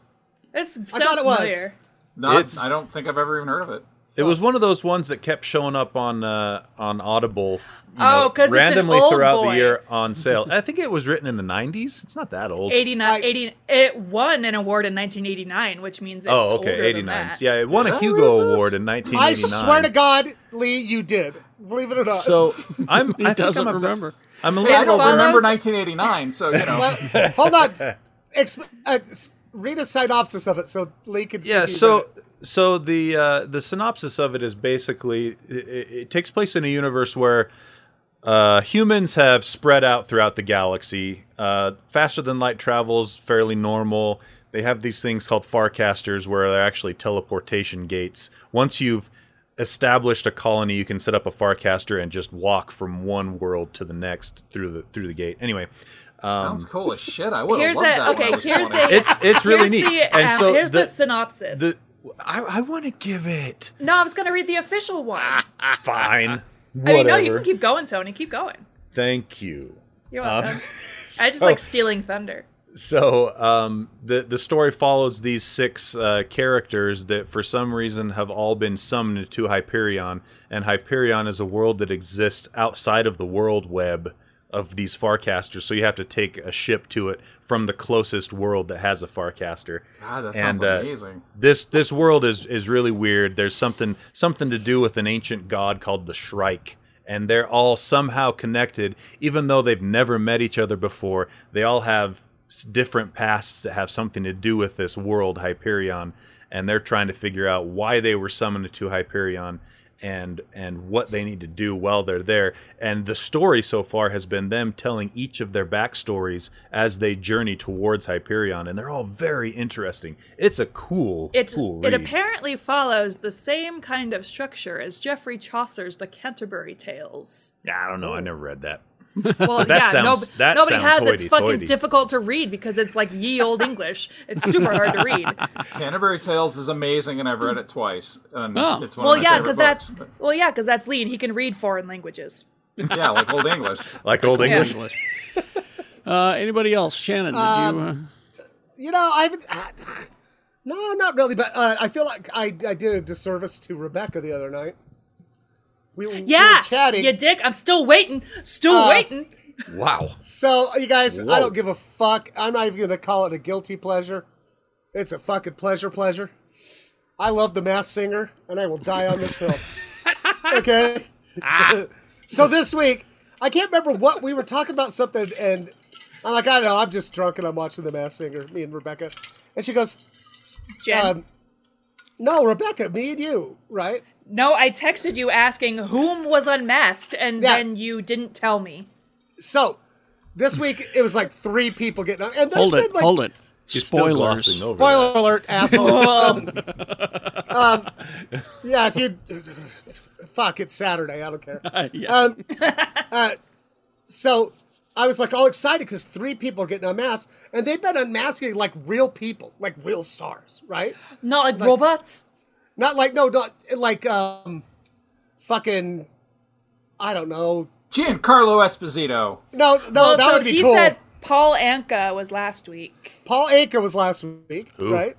Speaker 3: This sounds
Speaker 4: thought it was.
Speaker 3: familiar.
Speaker 6: Not,
Speaker 5: It's-
Speaker 6: I don't think I've ever even heard of it.
Speaker 5: It was one of those ones that kept showing up on uh, on Audible. You
Speaker 3: Oh,
Speaker 5: know,
Speaker 3: 'cause it's an
Speaker 5: randomly
Speaker 3: old
Speaker 5: throughout
Speaker 3: boy.
Speaker 5: the year
Speaker 3: [laughs]
Speaker 5: on sale. I think it was written in the '90s. It's not that old.
Speaker 3: 89,
Speaker 4: I-
Speaker 3: 80, it won an award in 1989, which means it's
Speaker 5: oh, okay,
Speaker 3: older than
Speaker 5: '89.
Speaker 3: that.
Speaker 5: Yeah, it won a Hugo Award in 1989.
Speaker 4: I swear to God, Lee, you did. Believe it or not.
Speaker 5: So I'm. I think
Speaker 2: doesn't
Speaker 5: I'm a,
Speaker 2: remember.
Speaker 5: I'm a
Speaker 6: Hey, I
Speaker 5: little
Speaker 6: don't
Speaker 3: follows-
Speaker 6: remember 1989, so, you
Speaker 5: [laughs]
Speaker 6: know.
Speaker 4: Well, hold on. Exp- uh, s- read a synopsis of it so Lee can. see
Speaker 5: yeah
Speaker 4: if he read
Speaker 5: so
Speaker 4: it.
Speaker 5: so the uh, the synopsis of it is basically it, it it takes place in a universe where uh, humans have spread out throughout the galaxy. Uh, faster than light travels fairly normal. They have these things called farcasters, where they're actually teleportation gates. Once you've established a colony, you can set up a farcaster and just walk from one world to the next through the through the gate. Anyway, Um,
Speaker 6: Sounds cool as shit. I would have
Speaker 3: Here's
Speaker 6: loved that.
Speaker 3: a,
Speaker 6: when I
Speaker 3: okay,
Speaker 6: was
Speaker 3: here's
Speaker 6: 20.
Speaker 3: a,
Speaker 5: it's it's really
Speaker 3: here's
Speaker 5: neat.
Speaker 3: The,
Speaker 5: and
Speaker 3: um,
Speaker 5: so
Speaker 3: here's the,
Speaker 5: the-
Speaker 3: synopsis.
Speaker 5: the- I, I want to give it.
Speaker 3: no, I was going to read the official one. [laughs]
Speaker 5: Fine.
Speaker 3: I
Speaker 5: Ah, Whatever.
Speaker 3: mean, no, you can keep going, Tony. Keep going.
Speaker 5: Thank you.
Speaker 3: You're
Speaker 5: [laughs]
Speaker 3: welcome. I just
Speaker 5: Um, so-
Speaker 3: like stealing thunder.
Speaker 5: So um, the the story follows these six uh, characters that, for some reason, have all been summoned to Hyperion, and Hyperion is a world that exists outside of the world web of these Farcasters. So you have to take a ship to it from the closest world that has a Farcaster.
Speaker 3: Ah,
Speaker 6: God, that sounds
Speaker 5: uh,
Speaker 6: amazing.
Speaker 5: this this world is is really weird. There's something something to do with an ancient god called the Shrike, and they're all somehow connected, even though they've never met each other before. They all have s- different pasts that have something to do with this world Hyperion, and they're trying to figure out why they were summoned to Hyperion. And and what they need to do while they're there, and the story so far has been them telling each of their backstories as they journey towards Hyperion, and they're all very interesting. It's a cool,
Speaker 3: It,
Speaker 5: cool
Speaker 3: it
Speaker 5: read.
Speaker 3: apparently follows the same kind of structure as Geoffrey Chaucer's The Canterbury Tales.
Speaker 5: I don't know. I never read that.
Speaker 3: Well,
Speaker 5: [laughs] That
Speaker 3: yeah,
Speaker 5: sounds-
Speaker 3: nob-
Speaker 5: that
Speaker 3: nobody
Speaker 5: sounds
Speaker 3: has. It's fucking
Speaker 5: hoity-toity.
Speaker 3: difficult to read because it's like ye old English. It's super hard to
Speaker 4: [laughs]
Speaker 3: read.
Speaker 6: Canterbury Tales is amazing, and I've read it twice. And
Speaker 2: Oh.
Speaker 6: it's one
Speaker 3: well,
Speaker 6: of my
Speaker 3: yeah,
Speaker 6: because
Speaker 3: that's well, yeah, because that's Lee, and he can read foreign languages.
Speaker 6: yeah, like Old English.
Speaker 5: Like old
Speaker 3: Yeah.
Speaker 5: English.
Speaker 2: Uh, anybody else? Shannon, did you? uh,
Speaker 4: you know, I haven't. ah, no, not really. But uh, I feel like I, I did a disservice to Rebecca the other night. We, we
Speaker 3: Yeah,
Speaker 4: were chatting. Uh,
Speaker 3: you dick. I'm still waiting. Still waiting.
Speaker 5: Wow.
Speaker 4: So you guys, I
Speaker 5: Whoa.
Speaker 4: don't give a fuck. I'm not even gonna call it a guilty pleasure. It's a fucking pleasure pleasure. I love the mass singer, and I will die on
Speaker 3: [laughs]
Speaker 4: this hill. okay. so this week, I can't remember what we were talking about something, and I'm like, I don't know, I'm just drunk and I'm watching the mass singer, me and Rebecca. And she goes,
Speaker 3: Jen.
Speaker 4: um, No, Rebecca, me and you, right?
Speaker 3: no, I texted you asking whom was unmasked, and
Speaker 4: Yeah.
Speaker 3: then you didn't tell me.
Speaker 4: So this week it was like three people getting on and there's
Speaker 2: Hold
Speaker 4: been
Speaker 2: it.
Speaker 4: like
Speaker 2: Hold it.
Speaker 5: He's still
Speaker 2: Spoilers.
Speaker 5: glossing over
Speaker 4: Spoiler alert, assholes. um, um, yeah, if you fuck, it's Saturday. I don't care.
Speaker 2: Yeah.
Speaker 4: Um, uh, so I was like all excited because three people are getting unmasked, and they've been unmasking like real people, like real stars, right?
Speaker 3: Not like, robots.
Speaker 4: Not like no, not like um, fucking, I don't know.
Speaker 6: Giancarlo Esposito.
Speaker 4: No, no,
Speaker 3: Well,
Speaker 4: oh, that
Speaker 3: so
Speaker 4: would be
Speaker 3: he
Speaker 4: cool.
Speaker 3: said Paul Anka was last week.
Speaker 4: Paul Anka was last week, right?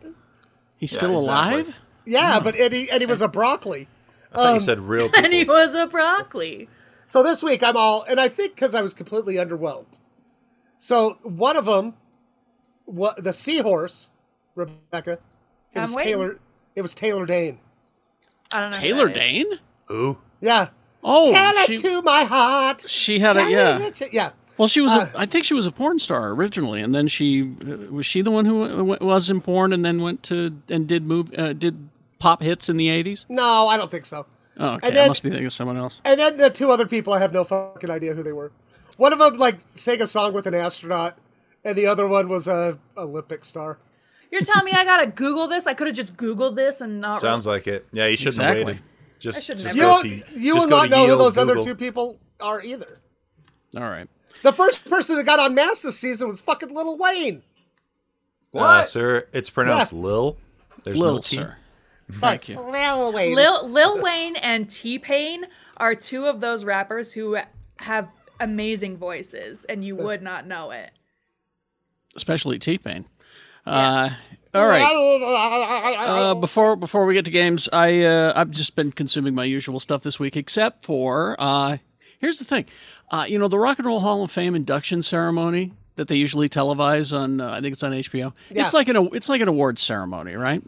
Speaker 2: He's still
Speaker 6: exactly.
Speaker 2: alive.
Speaker 4: Yeah, but and he, and he was a broccoli.
Speaker 5: I thought you
Speaker 3: [laughs]
Speaker 5: said real people.
Speaker 3: And he was a broccoli.
Speaker 4: So this week I'm all, and I think because I was completely underwhelmed. So one of them, what the seahorse, Rebecca, it
Speaker 3: I'm
Speaker 4: was
Speaker 3: waiting.
Speaker 4: Taylor. It was Taylor Dane.
Speaker 3: I don't know. who
Speaker 2: Taylor
Speaker 3: that is.
Speaker 2: Dane.
Speaker 5: Ooh.
Speaker 4: Yeah.
Speaker 2: Oh,
Speaker 4: Tell
Speaker 2: she,
Speaker 4: it to my heart.
Speaker 2: she had
Speaker 4: Tell
Speaker 2: a
Speaker 4: it
Speaker 2: yeah.
Speaker 4: to- yeah.
Speaker 2: Well, she was.
Speaker 4: Uh,
Speaker 2: a, I think she was a porn star originally, and then she uh, was she the one who w- was in porn, and then went to and did move uh, did pop hits in the eighties.
Speaker 4: No, Mm, I don't think so.
Speaker 2: Oh, okay.
Speaker 4: And then-
Speaker 2: I must be thinking of someone else.
Speaker 4: And then the two other people, I have no fucking idea who they were. One of them like sang a song with an astronaut, and the other one was a Olympic star.
Speaker 3: You're telling me I gotta Google this? I could have just Googled this and not.
Speaker 5: Sounds like it. Yeah, you shouldn't
Speaker 2: Exactly.
Speaker 5: have waited. Just,
Speaker 3: shouldn't
Speaker 5: just
Speaker 3: have.
Speaker 4: You
Speaker 5: go
Speaker 4: will,
Speaker 5: to,
Speaker 4: you
Speaker 5: just
Speaker 4: will
Speaker 5: go
Speaker 4: not
Speaker 5: to
Speaker 4: know who
Speaker 5: Yale,
Speaker 4: those other
Speaker 5: Google.
Speaker 4: two people are either.
Speaker 2: All right.
Speaker 4: The first person that got on mass this season was fucking Little Wayne.
Speaker 6: What?
Speaker 5: Uh, sir, it's pronounced
Speaker 4: Yeah.
Speaker 5: Lil. There's
Speaker 2: Lil,
Speaker 5: no T.
Speaker 2: sir. Thank you.
Speaker 4: Lil Wayne.
Speaker 3: Lil, Lil Wayne and T Pain are two of those rappers who have amazing voices, and you would not know it.
Speaker 2: especially T Pain. Uh, all right. Uh, before before we get to games, I uh, I've just been consuming my usual stuff this week, except for uh, here's the thing, uh, you know, the Rock and Roll Hall of Fame induction ceremony that they usually televise on, uh, I think it's on HBO.
Speaker 4: Yeah.
Speaker 2: It's like an it's like an awards ceremony, right?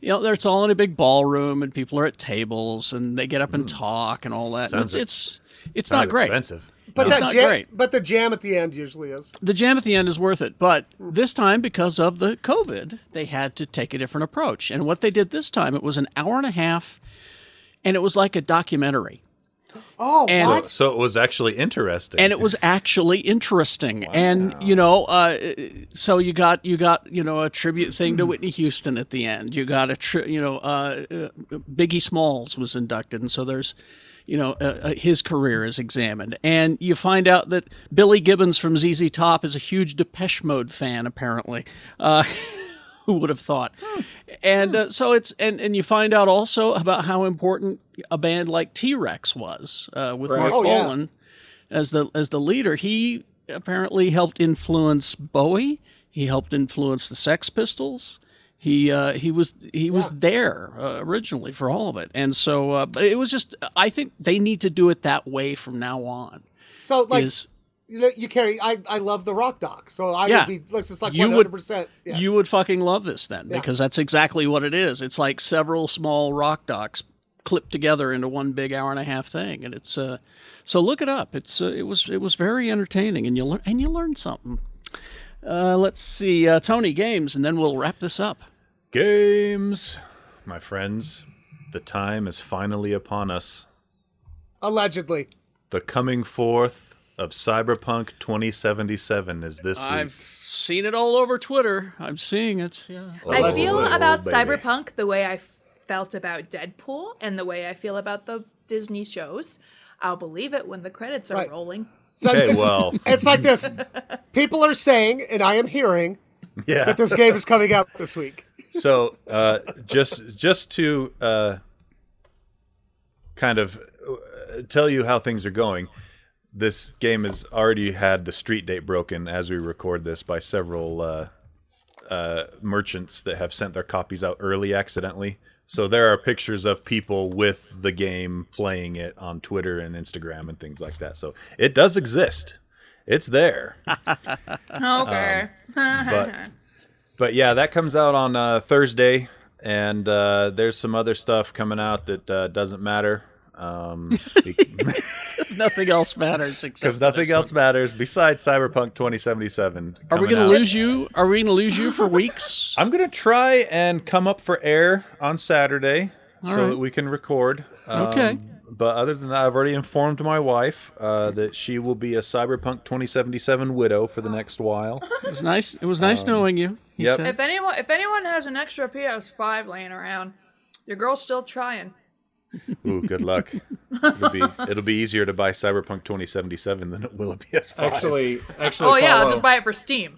Speaker 2: You know, it's all in a big ballroom, and people are at tables, and they get up and talk and all that. And
Speaker 5: Hmm. Sounds
Speaker 2: it's, it's it's not great.
Speaker 5: Expensive.
Speaker 4: But
Speaker 2: It's
Speaker 4: that
Speaker 2: not
Speaker 4: jam,
Speaker 2: great.
Speaker 4: but the jam at the end usually is.
Speaker 2: the jam at the end is worth it. But this time, because of the COVID, they had to take a different approach. And what they did this time, it was an hour and a half, and it was like a documentary.
Speaker 4: Oh,
Speaker 2: And-
Speaker 4: what?
Speaker 5: So it was actually interesting.
Speaker 2: And it was actually interesting. And you know, uh, so you got you got you know a tribute thing to Whitney Houston at the end. You got a tri- you know uh, uh, Biggie Smalls was inducted, and so there's you know uh, uh, his career is examined, and you find out that Billy Gibbons from ZZ Top is a huge Depeche Mode fan, apparently. Uh, [laughs] who would have thought? And uh, so it's and and you find out also about how important a band like T Rex was uh, with Mark
Speaker 4: Oh, yeah.
Speaker 2: Bolan as the as the leader. He apparently helped influence Bowie. He helped influence the Sex Pistols. He uh, he was he was there uh, originally for all of it, and so uh, but it was just I think they need to do it that way from now on.
Speaker 4: So like
Speaker 2: is
Speaker 4: you, know, you carry. I I love the rock doc. So I
Speaker 2: Yeah.
Speaker 4: would be like it's like
Speaker 2: You
Speaker 4: one
Speaker 2: would-
Speaker 4: hundred percent. Yeah.
Speaker 2: you would fucking love this then because that's exactly what it is. It's like several small rock docs clipped together into one big hour and a half thing, and it's uh, so look it up. It's uh, it was it was very entertaining, and you learn and you learn something. Uh, let's see, uh, Tony Games, and then we'll wrap this up.
Speaker 5: Games, my friends, the time is finally upon us.
Speaker 4: Allegedly,
Speaker 5: The coming forth of Cyberpunk 2077 is this
Speaker 2: I've
Speaker 5: week.
Speaker 2: seen it all over Twitter. I'm seeing it. Yeah. [laughs]
Speaker 3: I feel
Speaker 5: Oh,
Speaker 3: about
Speaker 5: baby.
Speaker 3: Cyberpunk the way I felt about Deadpool and the way I feel about the Disney shows. I'll believe it when the credits are
Speaker 4: Right.
Speaker 3: rolling.
Speaker 4: so
Speaker 5: Okay,
Speaker 4: it's,
Speaker 3: [laughs]
Speaker 5: well,
Speaker 4: it's like this. People are saying, and I am hearing
Speaker 5: yeah.
Speaker 4: that this game is coming out this week.
Speaker 5: So, uh, just just to uh, kind of uh, tell you how things are going, this game has already had the street date broken as we record this by several uh, uh, merchants that have sent their copies out early accidentally. So there are pictures of people with the game playing it on Twitter and Instagram and things like that. So it does exist. It's there
Speaker 3: Okay.
Speaker 5: but but yeah, that comes out on uh, Thursday, and uh, there's some other stuff coming out that uh, doesn't matter
Speaker 2: [laughs]
Speaker 5: um, [laughs] because
Speaker 2: Nothing else matters except
Speaker 5: nothing else matters besides Cyberpunk 2077.
Speaker 2: Are we
Speaker 5: coming
Speaker 2: gonna
Speaker 5: out.
Speaker 2: lose you? Are we gonna lose you for weeks?
Speaker 5: I'm gonna try and come up for air on Saturday so that we can record. [laughs] Um,
Speaker 2: Okay.
Speaker 5: But other than that, I've already informed my wife uh, that she will be a Cyberpunk 2077
Speaker 2: [gasps]
Speaker 5: widow for the next while.
Speaker 2: It was nice. It was nice knowing you. he
Speaker 5: um, yep.
Speaker 2: said.
Speaker 3: [laughs] If anyone if anyone has an extra PS5 laying around, your girl's still trying.
Speaker 5: Ooh, good luck.
Speaker 3: [laughs]
Speaker 5: it'll be it'll be easier to buy Cyberpunk 2077 than it will a PS5.
Speaker 6: Actually, actually,
Speaker 3: Oh yeah, I'll
Speaker 6: follow-
Speaker 3: just buy it for Steam.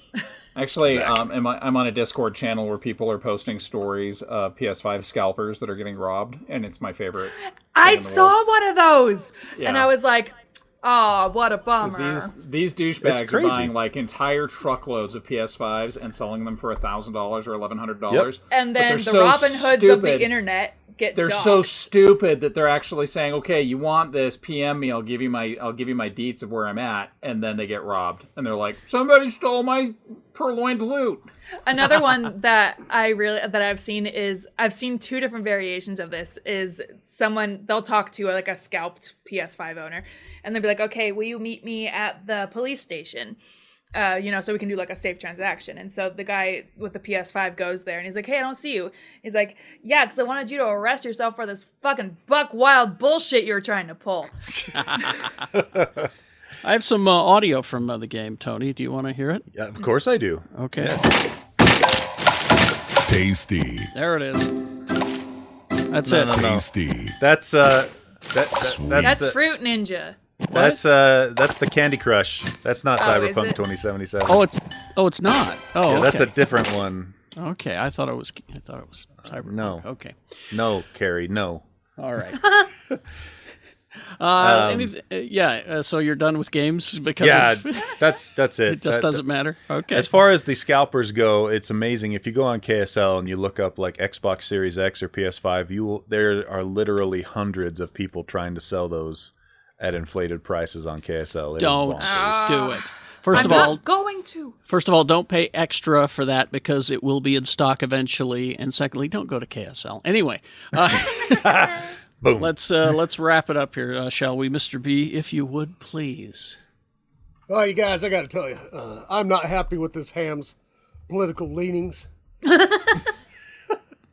Speaker 6: Actually, um, am I, I'm on a Discord channel where people are posting stories of PS5 scalpers that are getting robbed, and it's my favorite.
Speaker 3: I saw one of those and
Speaker 6: Yeah.
Speaker 3: I was like, "Oh, what a bummer."
Speaker 6: These these douchebags are
Speaker 5: crazy.
Speaker 6: buying like entire truckloads of PS5s and selling them for thousand dollars or eleven hundred dollars.
Speaker 3: and then the Robin Hoods of the internet get
Speaker 6: They're
Speaker 3: docked.
Speaker 6: so stupid that they're actually saying, "Okay, you want this? PM me. I'll give you my I'll give you my deets of where I'm at." And then they get robbed, and they're like, "Somebody stole my purloined loot."
Speaker 2: [laughs]
Speaker 3: Another one that I really that I've seen is I've seen two different variations of this. Is someone they'll talk to like a scalped PS5 owner, and they'll be like, "Okay, will you meet me at the police station?" Uh, you know, so we can do like a safe transaction. And so the guy with the PS5 goes there, and he's like, "Hey, I don't see you." He's like, "Yeah, because I wanted you to arrest yourself for this fucking buck wild bullshit you were trying to pull."
Speaker 2: I have some uh, audio from uh, the game, Tony. Do you want to hear it?
Speaker 5: Yeah, of course I do.
Speaker 2: Okay.
Speaker 11: Tasty.
Speaker 2: There it is. That's it.
Speaker 11: Tasty.
Speaker 5: That's uh that, that
Speaker 11: Sweet.
Speaker 5: that's
Speaker 3: That's
Speaker 5: uh,
Speaker 3: Fruit Ninja.
Speaker 5: that's uh that's the Candy Crush. That's not
Speaker 3: Oh, is
Speaker 5: Cyberpunk
Speaker 3: it?
Speaker 5: 2077.
Speaker 2: Oh, it's oh, it's not. Oh,
Speaker 5: Yeah, that's a
Speaker 2: okay.
Speaker 5: different one.
Speaker 2: Okay, I thought it was. I thought it was cyber.
Speaker 5: no.
Speaker 2: Okay.
Speaker 5: [laughs] No, Carrie, no.
Speaker 2: All right. Uh, anyth- uh, yeah. Uh, so you're done with games because
Speaker 5: Um, yeah,
Speaker 2: of- [laughs] it
Speaker 5: that's that's it.
Speaker 2: just
Speaker 5: That-
Speaker 2: doesn't matter. Okay.
Speaker 5: As far as the scalpers go, it's amazing. If you go on KSL and you look up like Xbox Series X or PS5, you will, there are literally hundreds of people trying to sell those at inflated prices on KSL. It is
Speaker 2: don't
Speaker 5: bonkers.
Speaker 2: do it. First
Speaker 3: I'm
Speaker 2: of all,
Speaker 3: not going to.
Speaker 2: first of all, don't pay extra for that because it will be in stock eventually. And secondly, don't go to KSL. Anyway,
Speaker 5: Boom.
Speaker 2: let's uh, let's wrap it up here, uh, shall we, Mister B? If you would please.
Speaker 4: Oh, you guys, I got to tell you, uh, I'm not happy with this ham's political leanings.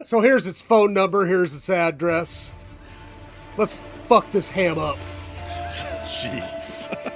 Speaker 4: so here's his phone number. Here's his address. Let's fuck this ham up.
Speaker 9: Jeez.